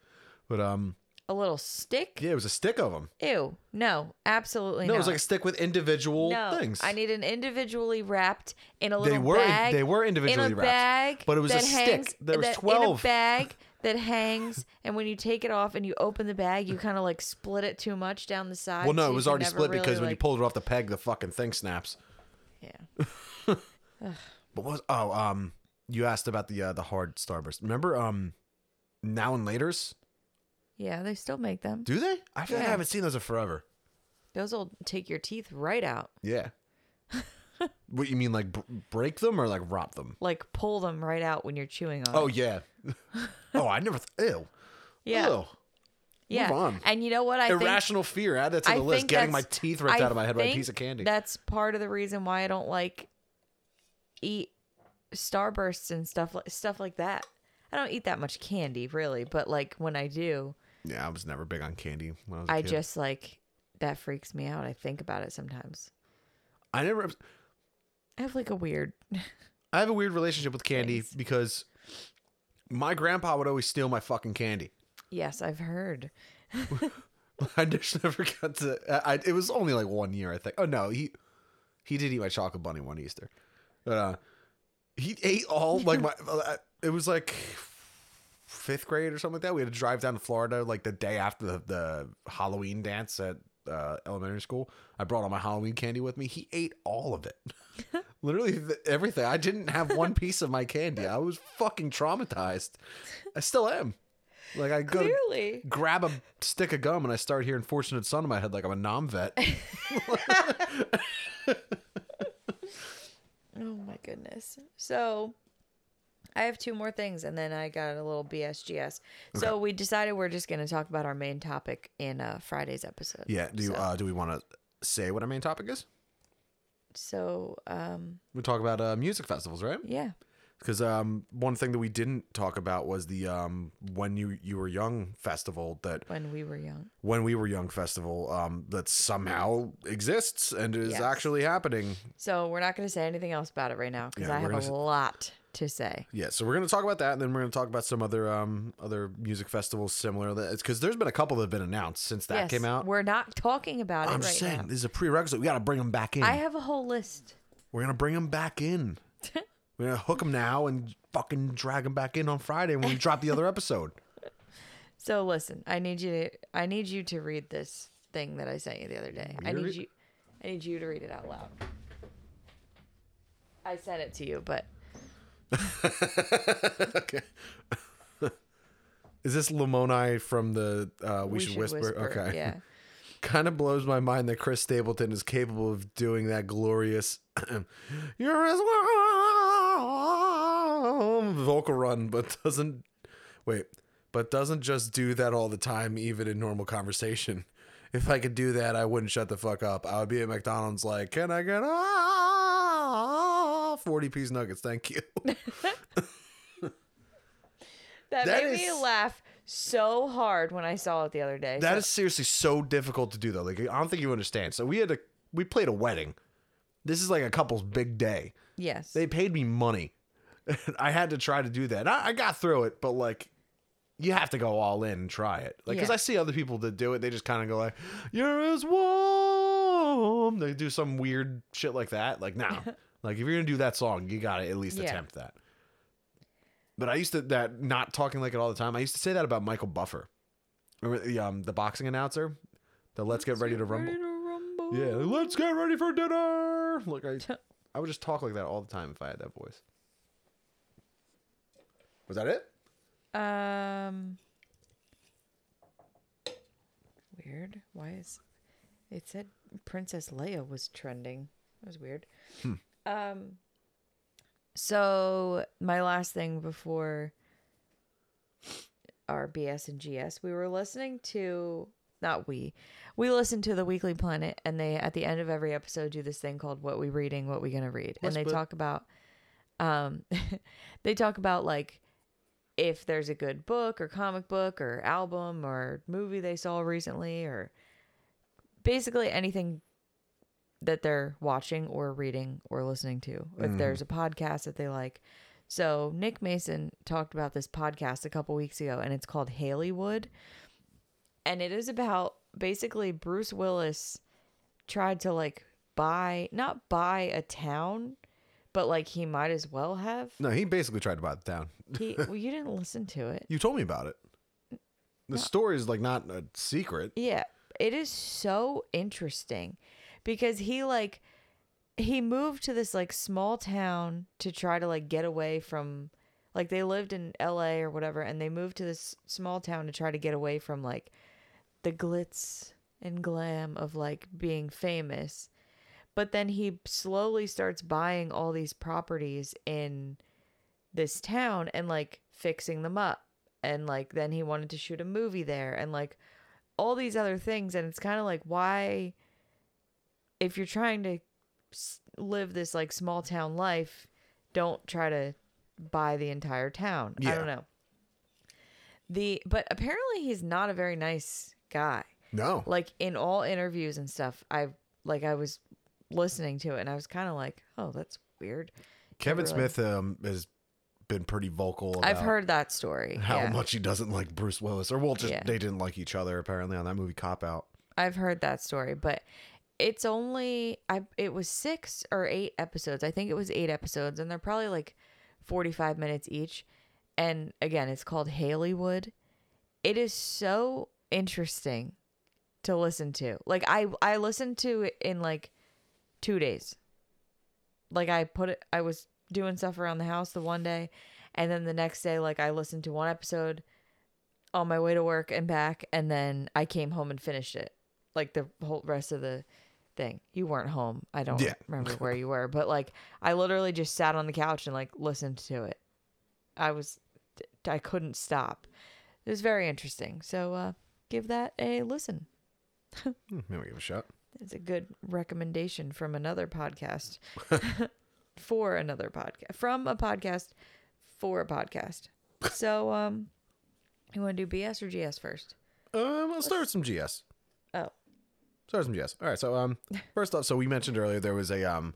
Speaker 2: But um
Speaker 1: a little stick.
Speaker 2: yeah, it was a stick of them.
Speaker 1: Ew. No, absolutely
Speaker 2: No,
Speaker 1: not.
Speaker 2: it was like a stick with individual
Speaker 1: no,
Speaker 2: things.
Speaker 1: I need an individually wrapped in a little
Speaker 2: they were
Speaker 1: bag.
Speaker 2: they were individually
Speaker 1: in a
Speaker 2: wrapped.
Speaker 1: bag,
Speaker 2: but it was a
Speaker 1: that
Speaker 2: stick.
Speaker 1: hangs-
Speaker 2: There was
Speaker 1: that-
Speaker 2: 12.
Speaker 1: in a bag that hangs, and when you take it off and you open the bag, you kind of like split it too much down the side.
Speaker 2: Well, no,
Speaker 1: so
Speaker 2: it
Speaker 1: you
Speaker 2: was
Speaker 1: can
Speaker 2: already
Speaker 1: never
Speaker 2: split
Speaker 1: really,
Speaker 2: because when you
Speaker 1: like-
Speaker 2: pulled it off the peg, the fucking thing snaps.
Speaker 1: yeah,
Speaker 2: But what was oh um you asked about the uh, the hard starburst. Remember um now and later's?
Speaker 1: yeah, they still make them.
Speaker 2: Do they? I feel like I
Speaker 1: Yeah.
Speaker 2: haven't seen those in forever.
Speaker 1: Those will take your teeth right out, [laughs]
Speaker 2: Yeah. what you mean like br- break them or like rot them?
Speaker 1: like pull them right out when you're chewing on.
Speaker 2: Oh
Speaker 1: it. [laughs]
Speaker 2: yeah. oh, I never th- ew.
Speaker 1: yeah,
Speaker 2: Ew.
Speaker 1: yeah.
Speaker 2: on.
Speaker 1: And you know what? I think
Speaker 2: Irrational fear. Add that to the
Speaker 1: I
Speaker 2: list.
Speaker 1: think
Speaker 2: Getting my
Speaker 1: that's-
Speaker 2: teeth ripped
Speaker 1: I
Speaker 2: out of my head by a
Speaker 1: think
Speaker 2: piece of candy.
Speaker 1: That's part of the reason why I don't like eat starbursts and stuff like stuff like that. I don't eat that much candy really, but like when I do,
Speaker 2: yeah, I was never big on candy when I was a
Speaker 1: I
Speaker 2: kid.
Speaker 1: just like that freaks me out. I think about it sometimes.
Speaker 2: I never
Speaker 1: I have like a weird
Speaker 2: I have a weird relationship with candy
Speaker 1: Thanks.
Speaker 2: because my grandpa would always steal my fucking candy.
Speaker 1: Yes, I've heard.
Speaker 2: [laughs] I just never got to. I, I- it was only like one year, I think. Oh no, he he did eat my chocolate bunny one Easter. But, uh, he ate all like my. [laughs] uh, It was like fifth grade or something like that. We had to drive down to Florida like the day after the, the Halloween dance at uh, elementary school. I brought all my Halloween candy with me. He ate all of it, literally th- everything. I didn't have one piece of my candy. I was fucking traumatized. I still am. Like I go to
Speaker 1: Clearly.
Speaker 2: grab a stick of gum and I start hearing Fortunate Son in my head like I'm a
Speaker 1: [laughs]
Speaker 2: nom vet.
Speaker 1: Oh my goodness. So I have two more things and then I got a little BSGS. So we decided we're just going to talk about our main topic in uh, Friday's episode.
Speaker 2: yeah. Do you,
Speaker 1: so,
Speaker 2: uh, do we want to say what our main topic is?
Speaker 1: so um
Speaker 2: We talk about uh, music festivals, right?
Speaker 1: yeah.
Speaker 2: Because um, one thing that we didn't talk about was the um, when you you were young festival that
Speaker 1: when we were young.
Speaker 2: when we were young festival um, that somehow exists and is
Speaker 1: Yes.
Speaker 2: actually happening.
Speaker 1: So we're not going to say anything else about it right now because I
Speaker 2: Yeah, we're
Speaker 1: have a
Speaker 2: gonna s-
Speaker 1: lot to say.
Speaker 2: Yeah, so we're gonna talk about that, and then we're gonna talk about some other um, other music festivals similar. That it's because there's been a couple that have been announced since that
Speaker 1: yes,
Speaker 2: came out.
Speaker 1: We're not talking about
Speaker 2: I'm
Speaker 1: it right
Speaker 2: just saying
Speaker 1: now.
Speaker 2: this is a prerequisite. We got to bring them back in.
Speaker 1: I have a whole list.
Speaker 2: We're gonna bring him back [laughs] in. We're gonna hook him now and fucking drag him back in on Friday when we drop the other episode.
Speaker 1: So listen, I need you to I need you to read this thing that I sent you the other day. I
Speaker 2: Read
Speaker 1: need
Speaker 2: it?
Speaker 1: you I need you to read it out loud. I sent it to you, but
Speaker 2: [laughs] okay. [laughs] Is this Lamoni from the uh, we, should, whisper? Okay.
Speaker 1: Yeah.
Speaker 2: [laughs] kind of blows my mind that Chris Stapleton is capable of doing that glorious [clears throat] "You're as well" [laughs] vocal run, but doesn't wait, but doesn't just do that all the time, even in normal conversation. If I could do that, I wouldn't shut the fuck up. I would be at McDonald's like, "Can I get a forty piece nuggets? Thank you."
Speaker 1: That,
Speaker 2: That
Speaker 1: made me
Speaker 2: is-
Speaker 1: laugh so hard when I saw it the other day.
Speaker 2: That
Speaker 1: So-
Speaker 2: is seriously so difficult to do though. Like I don't think you understand. So we had a we played a wedding. This is like a couple's big day.
Speaker 1: yes.
Speaker 2: They paid me money. [laughs] I had to try to do that. I, I got through it, but like you have to go all in and try it. Like because
Speaker 1: Yeah.
Speaker 2: I see other people that do it, they just kind of go like, "You're as warm." They do some weird shit like that.
Speaker 1: [laughs]
Speaker 2: Like now, like if you're gonna do that song, you gotta at least
Speaker 1: Yeah.
Speaker 2: attempt that. But I used to that not talking like it all the time. I used to say that about Michael Buffer, remember the um the boxing announcer, the "Let's, get ready to rumble."
Speaker 1: Ready to rumble.
Speaker 2: Yeah, let's get ready for dinner. Look, I
Speaker 1: [laughs]
Speaker 2: I would just talk like that all the time if I had that voice. Was that it?
Speaker 1: Um. Weird. Why is it said Princess Leia was trending? That was weird. Um. So my last thing before our BS and GS, we were listening to not we, we listened to the Weekly Planet, and they at the end of every episode do this thing called "What We Reading, What We Gonna Read," and they
Speaker 2: Westwood.
Speaker 1: talk about, um, [laughs] they talk about like if there's a good book or comic book or album or movie they saw recently or basically anything that they're watching or reading or listening to. If there's a podcast that they like. So Nick Mason talked about this podcast a couple weeks ago and it's called Haleywood. And it is about basically Bruce Willis tried to like buy not buy a town, but like he might as well have.
Speaker 2: No, he basically tried to buy the town.
Speaker 1: He well you didn't listen to it.
Speaker 2: You told me about it. The story is like not a secret.
Speaker 1: Yeah, it is so interesting because he like he moved to this like small town to try to like get away from like they lived in LA or whatever and they moved to this small town to try to get away from like the glitz and glam of like being famous. But then he slowly starts buying all these properties in this town and like fixing them up and like then he wanted to shoot a movie there and like all these other things and it's kind of like why if you're trying to s- live this like small town life don't try to buy the entire town i
Speaker 2: Yeah.
Speaker 1: don't know the but apparently he's not a very nice guy
Speaker 2: No.
Speaker 1: like in all interviews and stuff i like i was listening to it and i was kind of like oh that's weird
Speaker 2: Kevin
Speaker 1: really.
Speaker 2: Smith um, has been pretty vocal about
Speaker 1: i've heard that story
Speaker 2: [laughs] how
Speaker 1: yeah.
Speaker 2: much he doesn't like Bruce Willis. Or well just
Speaker 1: Yeah.
Speaker 2: they didn't like each other apparently on that movie Cop Out.
Speaker 1: I've heard that story, but it's only I it was 6 or 8 episodes. I think it was 8 episodes and they're probably like 45 minutes each. And again, it's called Haleywood. It is so interesting to listen to. Like I I listened to it in like 2 days. Like I put it I was doing stuff around the house the one day and then the next day like I listened to one episode on my way to work and back and then I came home and finished it. Like the whole rest of the thing. You weren't home. I don't
Speaker 2: Yeah.
Speaker 1: remember where you were, but like I literally just sat on the couch and like listened to it. I was I couldn't stop. It was very interesting. So uh give that a listen.
Speaker 2: Hmm, maybe we give it a shot.
Speaker 1: It's a good recommendation from another
Speaker 2: [laughs]
Speaker 1: podcast for another podcast from a podcast for a podcast. So um you want to do BS or GS first?
Speaker 2: Um, let's start with some GS.
Speaker 1: Oh.
Speaker 2: Start with some GS. All right.
Speaker 1: [laughs]
Speaker 2: So um, first off, so we mentioned earlier there was a um,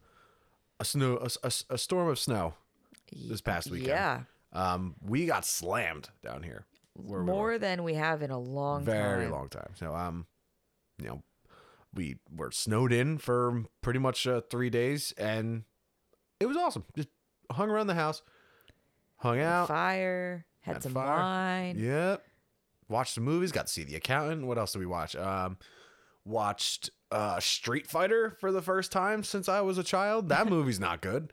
Speaker 2: a snow a, a- a storm of snow this past weekend.
Speaker 1: Yeah.
Speaker 2: Um, we got slammed down here. Where we were.
Speaker 1: More than we have in a long time.
Speaker 2: very long time. So um, you know, we were snowed in for pretty much uh, three days, and it was awesome. Just hung around the house, hung out.
Speaker 1: Fire, had,
Speaker 2: Had
Speaker 1: some
Speaker 2: fire.
Speaker 1: wine.
Speaker 2: Yep. Watched some movies. Got to see The Accountant. What else did we watch? Um, watched uh, Street Fighter for the first time since I was a child.
Speaker 1: [laughs]
Speaker 2: That movie's not good.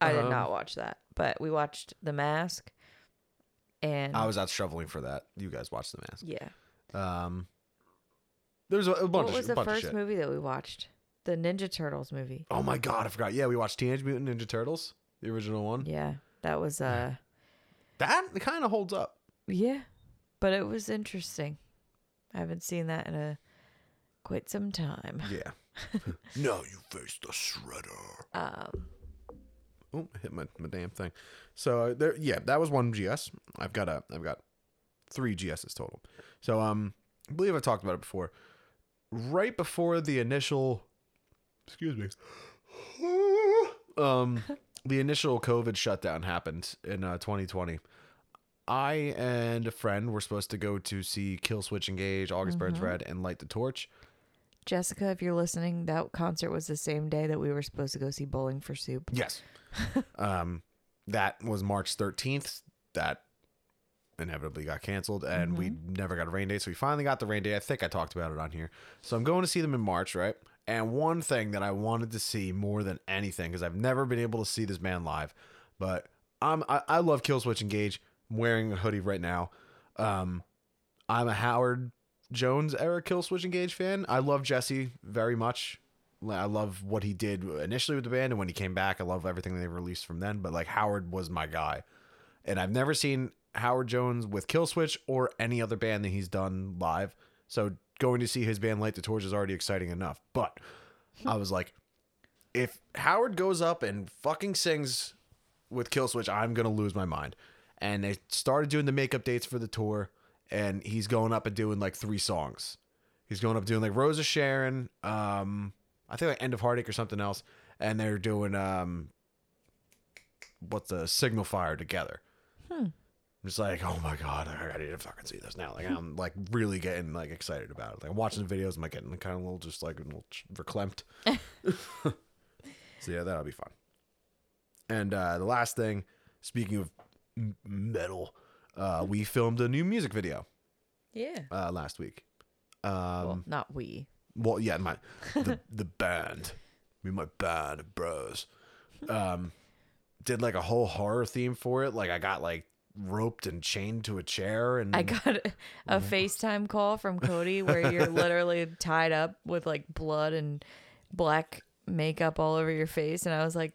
Speaker 1: I did
Speaker 2: um,
Speaker 1: not watch that, but we watched The Mask and
Speaker 2: I was out shoveling for that. You guys watched The Mask.
Speaker 1: yeah.
Speaker 2: Um, there's a, a bunch
Speaker 1: What
Speaker 2: of
Speaker 1: was
Speaker 2: sh-
Speaker 1: the
Speaker 2: bunch of
Speaker 1: first
Speaker 2: shit.
Speaker 1: movie that we watched? The Ninja Turtles movie.
Speaker 2: Oh my god, I forgot. Yeah, we watched Teenage Mutant Ninja Turtles, the original one.
Speaker 1: Yeah, that was uh
Speaker 2: That kind of holds up.
Speaker 1: yeah, but it was interesting. I haven't seen that in a quite some time.
Speaker 2: Yeah.
Speaker 1: [laughs]
Speaker 2: now you face the shredder.
Speaker 1: Um,
Speaker 2: Oh, I hit my, my damn thing. So uh, there, yeah, that was one GS. I've got a, I've got three GSs total. So um, I believe I talked about it before. Right before the initial, excuse me, [gasps] um, the initial COVID shutdown happened in uh, 2020. I and a friend were supposed to go to see Kill Switch Engage, August
Speaker 1: Mm-hmm.
Speaker 2: Burns Red, and Light the Torch.
Speaker 1: Jessica, if you're listening, that concert was the same day that we were supposed to go see Bowling for Soup.
Speaker 2: Yes. um, that was March 13th. That inevitably got canceled, and we never got a rain date. So we finally got the rain date. I think I talked about it on here. So I'm going to see them in March, right? And one thing that I wanted to see more than anything, because I've never been able to see this man live, but I'm, I, I love Killswitch Engage. wearing a hoodie right now. Um, I'm a Howard Jones era Kill Switch Engage fan. I love Jesse very much. Like, I love what he did initially with the band, and when he came back, I love everything they released from then. But like Howard was my guy, and I've never seen Howard Jones with Kill Switch or any other band that he's done live. So going to see his band Light the Torch is already exciting enough. But I was like, if Howard goes up and fucking sings with Killswitch, I'm gonna lose my mind. And they started doing the makeup dates for the tour, and he's going up and doing like three songs. He's going up doing like Rosa Sharon, um, I think like End of Heartache or something else, and they're doing um, what's the Signal Fire together. I'm just like, oh my god, I ready to fucking see this now. Like I'm like really getting like excited about it. Like I'm watching the videos, I'm like getting kind of a little just like a little ch- verklempt. [laughs] so yeah, that'll be fun. And uh, the last thing, speaking of m- metal, uh, we filmed a new music video
Speaker 1: Yeah.
Speaker 2: uh, last week. Um,
Speaker 1: well, not we.
Speaker 2: well, yeah, my
Speaker 1: [laughs]
Speaker 2: the, the band, me and my band of bros, um, did like a whole horror theme for it. Like I got like roped and chained to a chair, and
Speaker 1: I got a, a FaceTime call
Speaker 2: [laughs]
Speaker 1: from Cody where you're literally tied up with like blood and black makeup all over your face, and I was like,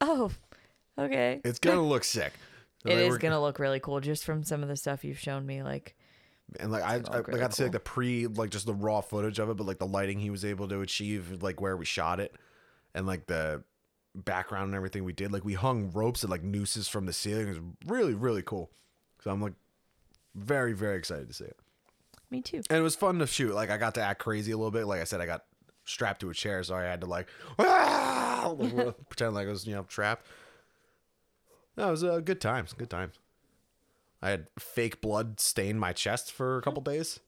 Speaker 1: "Oh, okay."
Speaker 2: it's gonna look sick.
Speaker 1: [laughs] It is
Speaker 2: Like, we're-
Speaker 1: gonna look really cool just from some of the stuff you've shown me. Like,
Speaker 2: and like I, I, I
Speaker 1: really
Speaker 2: got to see like the pre like just the raw footage of it, but like the lighting he was able to achieve, like where we shot it, and like the background and everything we did. Like we hung ropes and like nooses from the ceiling. It was really really cool. So I'm like very very excited to see it.
Speaker 1: me too.
Speaker 2: And it was fun to shoot. Like I got to act crazy a little bit. Like I said, I got strapped to a chair, so I had to like, [laughs] "Ah!" Like, pretend like I was you know trapped. No, it was uh, good times. Good times. I had fake blood stain my chest for a couple days.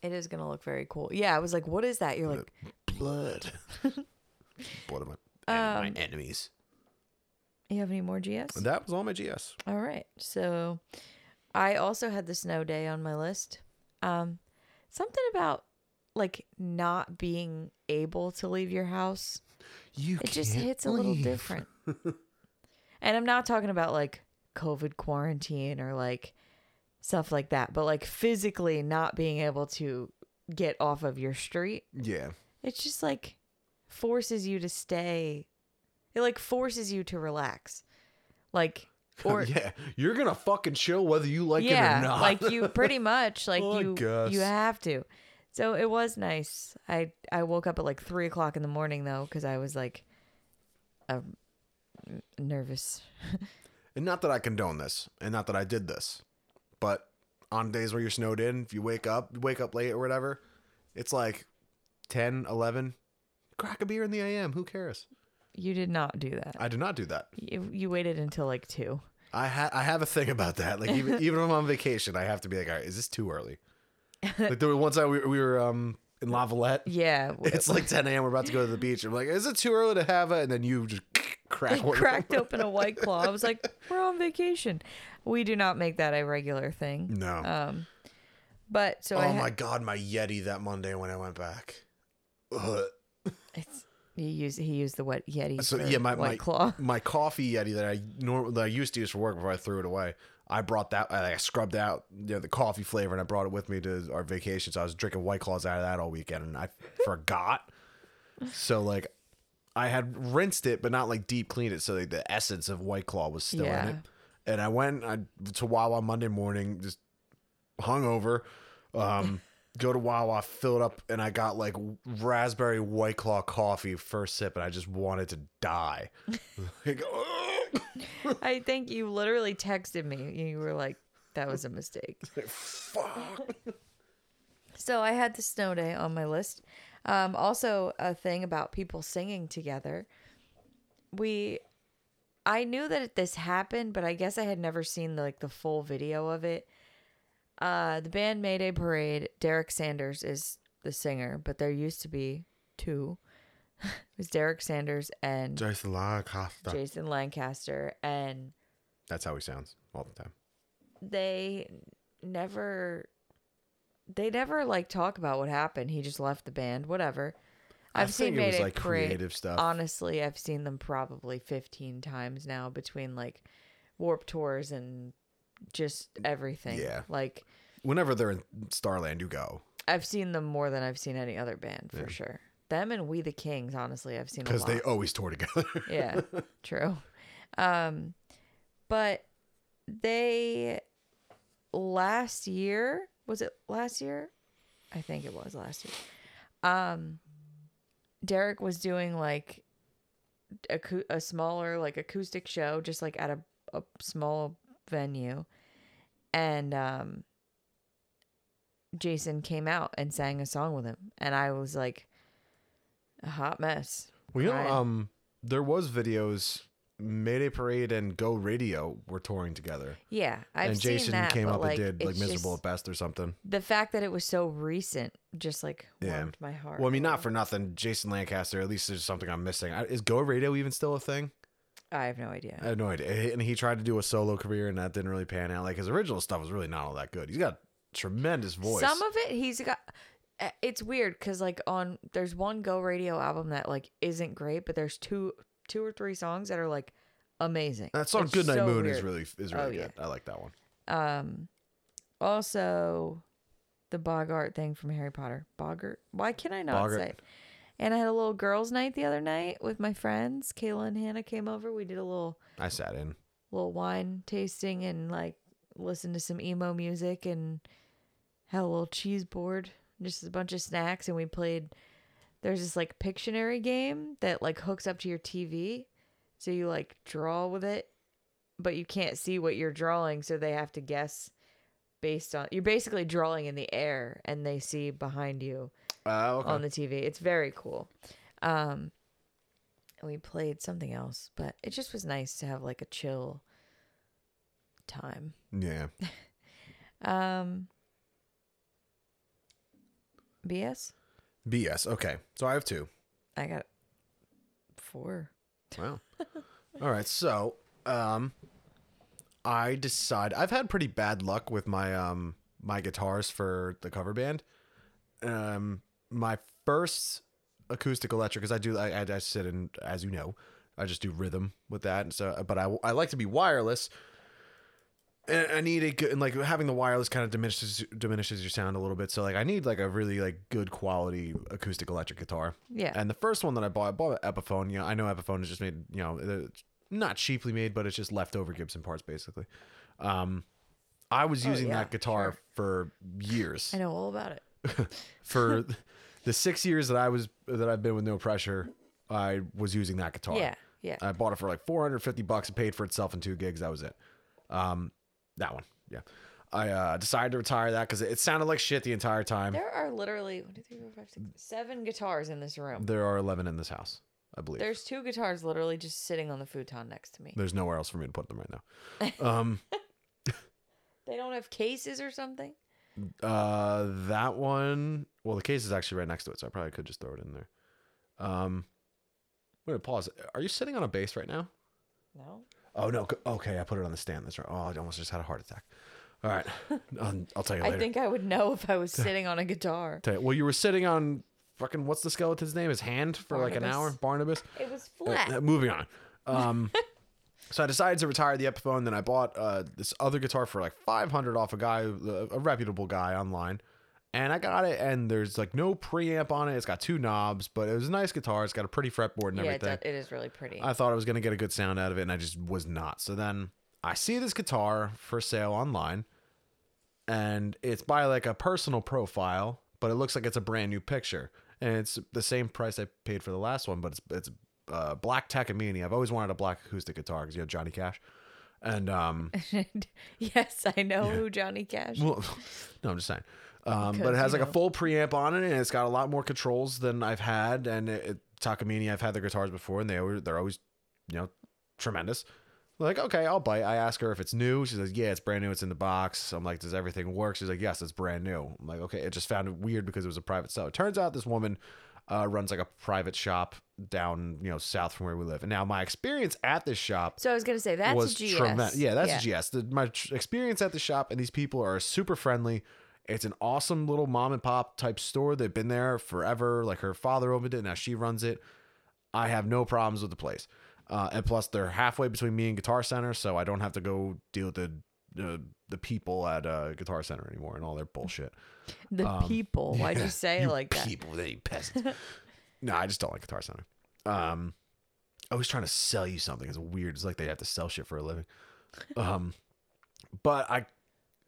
Speaker 1: It is gonna look very cool. Yeah, I was like, "What is that?" You're like, [laughs]
Speaker 2: Blood. blood of my,
Speaker 1: Um,
Speaker 2: and my enemies.
Speaker 1: "You have any more GS?"
Speaker 2: And that was all my GS.
Speaker 1: All right. So I also had the snow day on my list. Um something about like not being able to leave your house.
Speaker 2: You
Speaker 1: It just hits a little different. and I'm not talking about like COVID quarantine or like stuff like that, but like physically not being able to get off of your street.
Speaker 2: Yeah. [laughs]
Speaker 1: It's just like forces you to stay. It like forces you to relax. Like
Speaker 2: [laughs]
Speaker 1: or
Speaker 2: Oh, yeah. You're gonna fucking chill whether you like
Speaker 1: yeah,
Speaker 2: it or not.
Speaker 1: like you pretty much like
Speaker 2: Well, I
Speaker 1: you
Speaker 2: guess.
Speaker 1: you have to. So it was nice. I I woke up at like three o'clock in the morning though because I was like, um, n- nervous.
Speaker 2: [laughs] And not that I condone this, and not that I did this, but on days where you're snowed in, if you wake up, you wake up late or whatever, it's like 10, 11, crack a beer in the AM. Who cares?
Speaker 1: You did not do that.
Speaker 2: I do not do that.
Speaker 1: You you waited until like two.
Speaker 2: I ha- I have a thing about that. Like even even if I'm on vacation, I have to be like, all right, is this too early? Like there was one time we, we were um
Speaker 1: [laughs]
Speaker 2: in Lavalette. [laughs]
Speaker 1: Yeah, w-
Speaker 2: It's like 10 a.m. We're about to go to the beach. I'm like, is it too early to have it? And then you just [laughs] crack one.
Speaker 1: cracked open a white claw. I was like, we're on vacation. We do not make that a regular thing.
Speaker 2: No.
Speaker 1: Um, but so I
Speaker 2: oh
Speaker 1: had-
Speaker 2: my god, my Yeti that Monday when I went back. Ugh.
Speaker 1: it's, you use he used the wet yeti.
Speaker 2: So
Speaker 1: for
Speaker 2: yeah, my
Speaker 1: white
Speaker 2: my,
Speaker 1: claw. [laughs]
Speaker 2: my coffee yeti that I norm- that I used to use for work before I threw it away. I brought that I scrubbed out you know, the coffee flavor and I brought it with me to our vacation. So I was drinking White Claws out of that all weekend and I forgot. So like I had rinsed it, but not like deep cleaned it. So like the essence of White Claw was still in it. And I went I, to Wawa Monday morning, just hungover. Um, [laughs] go to Wawa, fill it up, and I got like raspberry White Claw coffee first sip, and I just wanted to
Speaker 1: [laughs]
Speaker 2: die. [laughs] Like, "Ugh."
Speaker 1: I think you literally texted me. You were like, that was a mistake.
Speaker 2: Fuck.
Speaker 1: So I had the snow day on my list. Um, also, a thing about people singing together. We, I knew that this happened, but I guess I had never seen like the full video of it. Uh, the band Mayday Parade. Derek Sanders is the singer, but there used to be two. [laughs] it was Derek Sanders and
Speaker 2: Jason Lancaster.
Speaker 1: Jason Lancaster, and
Speaker 2: That's how he sounds all the time.
Speaker 1: they never they never like talk about what happened. He just left the band, whatever.
Speaker 2: I
Speaker 1: I've seen
Speaker 2: think it was,
Speaker 1: Mayday
Speaker 2: like,
Speaker 1: Parade-
Speaker 2: creative stuff.
Speaker 1: Honestly, I've seen them probably 15 times now between like Warp Tours and just everything.
Speaker 2: Yeah.
Speaker 1: Like
Speaker 2: Whenever they're in Starland, you go
Speaker 1: I've seen them more than I've seen any other band for sure. Them and We the Kings, honestly, I've seen a
Speaker 2: because
Speaker 1: lot.
Speaker 2: they always tour together. [laughs]
Speaker 1: yeah, true. Um, but they last year was it last year? I think it was last year. Um, Derek was doing like a, a smaller like acoustic show, just like at a a small venue, and um. Jason came out and sang a song with him, and I was like, a hot mess.
Speaker 2: Well, you know,
Speaker 1: Right.
Speaker 2: um, there was videos. Mayday Parade and Go Radio were touring together,
Speaker 1: Yeah, I've
Speaker 2: and
Speaker 1: seen
Speaker 2: Jason
Speaker 1: that,
Speaker 2: came
Speaker 1: but,
Speaker 2: up
Speaker 1: like,
Speaker 2: and did like
Speaker 1: it's
Speaker 2: Miserable
Speaker 1: just-
Speaker 2: at Best or something.
Speaker 1: the fact that it was so recent just like
Speaker 2: Yeah.
Speaker 1: warmed my heart.
Speaker 2: Well, I
Speaker 1: a
Speaker 2: mean, not
Speaker 1: little.
Speaker 2: for nothing. Jason Lancaster. At least there's something I'm missing. I- Is Go Radio even still a thing?
Speaker 1: I have no idea.
Speaker 2: I had no idea. And he tried to do a solo career, and that didn't really pan out. Like his original stuff was really not all that good. He's got tremendous voice.
Speaker 1: Some of it he's got. uh, It's weird because like on there's one Go Radio album that like isn't great, but there's two two or three songs that are like amazing.
Speaker 2: that song
Speaker 1: It's
Speaker 2: "Good Night
Speaker 1: so
Speaker 2: Moon" is
Speaker 1: weird.
Speaker 2: really is really
Speaker 1: Oh, yeah.
Speaker 2: good. I like that one.
Speaker 1: Um, also, the Bogart thing from Harry Potter. Bogart. Why can I not
Speaker 2: Boggart.
Speaker 1: say? it? And I had a little girls' night the other night with my friends. Kayla and Hannah came over. We did a little
Speaker 2: I sat in.
Speaker 1: little wine tasting and like listen to some emo music and had a little cheese board, just a bunch of snacks, and we played. There's this like Pictionary game that like hooks up to your TV, so you like draw with it, but you can't see what you're drawing, so they have to guess based on you're basically drawing in the air and they see behind you
Speaker 2: Uh, okay.
Speaker 1: on the TV. It's very cool. Um, and we played something else, but it just was nice to have like a chill time.
Speaker 2: yeah.
Speaker 1: Um, BS.
Speaker 2: BS. Okay. So I have two.
Speaker 1: I got four.
Speaker 2: Wow. [laughs] All right. So, um, I decide I've had pretty bad luck with my um my guitars for the cover band. Um, my first acoustic electric because I do I, I I sit in as you know I just do rhythm with that and so but I I like to be wireless. And I need a good and like having the wireless kind of diminishes diminishes your sound a little bit. So like I need like a really like good quality acoustic electric guitar.
Speaker 1: Yeah.
Speaker 2: And the first one that I bought, I bought an Epiphone. You know, I know Epiphone is just made, you know, it's not cheaply made, but it's just leftover Gibson parts basically. Um, I was using
Speaker 1: Oh, yeah,
Speaker 2: that guitar for years.
Speaker 1: I know all about it.
Speaker 2: For [laughs] the six years that I was that I've been with No Pressure, I was using that guitar.
Speaker 1: Yeah. Yeah.
Speaker 2: I bought it for like 450 bucks. It paid for itself in two gigs. That was it. Um, that one, yeah. I uh, decided to retire that because it, it sounded like shit the entire time.
Speaker 1: there are literally one, two, three, four, five, six, seven guitars in this room.
Speaker 2: There are 11 in this house, I believe.
Speaker 1: There's two guitars literally just sitting on the futon next to me.
Speaker 2: There's nowhere else for me to put them right now. Um,
Speaker 1: They don't have cases or something.
Speaker 2: uh, that one. Well, the case is actually right next to it, so I probably could just throw it in there. Um, wait, pause. Are you sitting on a base right now?
Speaker 1: No.
Speaker 2: Oh no. c- Okay, I put it on the stand. That's right. Oh, I almost just had a heart attack.
Speaker 1: [laughs]
Speaker 2: All right, I'll, I'll tell you later.
Speaker 1: I think I would know if I
Speaker 2: [laughs]
Speaker 1: was sitting on a guitar.
Speaker 2: Tell you- well, you were sitting on fucking what's the skeleton's name? His hand for like an
Speaker 1: Barnabas.
Speaker 2: hour. Barnabas.
Speaker 1: It was
Speaker 2: Uh,
Speaker 1: flat.
Speaker 2: uh,
Speaker 1: [laughs]
Speaker 2: moving on. Um, so I decided to retire the Epiphone. Then I bought uh, this other guitar for like 500 off a guy, uh, a a reputable guy online. And I got it, and there's like no preamp on it. It's got two knobs, but it was a nice guitar. It's got a pretty fretboard and
Speaker 1: yeah, it,
Speaker 2: everything.
Speaker 1: does, it is really pretty.
Speaker 2: I thought I was going to get a good sound out of it, and I just was not. So then I see this guitar for sale online, and it's by like a personal profile, but it looks like it's a brand new picture. And it's the same price I paid for the last one, but it's it's uh, black Takamine. I've always wanted a black acoustic guitar because you have Johnny Cash, and um,
Speaker 1: [laughs] yes, I know who Johnny Cash.
Speaker 2: well, [laughs] no, I'm just saying. Um, but it
Speaker 1: Because,
Speaker 2: has
Speaker 1: you
Speaker 2: like a
Speaker 1: know.
Speaker 2: full preamp on it, and it's got a lot more controls than I've had. And it, it, Takamine, I've had their guitars before, and they were they're always, you know, tremendous. Like, okay, I'll bite. I ask her if it's new. She says, yeah, it's brand new. It's in the box. I'm like, does everything work? She's like, yes, it's brand new. I'm like, okay. It just found it weird because it was a private sale. It turns out this woman uh, runs like a private shop down, you know, south from where we live. And now my experience at this shop
Speaker 1: so I was gonna say that's
Speaker 2: was
Speaker 1: GS.
Speaker 2: tremendous. Yeah, that's a GS. The, my tr- experience at the shop and these people are super friendly. It's an awesome little mom and pop type store. They've been there forever. Like her father opened it, now she runs it. I have no problems with the place. Uh, and plus, they're halfway between me and Guitar Center, so I don't have to go deal with the uh, the people at uh, Guitar Center anymore and all their bullshit.
Speaker 1: The people. Why'd you say it
Speaker 2: um, You
Speaker 1: like that?
Speaker 2: people,
Speaker 1: [laughs]
Speaker 2: they peasants. no, I just don't like Guitar Center. Um, always trying to sell you something. It's weird. It's like they have to sell shit for a living. Um, but I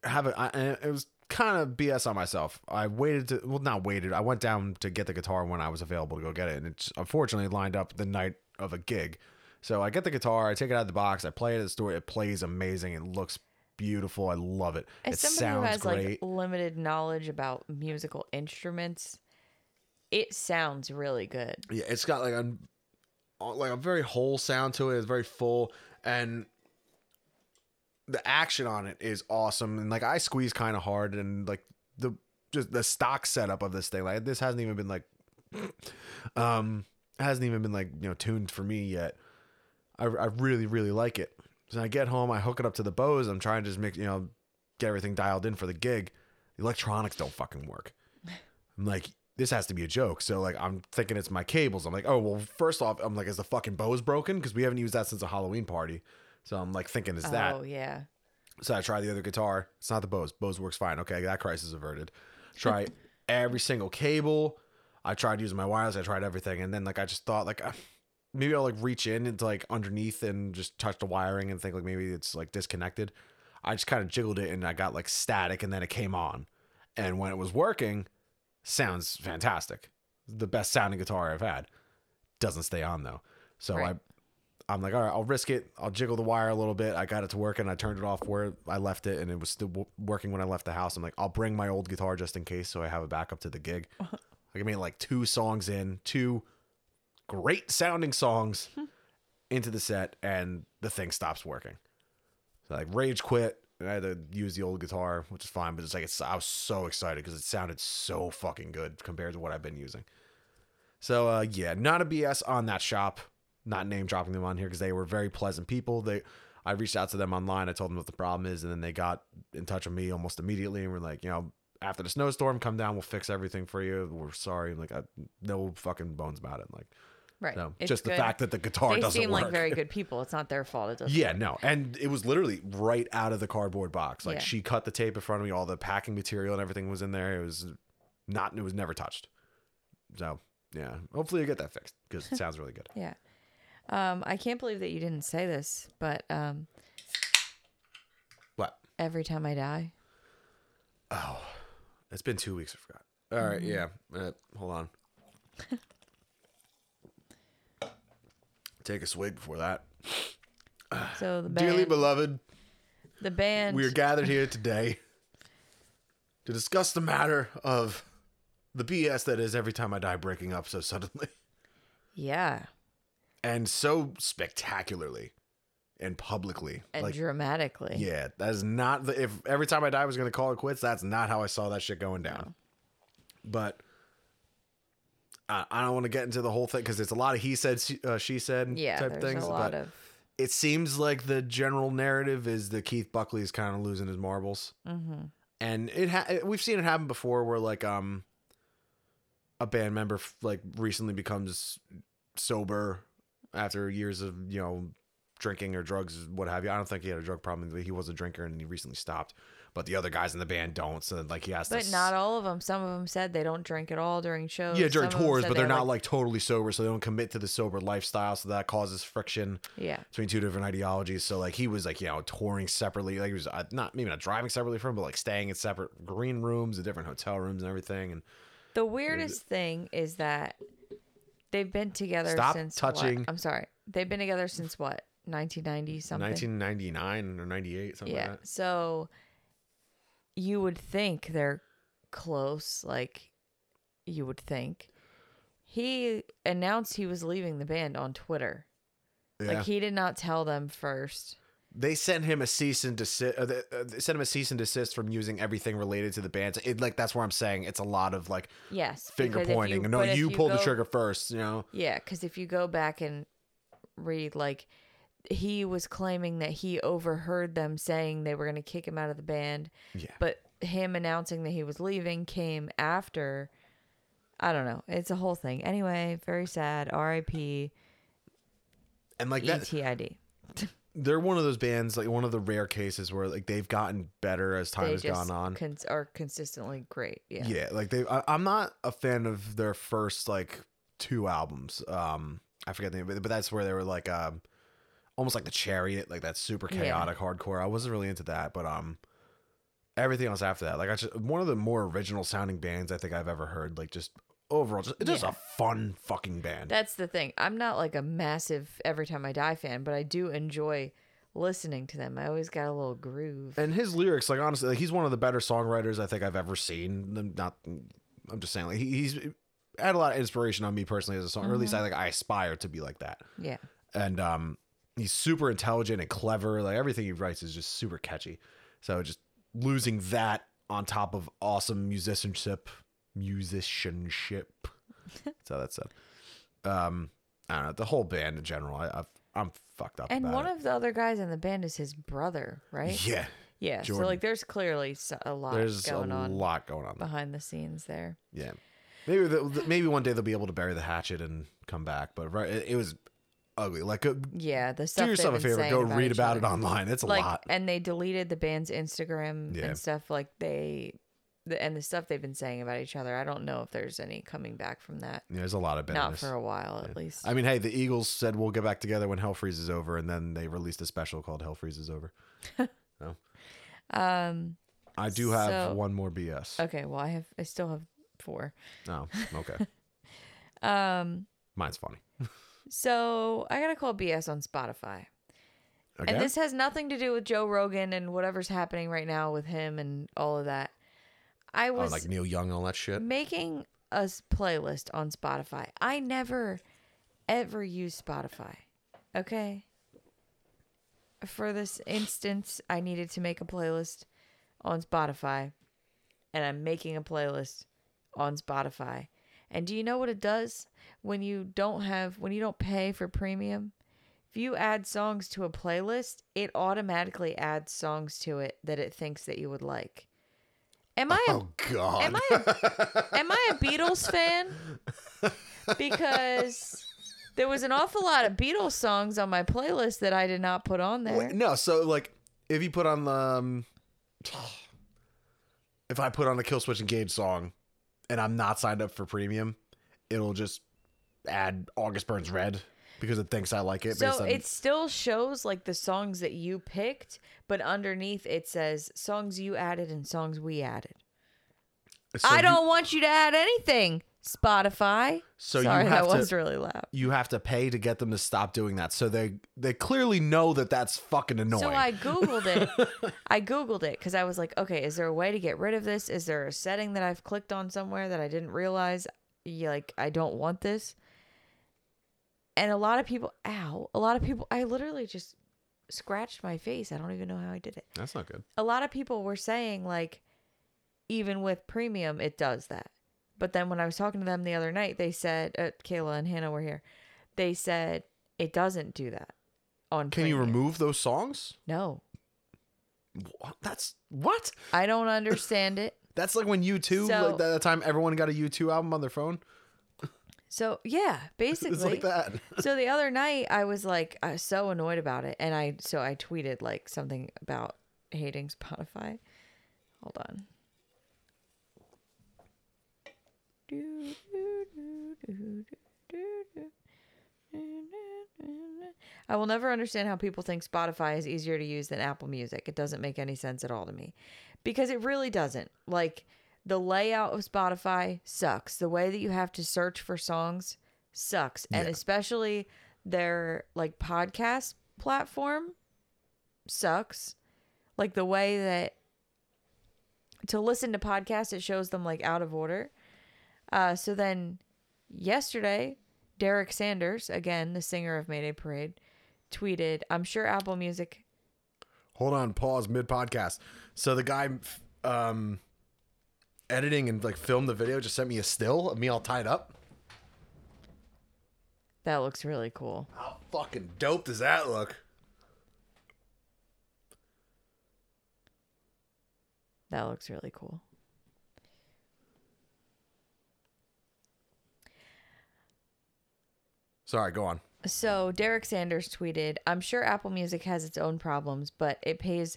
Speaker 2: haven't. I, and it was kind of BS on myself. I waited to well, not waited. I went down to get the guitar when I was available to go get it, and it's unfortunately lined up the night of a gig. So I get the guitar, I take it out of the box, I play it at the store. It plays amazing. It looks beautiful. I love it.
Speaker 1: As
Speaker 2: it
Speaker 1: somebody who
Speaker 2: sounds
Speaker 1: has
Speaker 2: great.
Speaker 1: like limited knowledge about musical instruments, it sounds really good.
Speaker 2: Yeah, it's got like a like a very whole sound to it. It's very full, and the action on it is awesome. And like I squeeze kind of hard, and like the just the stock setup of this thing, like this hasn't even been like, [sniffs] um, hasn't even been like you know tuned for me yet. I I really really like it. So I get home, I hook it up to the Bose. I'm trying to just mix, you know, get everything dialed in for the gig. The electronics don't fucking work. I'm like, this has to be a joke. So like, I'm thinking it's my cables. I'm like, oh well. First off, I'm like, is the fucking Bose broken? Because we haven't used that since a Halloween party. So I'm like thinking it's that.
Speaker 1: Oh yeah.
Speaker 2: So I try the other guitar. It's not the Bose. Bose works fine. Okay, that crisis averted. Try every single cable. I tried using my wires. I tried everything, and then like I just thought like [sighs] ah, maybe I'll like reach in into like underneath and just touch the wiring and think like maybe it's like disconnected. I just kind of jiggled it and I got like static, and then it came on. And when it was working, sounds fantastic. The best sounding guitar I've had. Doesn't stay on though. So
Speaker 1: Right.
Speaker 2: I I'm like, all right, I'll risk it. I'll jiggle the wire a little bit. I got it to work and I turned it off where I left it and it was still w- working when I left the house. I'm like, I'll bring my old guitar just in case so I have a backup to the gig. I made like two songs in, two great sounding songs into the set and the thing stops working. So like rage quit and I had to use the old guitar, which is fine, but it's like it's I was so excited because it sounded so fucking good compared to what I've been using. So uh, yeah, not a BS on that shop. Not name dropping them on here because they were very pleasant people. They, I reached out to them online. I told them what the problem is, and then they got in touch with me almost immediately and were like, you know, after the snowstorm, come down. We'll fix everything for you. We're sorry. Like I, no fucking bones about it. Like
Speaker 1: Right.
Speaker 2: no,
Speaker 1: It's
Speaker 2: just the
Speaker 1: good.
Speaker 2: fact that the guitar
Speaker 1: they
Speaker 2: doesn't
Speaker 1: seem
Speaker 2: work.
Speaker 1: like
Speaker 2: [laughs]
Speaker 1: very good people. It's not their fault. It doesn't.
Speaker 2: Yeah, no. And it was literally right out of the cardboard box. Like
Speaker 1: Yeah.
Speaker 2: she cut the tape in front of me, all the packing material and everything was in there. It was not it was never touched. So yeah. Hopefully I get that fixed because it sounds really good. [laughs]
Speaker 1: Yeah. Um, I can't believe that you didn't say this, but um,
Speaker 2: What?
Speaker 1: every time I die,
Speaker 2: It's been two weeks, I forgot. All right, yeah. Uh, hold on. Take a swig before that.
Speaker 1: so the
Speaker 2: Dearly
Speaker 1: band,
Speaker 2: beloved,
Speaker 1: the band,
Speaker 2: we are gathered here today to discuss the matter of the BS that is every time I die breaking up so suddenly. [laughs]
Speaker 1: yeah,
Speaker 2: and so spectacularly and publicly.
Speaker 1: and
Speaker 2: like,
Speaker 1: dramatically,
Speaker 2: yeah, that is not the if every time I die I was gonna call it quits. That's not how I saw that shit going down. But I, I don't want to get into the whole thing because it's a lot of he said, she- uh, she said
Speaker 1: yeah,
Speaker 2: type
Speaker 1: there's
Speaker 2: things.
Speaker 1: a lot
Speaker 2: but
Speaker 1: of
Speaker 2: it seems like the general narrative is that Keith Buckley is kind of losing his marbles,
Speaker 1: Mm-hmm.
Speaker 2: and it ha- it- we've seen it happen before, where like um a band member f- like recently becomes sober after years of you know drinking or drugs, what have you. I don't think he had a drug problem; but he was a drinker and he recently stopped. But the other guys in the band don't, so like he has to.
Speaker 1: But
Speaker 2: s-
Speaker 1: not all of them. Some of them said they don't drink at all during shows.
Speaker 2: yeah, during
Speaker 1: Some of 'em
Speaker 2: tours,
Speaker 1: said
Speaker 2: but
Speaker 1: they
Speaker 2: they're
Speaker 1: were
Speaker 2: not like totally sober, so they don't commit to the sober lifestyle, so that causes friction.
Speaker 1: yeah,
Speaker 2: between two different ideologies. So like he was like you know touring separately, like he was uh, not maybe not driving separately from, him, but like staying in separate green rooms, and different hotel rooms, and everything. And
Speaker 1: The weirdest thing is that they've been together
Speaker 2: Stop
Speaker 1: since
Speaker 2: touching.
Speaker 1: What? I'm sorry, they've been together since what 1990 something.
Speaker 2: 1999 or 98, something
Speaker 1: yeah,
Speaker 2: like that.
Speaker 1: so you would think they're close, like you would think. He announced he was leaving the band on Twitter.
Speaker 2: Yeah.
Speaker 1: Like he did not tell them first.
Speaker 2: they sent him a cease and desist. Uh, they, uh, they sent him a cease and desist from using everything related to the band. So It, like that's where I'm saying it's a lot of like
Speaker 1: Yes,
Speaker 2: finger
Speaker 1: because if you-
Speaker 2: pointing. no,
Speaker 1: but if
Speaker 2: you pulled the
Speaker 1: go-
Speaker 2: trigger first. You know.
Speaker 1: Yeah, because if you go back and read, like, he was claiming that he overheard them saying they were going to kick him out of the band,
Speaker 2: Yeah.
Speaker 1: but him announcing that he was leaving came after. I don't know. It's a whole thing. Anyway, very sad. R.I.P. E
Speaker 2: And like that,
Speaker 1: E.T.I.D.
Speaker 2: they're one of those bands, like one of the rare cases where like they've gotten better as time
Speaker 1: they
Speaker 2: has
Speaker 1: just
Speaker 2: gone on.
Speaker 1: con- are consistently great. Yeah.
Speaker 2: yeah like they I, i'm not a fan of their first like two albums um i forget the name but, but that's where they were like um almost like the chariot like that super
Speaker 1: Yeah.
Speaker 2: chaotic hardcore i wasn't really into that but um everything else after that like i just one of the more original sounding bands i think i've ever heard like just overall just, just
Speaker 1: Yeah.
Speaker 2: a fun fucking band
Speaker 1: That's the thing. I'm not like a massive Every Time I Die fan, but I do enjoy listening to them. I always got a little groove.
Speaker 2: and his lyrics like honestly like he's one of the better songwriters i think i've ever seen Them not i'm just saying like he, he's had a lot of inspiration on me personally as a song or at least
Speaker 1: Mm-hmm.
Speaker 2: i like i aspire to be like that
Speaker 1: Yeah.
Speaker 2: and um, he's super intelligent and clever. Like everything he writes is just super catchy. So just losing that on top of awesome musicianship, musicianship.
Speaker 1: [laughs]
Speaker 2: that's how that's said. Um, I don't know the whole band in general. I, I've, I'm fucked up.
Speaker 1: And
Speaker 2: about
Speaker 1: one
Speaker 2: it.
Speaker 1: of the other guys in the band is his brother, right?
Speaker 2: [laughs] yeah,
Speaker 1: Yeah. So
Speaker 2: Jordan.
Speaker 1: like, there's clearly s- a lot
Speaker 2: there's a
Speaker 1: going on
Speaker 2: lot going on. There.
Speaker 1: behind the scenes there.
Speaker 2: Yeah, maybe the, the- maybe one day they'll be able to bury the hatchet and come back. But right, it, it was ugly. Like, uh,
Speaker 1: Yeah. The stuff.
Speaker 2: do yourself a favor, go read about it online. It's a
Speaker 1: Like,
Speaker 2: lot.
Speaker 1: and they deleted the band's Instagram
Speaker 2: Yeah.
Speaker 1: and stuff. Like they, the, and the stuff they've been saying about each other. I don't know if there's any coming back from that.
Speaker 2: Yeah, there's a lot of
Speaker 1: Not
Speaker 2: bitterness.
Speaker 1: for a while, at least.
Speaker 2: I mean, hey, the Eagles said we'll get back together when Hell Freezes Over, and then they released a special called Hell Freezes
Speaker 1: [laughs]
Speaker 2: Over. so,
Speaker 1: Um.
Speaker 2: I do have
Speaker 1: So-
Speaker 2: one more BS.
Speaker 1: Okay. Well, I have. I still have four.
Speaker 2: Oh, okay.
Speaker 1: [laughs] Um.
Speaker 2: Mine's funny.
Speaker 1: So I gotta call BS on Spotify.
Speaker 2: Okay.
Speaker 1: And this has nothing to do with Joe Rogan and whatever's happening right now with him and all of that. I
Speaker 2: oh,
Speaker 1: was
Speaker 2: like Neil Young and all that shit.
Speaker 1: making a s- playlist on Spotify. I never ever use Spotify. Okay? For this instance, I needed to make a playlist on Spotify and I'm making a playlist on Spotify. And do you know what it does when you don't have when you don't pay for premium? If you add songs to a playlist, it automatically adds songs to it that it thinks that you would like. Am I a
Speaker 2: Oh God.
Speaker 1: Am I a, am I a Beatles fan? Because there was an awful lot of Beatles songs on my playlist that I did not put on there.
Speaker 2: Wait, no, so like, if you put on the, um, [sighs] if I put on the Kill Switch Engage song, and I'm not signed up for premium, it'll just add August Burns Red because it thinks I like it. based
Speaker 1: so
Speaker 2: on,
Speaker 1: it still shows like the songs that you picked, but underneath it says songs you added and songs we added.
Speaker 2: so
Speaker 1: I
Speaker 2: you-
Speaker 1: don't want you to add anything, Spotify.
Speaker 2: So you
Speaker 1: Sorry,
Speaker 2: have
Speaker 1: that
Speaker 2: to-
Speaker 1: was really loud.
Speaker 2: you have to pay to get them to stop doing that. So they they clearly know that that's fucking annoying.
Speaker 1: So I googled
Speaker 2: [laughs]
Speaker 1: it. I googled it because I was like, okay, is there a way to get rid of this? Is there a setting that I've clicked on somewhere that I didn't realize? Yeah, like I don't want this. And a lot of people, ow, a lot of people. I literally just scratched my face. I don't even know how I did it.
Speaker 2: that's not good.
Speaker 1: A lot of people were saying like, even with premium, it does that. But then when I was talking to them the other night, they said, uh, Kayla and Hannah were here. They said it doesn't do that. On
Speaker 2: Can you
Speaker 1: premium.
Speaker 2: remove those songs?
Speaker 1: No,
Speaker 2: What? That's what?
Speaker 1: I don't understand it.
Speaker 2: That's like when U two
Speaker 1: So-
Speaker 2: like that time everyone got a U two album on their phone.
Speaker 1: So yeah, basically.
Speaker 2: [laughs] It's like that.
Speaker 1: So the other night I was like I was so annoyed about it, and I so I tweeted like something about hating Spotify. Hold on. I will never understand how people think Spotify is easier to use than Apple Music. It doesn't make any sense at all to me because it really doesn't. Like, the layout of Spotify sucks. The way that you have to search for songs sucks. And especially their like podcast platform sucks. Like, the way that to listen to podcasts, it shows them like out of order. Uh, so then yesterday, Derek Sanders, again, the singer of Mayday Parade, tweeted, I'm sure Apple Music.
Speaker 2: Hold on, pause mid podcast. So the guy um editing and like filmed the video just sent me a still of me all tied up.
Speaker 1: That looks really cool.
Speaker 2: How fucking dope does that look?
Speaker 1: That looks really cool.
Speaker 2: Sorry, go on.
Speaker 1: So Derek Sanders tweeted, "I'm sure Apple Music has its own problems, but it pays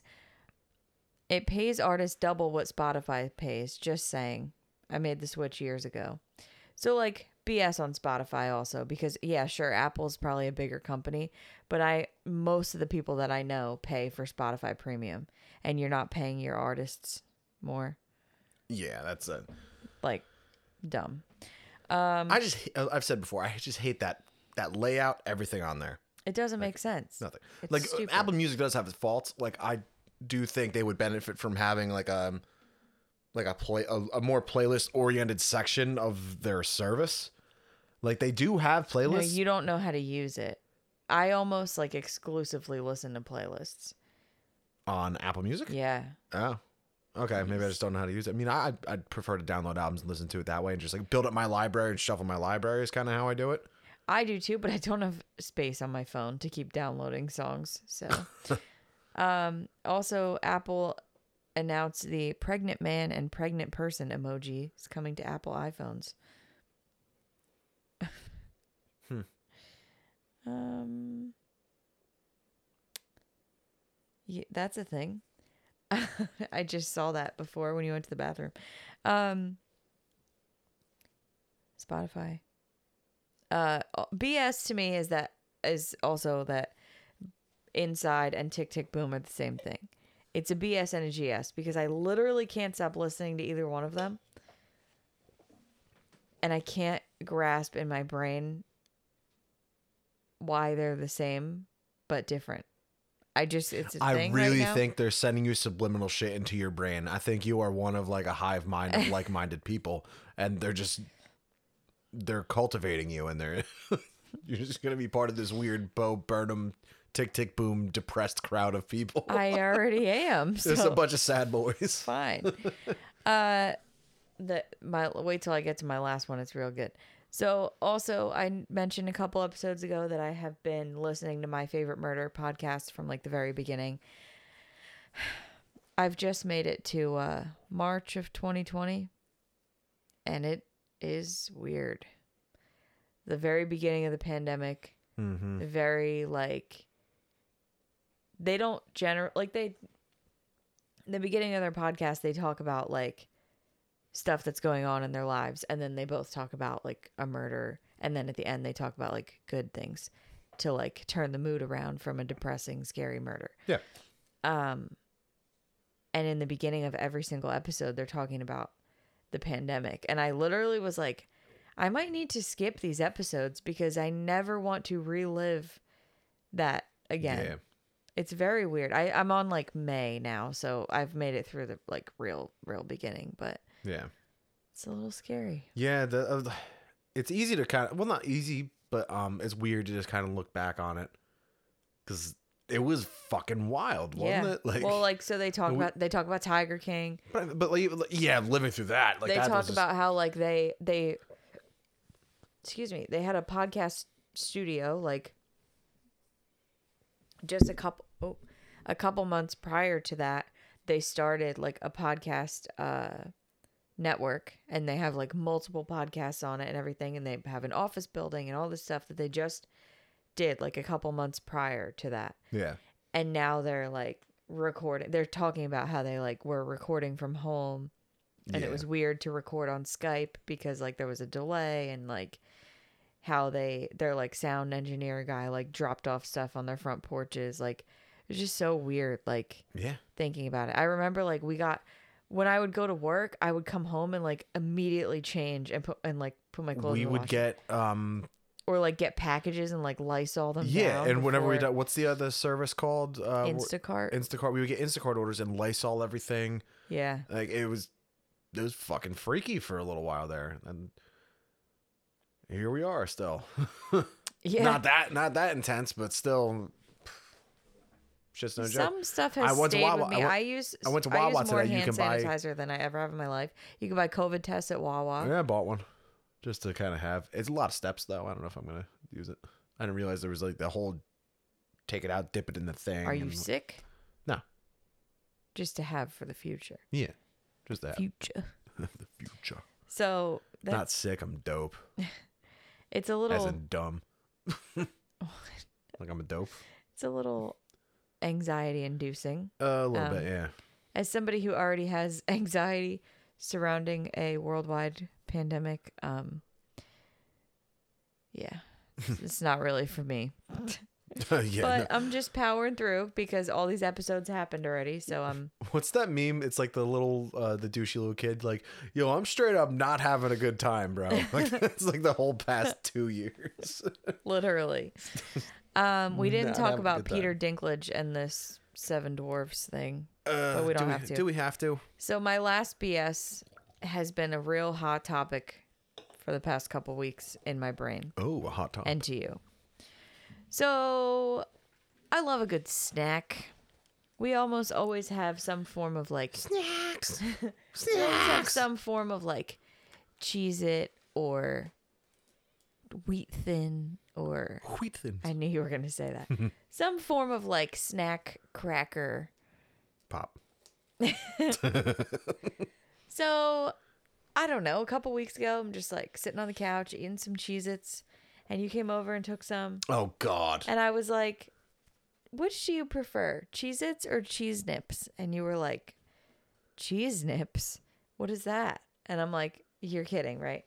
Speaker 1: it pays artists double what Spotify pays." Just saying. I made the switch years ago. So like BS on Spotify also because yeah, sure Apple's probably a bigger company, but I most of the people that I know pay for Spotify Premium and you're not paying your artists more.
Speaker 2: Yeah, that's a.
Speaker 1: Like dumb.
Speaker 2: I just uh, I've said before I just hate that that layout, everything on there.
Speaker 1: It doesn't make sense.
Speaker 2: Nothing.
Speaker 1: It's
Speaker 2: like uh,
Speaker 1: stupid.
Speaker 2: Apple Music does have its faults. Like I do think they would benefit from having like um like a play a, a more playlist oriented section of their service. Like they do have
Speaker 1: No,
Speaker 2: playlists.
Speaker 1: you don't know how to use it. I almost like exclusively listen to playlists.
Speaker 2: on Apple Music?
Speaker 1: Yeah.
Speaker 2: Oh. Okay, maybe I just don't know how to use it. I mean, I I'd- I'd prefer to download albums and listen to it that way, and just like build up my library and shuffle my library is kind of how I do it.
Speaker 1: I do too, but I don't have space on my phone to keep downloading songs.
Speaker 2: [laughs]
Speaker 1: So, um, also, Apple announced the pregnant man and pregnant person emoji is coming to Apple
Speaker 2: [laughs]
Speaker 1: iPhones.
Speaker 2: Hmm.
Speaker 1: Um, yeah, that's a thing. [laughs] I just saw that before when you went to the bathroom. Um, Spotify uh BS to me is that is also that inside and tick tick boom are the same thing. It's a BS and a GS because I literally can't stop listening to either one of them. And I can't grasp in my brain why they're the same but different. I just it's a
Speaker 2: I
Speaker 1: thing
Speaker 2: really
Speaker 1: right now.
Speaker 2: think they're sending you subliminal shit into your brain. I think you are one of like a hive
Speaker 1: [laughs]
Speaker 2: mind of like-minded people, and they're just they're cultivating you, and they're [laughs] you're just gonna be part of this weird Bo Burnham, tick tick boom, depressed crowd of people. [laughs]
Speaker 1: I already am. So.
Speaker 2: There's a bunch of
Speaker 1: [laughs]
Speaker 2: sad boys.
Speaker 1: fine. uh, the my wait till I get to my last one. It's real good. So also, I mentioned a couple episodes ago that I have been listening to my favorite murder podcast from like the very beginning. I've just made it to uh, March of 2020, and it is weird. The very beginning of the pandemic,
Speaker 2: Mm-hmm.
Speaker 1: very like they don't general like they the beginning of their podcast they talk about like stuff that's going on in their lives and then they both talk about like a murder and then at the end they talk about like good things to like turn the mood around from a depressing scary murder
Speaker 2: Yeah.
Speaker 1: um and in the beginning of every single episode they're talking about the pandemic and i literally was like i might need to skip these episodes because i never want to relive that again
Speaker 2: Yeah.
Speaker 1: it's very weird I, i'm on like may now so i've made it through the like real real beginning but
Speaker 2: Yeah.
Speaker 1: it's a little scary
Speaker 2: Yeah, the, uh, the- it's easy to kind of well, not easy, but um, it's weird to just kind of look back on it because it was fucking wild, wasn't
Speaker 1: yeah
Speaker 2: it? [laughs] Like,
Speaker 1: well like so they talk
Speaker 2: we-
Speaker 1: about they talk about tiger king
Speaker 2: but, but like, like, yeah, living through that, like
Speaker 1: they
Speaker 2: that
Speaker 1: talk
Speaker 2: was just-
Speaker 1: about how like they they excuse me they had a podcast studio like just a couple oh, a couple months prior to that they started like a podcast uh network and they have like multiple podcasts on it and everything and they have an office building and all this stuff that they just did like a couple months prior to that
Speaker 2: yeah,
Speaker 1: and now they're like recording they're talking about how they like were recording from home and
Speaker 2: Yeah.
Speaker 1: it was weird to record on Skype because like there was a delay and like how they their like sound engineer guy like dropped off stuff on their front porches like it was just so weird like
Speaker 2: yeah,
Speaker 1: thinking about it I remember like we got when I would go to work I would come home and like immediately change and put and like put my clothes
Speaker 2: we
Speaker 1: in the
Speaker 2: would
Speaker 1: washer.
Speaker 2: get um,
Speaker 1: or like get packages and like Lysol them
Speaker 2: yeah,
Speaker 1: down
Speaker 2: and whenever we
Speaker 1: before
Speaker 2: done, what's the other service called? Uh, wh-
Speaker 1: Instacart
Speaker 2: Instacart. We would get Instacart orders and Lysol everything.
Speaker 1: yeah
Speaker 2: Like it was, it was fucking freaky for a little while there, and here we are still. [laughs]
Speaker 1: yeah
Speaker 2: Not that, not that intense, but still, shit's no joke.
Speaker 1: Some stuff has
Speaker 2: I went to
Speaker 1: stayed
Speaker 2: Wawa-
Speaker 1: with me.
Speaker 2: I
Speaker 1: I,
Speaker 2: went-
Speaker 1: use
Speaker 2: I went to
Speaker 1: use
Speaker 2: Wawa
Speaker 1: more
Speaker 2: today. You
Speaker 1: hand
Speaker 2: can buy-
Speaker 1: sanitizer than I ever have in my life. You can buy COVID tests at Wawa.
Speaker 2: Yeah, I bought one just to kind of have. It's a lot of steps though. I don't know if I'm gonna use it. I didn't realize there was like the whole take it out, dip it in the thing.
Speaker 1: Are you
Speaker 2: and-
Speaker 1: sick?
Speaker 2: Mm. No.
Speaker 1: Just to have for the future.
Speaker 2: Yeah, just that.
Speaker 1: Future.
Speaker 2: [laughs] the future.
Speaker 1: So that's
Speaker 2: Not sick. I'm dope.
Speaker 1: it's a
Speaker 2: As
Speaker 1: [laughs] little
Speaker 2: in dumb. Like I'm a dope.
Speaker 1: It's a little anxiety inducing.
Speaker 2: Uh, a little
Speaker 1: Um,
Speaker 2: bit, yeah.
Speaker 1: As somebody who already has [laughs] anxiety surrounding a worldwide pandemic, um, yeah, it's not really for me.
Speaker 2: yeah. [laughs]
Speaker 1: but
Speaker 2: no.
Speaker 1: I'm just powering through because all these episodes happened already. So
Speaker 2: [laughs]
Speaker 1: I'm
Speaker 2: What's that meme? It's like the little, uh, the douchey little kid. Like, yo, I'm straight up not having a good
Speaker 1: [laughs]
Speaker 2: time, bro. Like [laughs] that's like the whole past two years.
Speaker 1: literally. Um, we didn't
Speaker 2: Not
Speaker 1: talk
Speaker 2: having a
Speaker 1: about
Speaker 2: good time.
Speaker 1: Peter Dinklage and this Seven Dwarfs thing.
Speaker 2: Uh,
Speaker 1: we don't
Speaker 2: do
Speaker 1: have to.
Speaker 2: Do we have to?
Speaker 1: So my last BS has been a real hot topic for the past couple weeks in my brain.
Speaker 2: Oh, a hot topic.
Speaker 1: and to you. So, I love a good snack. We almost always have some form of like [laughs]
Speaker 2: snacks.
Speaker 1: we always have
Speaker 2: snacks.
Speaker 1: some form of like cheese it or wheat thin or
Speaker 2: Wheat thins.
Speaker 1: I knew you were going to say that. some form of like snack cracker.
Speaker 2: Pop.
Speaker 1: So, I don't know, a couple weeks ago I'm just like sitting on the couch eating some Cheez-Its and you came over and took some
Speaker 2: Oh God.
Speaker 1: And I was like, which do you prefer, Cheez Its or Cheese Nips? And you were like, Cheese Nips? What is that? And I'm like, you're kidding, right?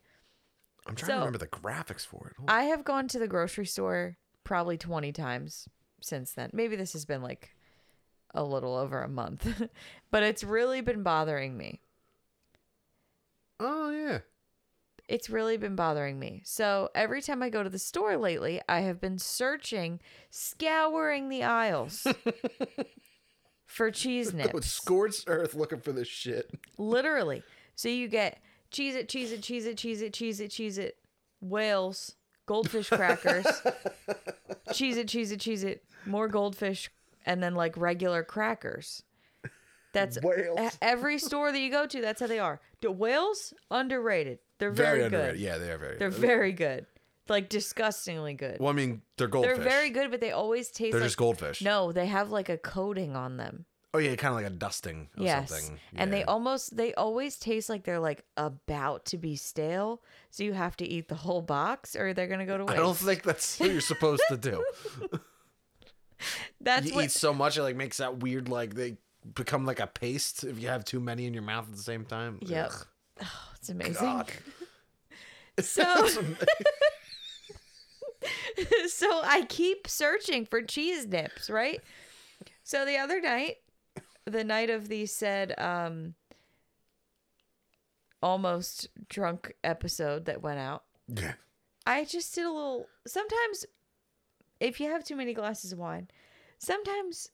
Speaker 2: I'm trying to
Speaker 1: so-
Speaker 2: remember the graphics for it.
Speaker 1: I have gone to the grocery store probably 20 times since then. Maybe this has been like a little over a month, [laughs] but it's really been bothering me.
Speaker 2: Oh yeah.
Speaker 1: It's really been bothering me. So every time I go to the store lately, I have been searching, scouring the aisles for cheese nips.
Speaker 2: With scorched earth looking for this shit.
Speaker 1: Literally. So you get cheese it, cheese it, cheese it, cheese it, cheese it, cheese it, whales, goldfish
Speaker 2: [laughs]
Speaker 1: crackers, cheese it, cheese it, cheese it, more goldfish, and then like regular crackers. That's
Speaker 2: Whales.
Speaker 1: e- every store that you go to. That's how they are. The whales underrated. They're very, good.
Speaker 2: underrated. Yeah, they are very.
Speaker 1: They're very good. Like disgustingly good.
Speaker 2: well, I mean, they're goldfish.
Speaker 1: They're very good, but they always taste.
Speaker 2: They're
Speaker 1: like,
Speaker 2: just goldfish.
Speaker 1: No, they have like a coating on them.
Speaker 2: Oh yeah, kind of like a dusting. Of
Speaker 1: Yes.
Speaker 2: Something.
Speaker 1: And they
Speaker 2: Yeah.
Speaker 1: almost they always taste like they're like about to be stale, so you have to eat the whole box or they're going to go to
Speaker 2: I don't
Speaker 1: waste.
Speaker 2: think that's what you're supposed to do.
Speaker 1: [laughs] That's
Speaker 2: you
Speaker 1: what
Speaker 2: eat so much it like makes that weird like they become like a paste if you have too many in your mouth at the same time.
Speaker 1: Yep. [sighs] Oh,
Speaker 2: Ugh,
Speaker 1: it's amazing.
Speaker 2: God. [laughs]
Speaker 1: So [laughs] So I keep searching for cheese nips, right? So the other night, the night of the said um almost drunk episode that went out,
Speaker 2: Yeah.
Speaker 1: I just did a little. Sometimes, if you have too many glasses of wine, sometimes,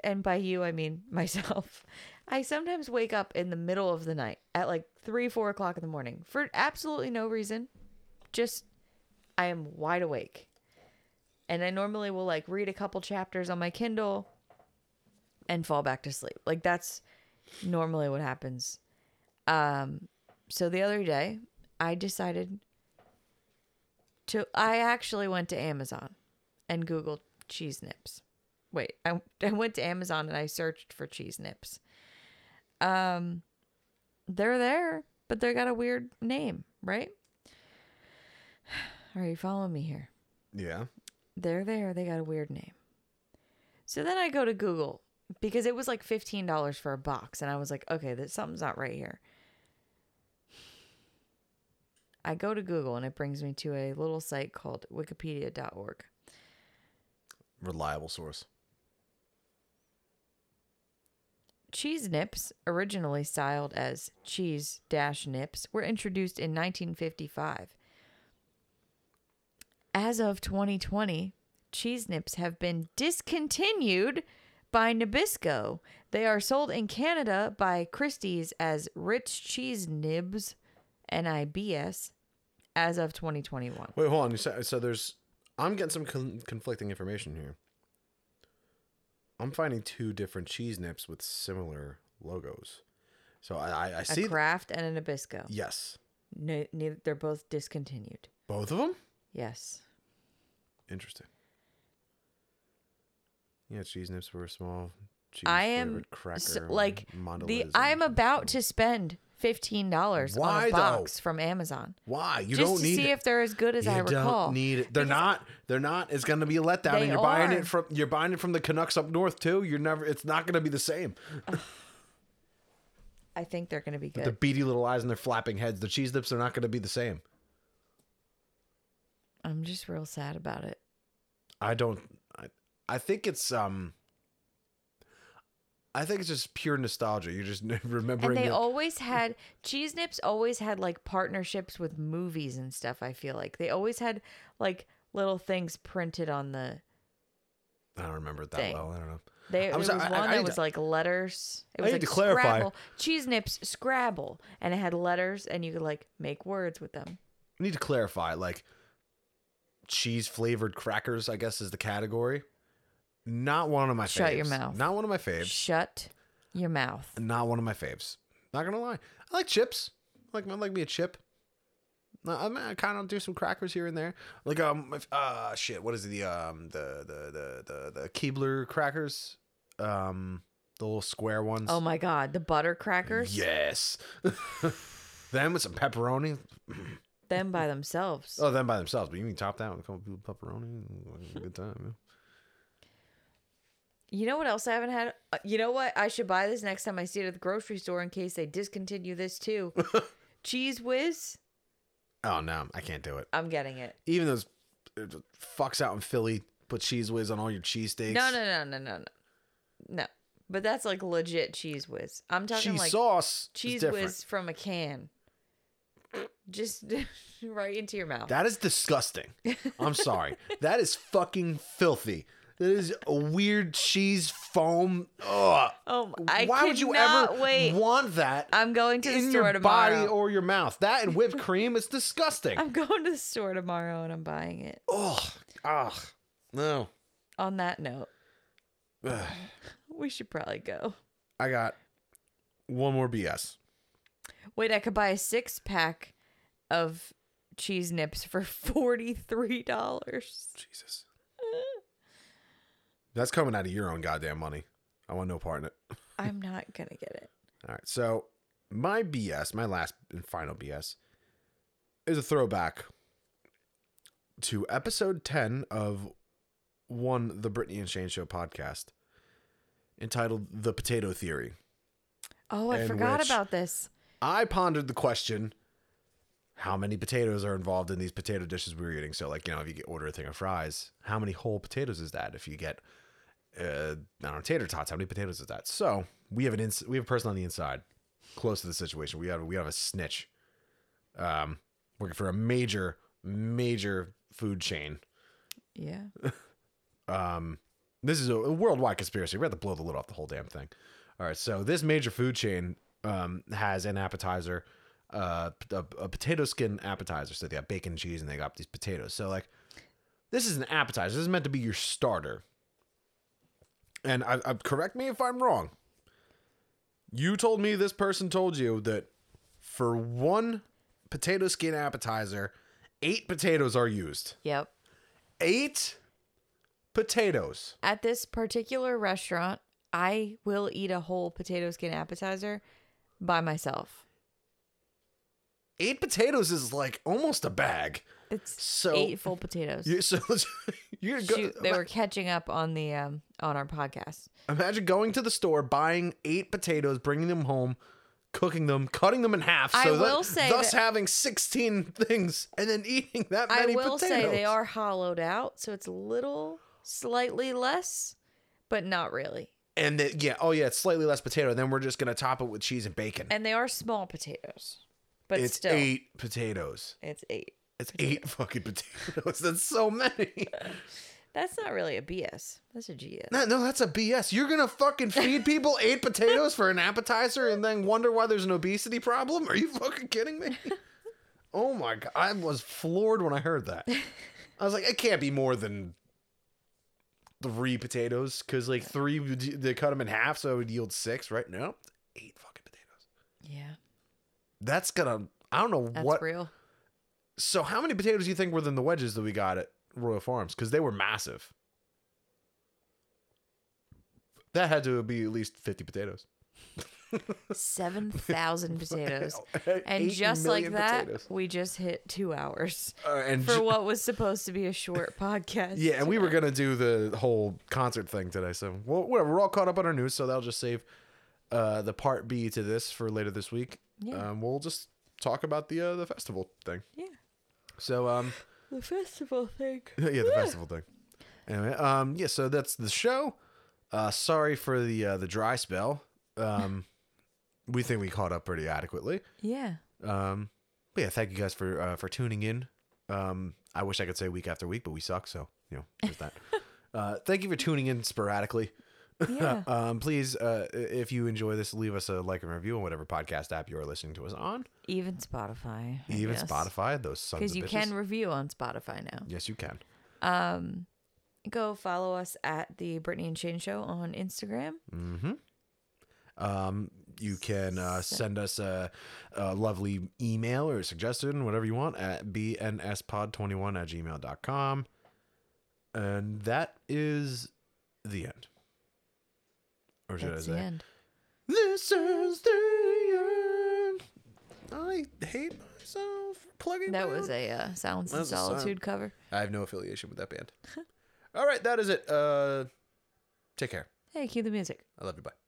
Speaker 1: and by you, I mean [laughs] myself, I sometimes wake up in the middle of the night at like three, four o'clock in the morning for absolutely no reason. Just, I am wide awake. And I normally will like read a couple chapters on my Kindle and fall back to sleep. Like that's normally what happens. Um, so the other day, I decided to I actually went to Amazon and Googled cheese nips. Wait, I, I went to Amazon and I searched for cheese nips. Um they're there, but they got a weird name, right? [sighs] Are you following me here?
Speaker 2: Yeah.
Speaker 1: They're there, they got a weird name. So then I go to Google because it was like $15 for a box and I was like, okay, that something's not right here. I go to Google and it brings me to a little site called wikipedia.org.
Speaker 2: Reliable source.
Speaker 1: Cheese nips, originally styled as cheese dash nips, were introduced in 1955. As of 2020, cheese nips have been discontinued by Nabisco. They are sold in Canada by Christie's as Rich Cheese Nibs, NIBS, as of 2021.
Speaker 2: Wait, hold on. You said- So there's, I'm getting some con- conflicting information here. I'm finding two different cheese nips with similar logos. So I, I, I see.
Speaker 1: A craft and a Nabisco.
Speaker 2: yes,
Speaker 1: No, neither, they're both discontinued.
Speaker 2: both of them.
Speaker 1: Yes.
Speaker 2: Interesting. Yeah, cheese nips were a small. Cheese
Speaker 1: I am
Speaker 2: flavored cracker
Speaker 1: so-
Speaker 2: on
Speaker 1: like the
Speaker 2: Mondelez and-
Speaker 1: I'm about to spend fifteen dollars on
Speaker 2: Why,
Speaker 1: a
Speaker 2: though?
Speaker 1: box from Amazon
Speaker 2: Why? You
Speaker 1: just
Speaker 2: don't
Speaker 1: to
Speaker 2: need
Speaker 1: see
Speaker 2: it.
Speaker 1: if they're as good as
Speaker 2: you
Speaker 1: I
Speaker 2: don't
Speaker 1: recall.
Speaker 2: need it. They're not. They're not. It's going to be a letdown,
Speaker 1: They
Speaker 2: and you're buying
Speaker 1: are.
Speaker 2: it from you're buying it from the Canucks up north too. You're never. It's not going to be the same.
Speaker 1: I think they're going to be good.
Speaker 2: The beady little eyes and their flapping heads. The cheese dips are not going to be the same.
Speaker 1: I'm just real sad about it.
Speaker 2: I don't. I, I think it's um. I think it's just pure nostalgia. You're just [laughs] remembering.
Speaker 1: And they
Speaker 2: the-
Speaker 1: always had cheese nips. Always had like partnerships with movies and stuff. I feel like they always had like little things printed on the.
Speaker 2: I don't remember it that
Speaker 1: thing.
Speaker 2: well. I don't know.
Speaker 1: They, there
Speaker 2: I'm
Speaker 1: was
Speaker 2: sorry,
Speaker 1: one
Speaker 2: I- I
Speaker 1: that
Speaker 2: need
Speaker 1: was
Speaker 2: to-
Speaker 1: like letters. It
Speaker 2: I
Speaker 1: was
Speaker 2: need
Speaker 1: like
Speaker 2: to clarify.
Speaker 1: Scrabble. Cheese nips Scrabble, and it had letters, and you could like make words with them.
Speaker 2: I need to clarify. Like cheese flavored crackers, I guess, is the category. Not one of my faves.
Speaker 1: Shut your mouth.
Speaker 2: Not one of my faves.
Speaker 1: Shut your mouth.
Speaker 2: Not one of my faves. Not gonna lie. I like chips. I like I like me a chip. No, I, mean, I kind of do some crackers here and there. Like um, if- uh, shit. What is it? The um, the the the the, the Keebler crackers. Um, the little square ones.
Speaker 1: Oh my god, the butter crackers.
Speaker 2: yes. [laughs] them with some pepperoni.
Speaker 1: Them by themselves.
Speaker 2: Oh, them by themselves. But you can top that with a couple of pepperoni. Good time. yeah.
Speaker 1: You know what else I haven't had? Uh, You know what? I should buy this next time I see it at the grocery store in case they discontinue this too.
Speaker 2: [laughs]
Speaker 1: Cheese whiz.
Speaker 2: Oh no, I can't do it.
Speaker 1: I'm getting it.
Speaker 2: Even those it fucks out in Philly put cheese whiz on all your cheesesteaks.
Speaker 1: No, no, no, no, no, no, no. But that's like legit cheese whiz. I'm talking
Speaker 2: Cheese
Speaker 1: like
Speaker 2: sauce. is
Speaker 1: cheese
Speaker 2: different.
Speaker 1: whiz from a can. Just [laughs] right into your mouth.
Speaker 2: That is disgusting. I'm sorry. that is fucking filthy. That is a weird cheese foam. Ugh.
Speaker 1: oh, my- I
Speaker 2: Why would you ever
Speaker 1: wait?
Speaker 2: want that
Speaker 1: I'm going to the
Speaker 2: in
Speaker 1: store
Speaker 2: your
Speaker 1: tomorrow.
Speaker 2: body or your mouth? That and whipped cream is disgusting.
Speaker 1: [laughs] I'm going to the store tomorrow and I'm buying it.
Speaker 2: Ugh. Ugh. No.
Speaker 1: On that note,
Speaker 2: Ugh.
Speaker 1: we should probably go.
Speaker 2: I got one more BS.
Speaker 1: Wait, I could buy a six pack of cheese nips for [laughs] forty three dollars. [laughs]
Speaker 2: Jesus. That's coming out of your own goddamn money. I want no part in it.
Speaker 1: I'm not gonna get it.
Speaker 2: All right. So my BS, my last and final BS, is a throwback to episode 10 of one, the Brittany and Shane Show podcast, entitled The Potato Theory.
Speaker 1: Oh, I
Speaker 2: And
Speaker 1: forgot
Speaker 2: which-
Speaker 1: about this.
Speaker 2: I pondered the question how many potatoes are involved in these potato dishes we were eating? So, like, you know, if you get- order a thing of fries, how many whole potatoes is that? If you get, uh, I don't know, tater tots, how many potatoes is that? So, we have an ins- we have a person on the inside close to the situation. We have we have a snitch, um, working for a major major food chain.
Speaker 1: Yeah.
Speaker 2: Um, this is a, a worldwide conspiracy. We have to blow the lid off the whole damn thing. All right, so this major food chain um, has an appetizer, uh, a, a potato skin appetizer. So they got bacon, cheese, and they got these potatoes. So like, this is an appetizer. This is meant to be your starter. And I, I correct me if I'm wrong. You told me this person told you that for one potato skin appetizer, eight potatoes are used.
Speaker 1: Yep.
Speaker 2: Eight potatoes.
Speaker 1: At this particular restaurant, I will eat a whole potato skin appetizer by myself.
Speaker 2: eight potatoes is like almost a bag.
Speaker 1: It's
Speaker 2: So-
Speaker 1: eight full potatoes.
Speaker 2: You, so [laughs] you're go,
Speaker 1: Shoot, they were catching up on the um on our podcast.
Speaker 2: imagine going to the store, buying eight potatoes, bringing them home, cooking them, cutting them in half. So
Speaker 1: I
Speaker 2: that-
Speaker 1: will say
Speaker 2: thus
Speaker 1: that-
Speaker 2: having sixteen things, and then eating that
Speaker 1: I
Speaker 2: many
Speaker 1: will
Speaker 2: potatoes.
Speaker 1: say they are hollowed out, so it's a little slightly less, but not really.
Speaker 2: And that yeah, oh yeah, it's slightly less potato. Then we're just gonna top it with cheese and bacon.
Speaker 1: And they are small potatoes. But
Speaker 2: it's
Speaker 1: still
Speaker 2: eight potatoes.
Speaker 1: it's eight.
Speaker 2: It's eight fucking potatoes. [laughs] That's so many.
Speaker 1: That's not really a BS. That's a GS.
Speaker 2: No, no, that's a BS. You're gonna fucking feed people eight potatoes for an appetizer and then wonder why there's an obesity problem? Are you fucking kidding me? Oh my god, I was floored when I heard that. I was like, it can't be more than three potatoes because like three would- they cut them in half, so it would yield six, right? No, eight fucking potatoes.
Speaker 1: Yeah.
Speaker 2: That's gonna. I don't know
Speaker 1: That's
Speaker 2: what. [laughs]
Speaker 1: real.
Speaker 2: So how many potatoes do you think were than the wedges that we got at Royal Farms? Because they were massive. That had to be at least fifty potatoes.
Speaker 1: Seven
Speaker 2: [laughs]
Speaker 1: thousand potatoes, and
Speaker 2: Eight
Speaker 1: just like
Speaker 2: million
Speaker 1: that,
Speaker 2: potatoes.
Speaker 1: we just hit two
Speaker 2: [laughs]
Speaker 1: hours
Speaker 2: Uh, and
Speaker 1: for
Speaker 2: ju-
Speaker 1: what was supposed to be a
Speaker 2: [laughs]
Speaker 1: short podcast.
Speaker 2: yeah, and we were gonna do the whole concert thing today, so well, whatever. We're all caught up on our news, so that'll just save uh, the part B to this for later this week.
Speaker 1: Yeah.
Speaker 2: Um, we'll just talk about the uh, the festival thing.
Speaker 1: Yeah,
Speaker 2: So um,
Speaker 1: the festival thing.
Speaker 2: [laughs] yeah, the festival thing. Anyway, um, yeah, so that's the show. Uh, sorry for the uh, the dry spell. Um, [laughs] we think we caught up pretty adequately. [laughs]
Speaker 1: Yeah,
Speaker 2: Um, but yeah, thank you guys for uh, for tuning in. Um, I wish I could say week after week, but we suck, so you know, there's
Speaker 1: [laughs]
Speaker 2: that. uh, thank you for tuning in sporadically.
Speaker 1: yeah.
Speaker 2: um, please, uh, if you enjoy this, leave us a like and review on whatever podcast app you are listening to us on,
Speaker 1: Even Spotify. I
Speaker 2: even
Speaker 1: guess.
Speaker 2: Spotify. Those sons
Speaker 1: because
Speaker 2: of
Speaker 1: you
Speaker 2: bitches.
Speaker 1: can review on Spotify now.
Speaker 2: Yes, you can.
Speaker 1: Um, go follow us at the Brittany and Shane Show on Instagram.
Speaker 2: Um, you can uh, send us a, a lovely email or suggestion, whatever you want, at bnspod21 at gmail.com. And that is the end. Or should
Speaker 1: That's
Speaker 2: I
Speaker 1: the
Speaker 2: say,
Speaker 1: end.
Speaker 2: this is the end. I hate myself for plugging
Speaker 1: That
Speaker 2: my
Speaker 1: was
Speaker 2: own-
Speaker 1: a uh, Silence
Speaker 2: That
Speaker 1: and
Speaker 2: was a sound.
Speaker 1: Solitude cover.
Speaker 2: I have no affiliation with that [laughs] band. All right, that is it. Uh, take care.
Speaker 1: Hey, cue the music.
Speaker 2: I love you. Bye.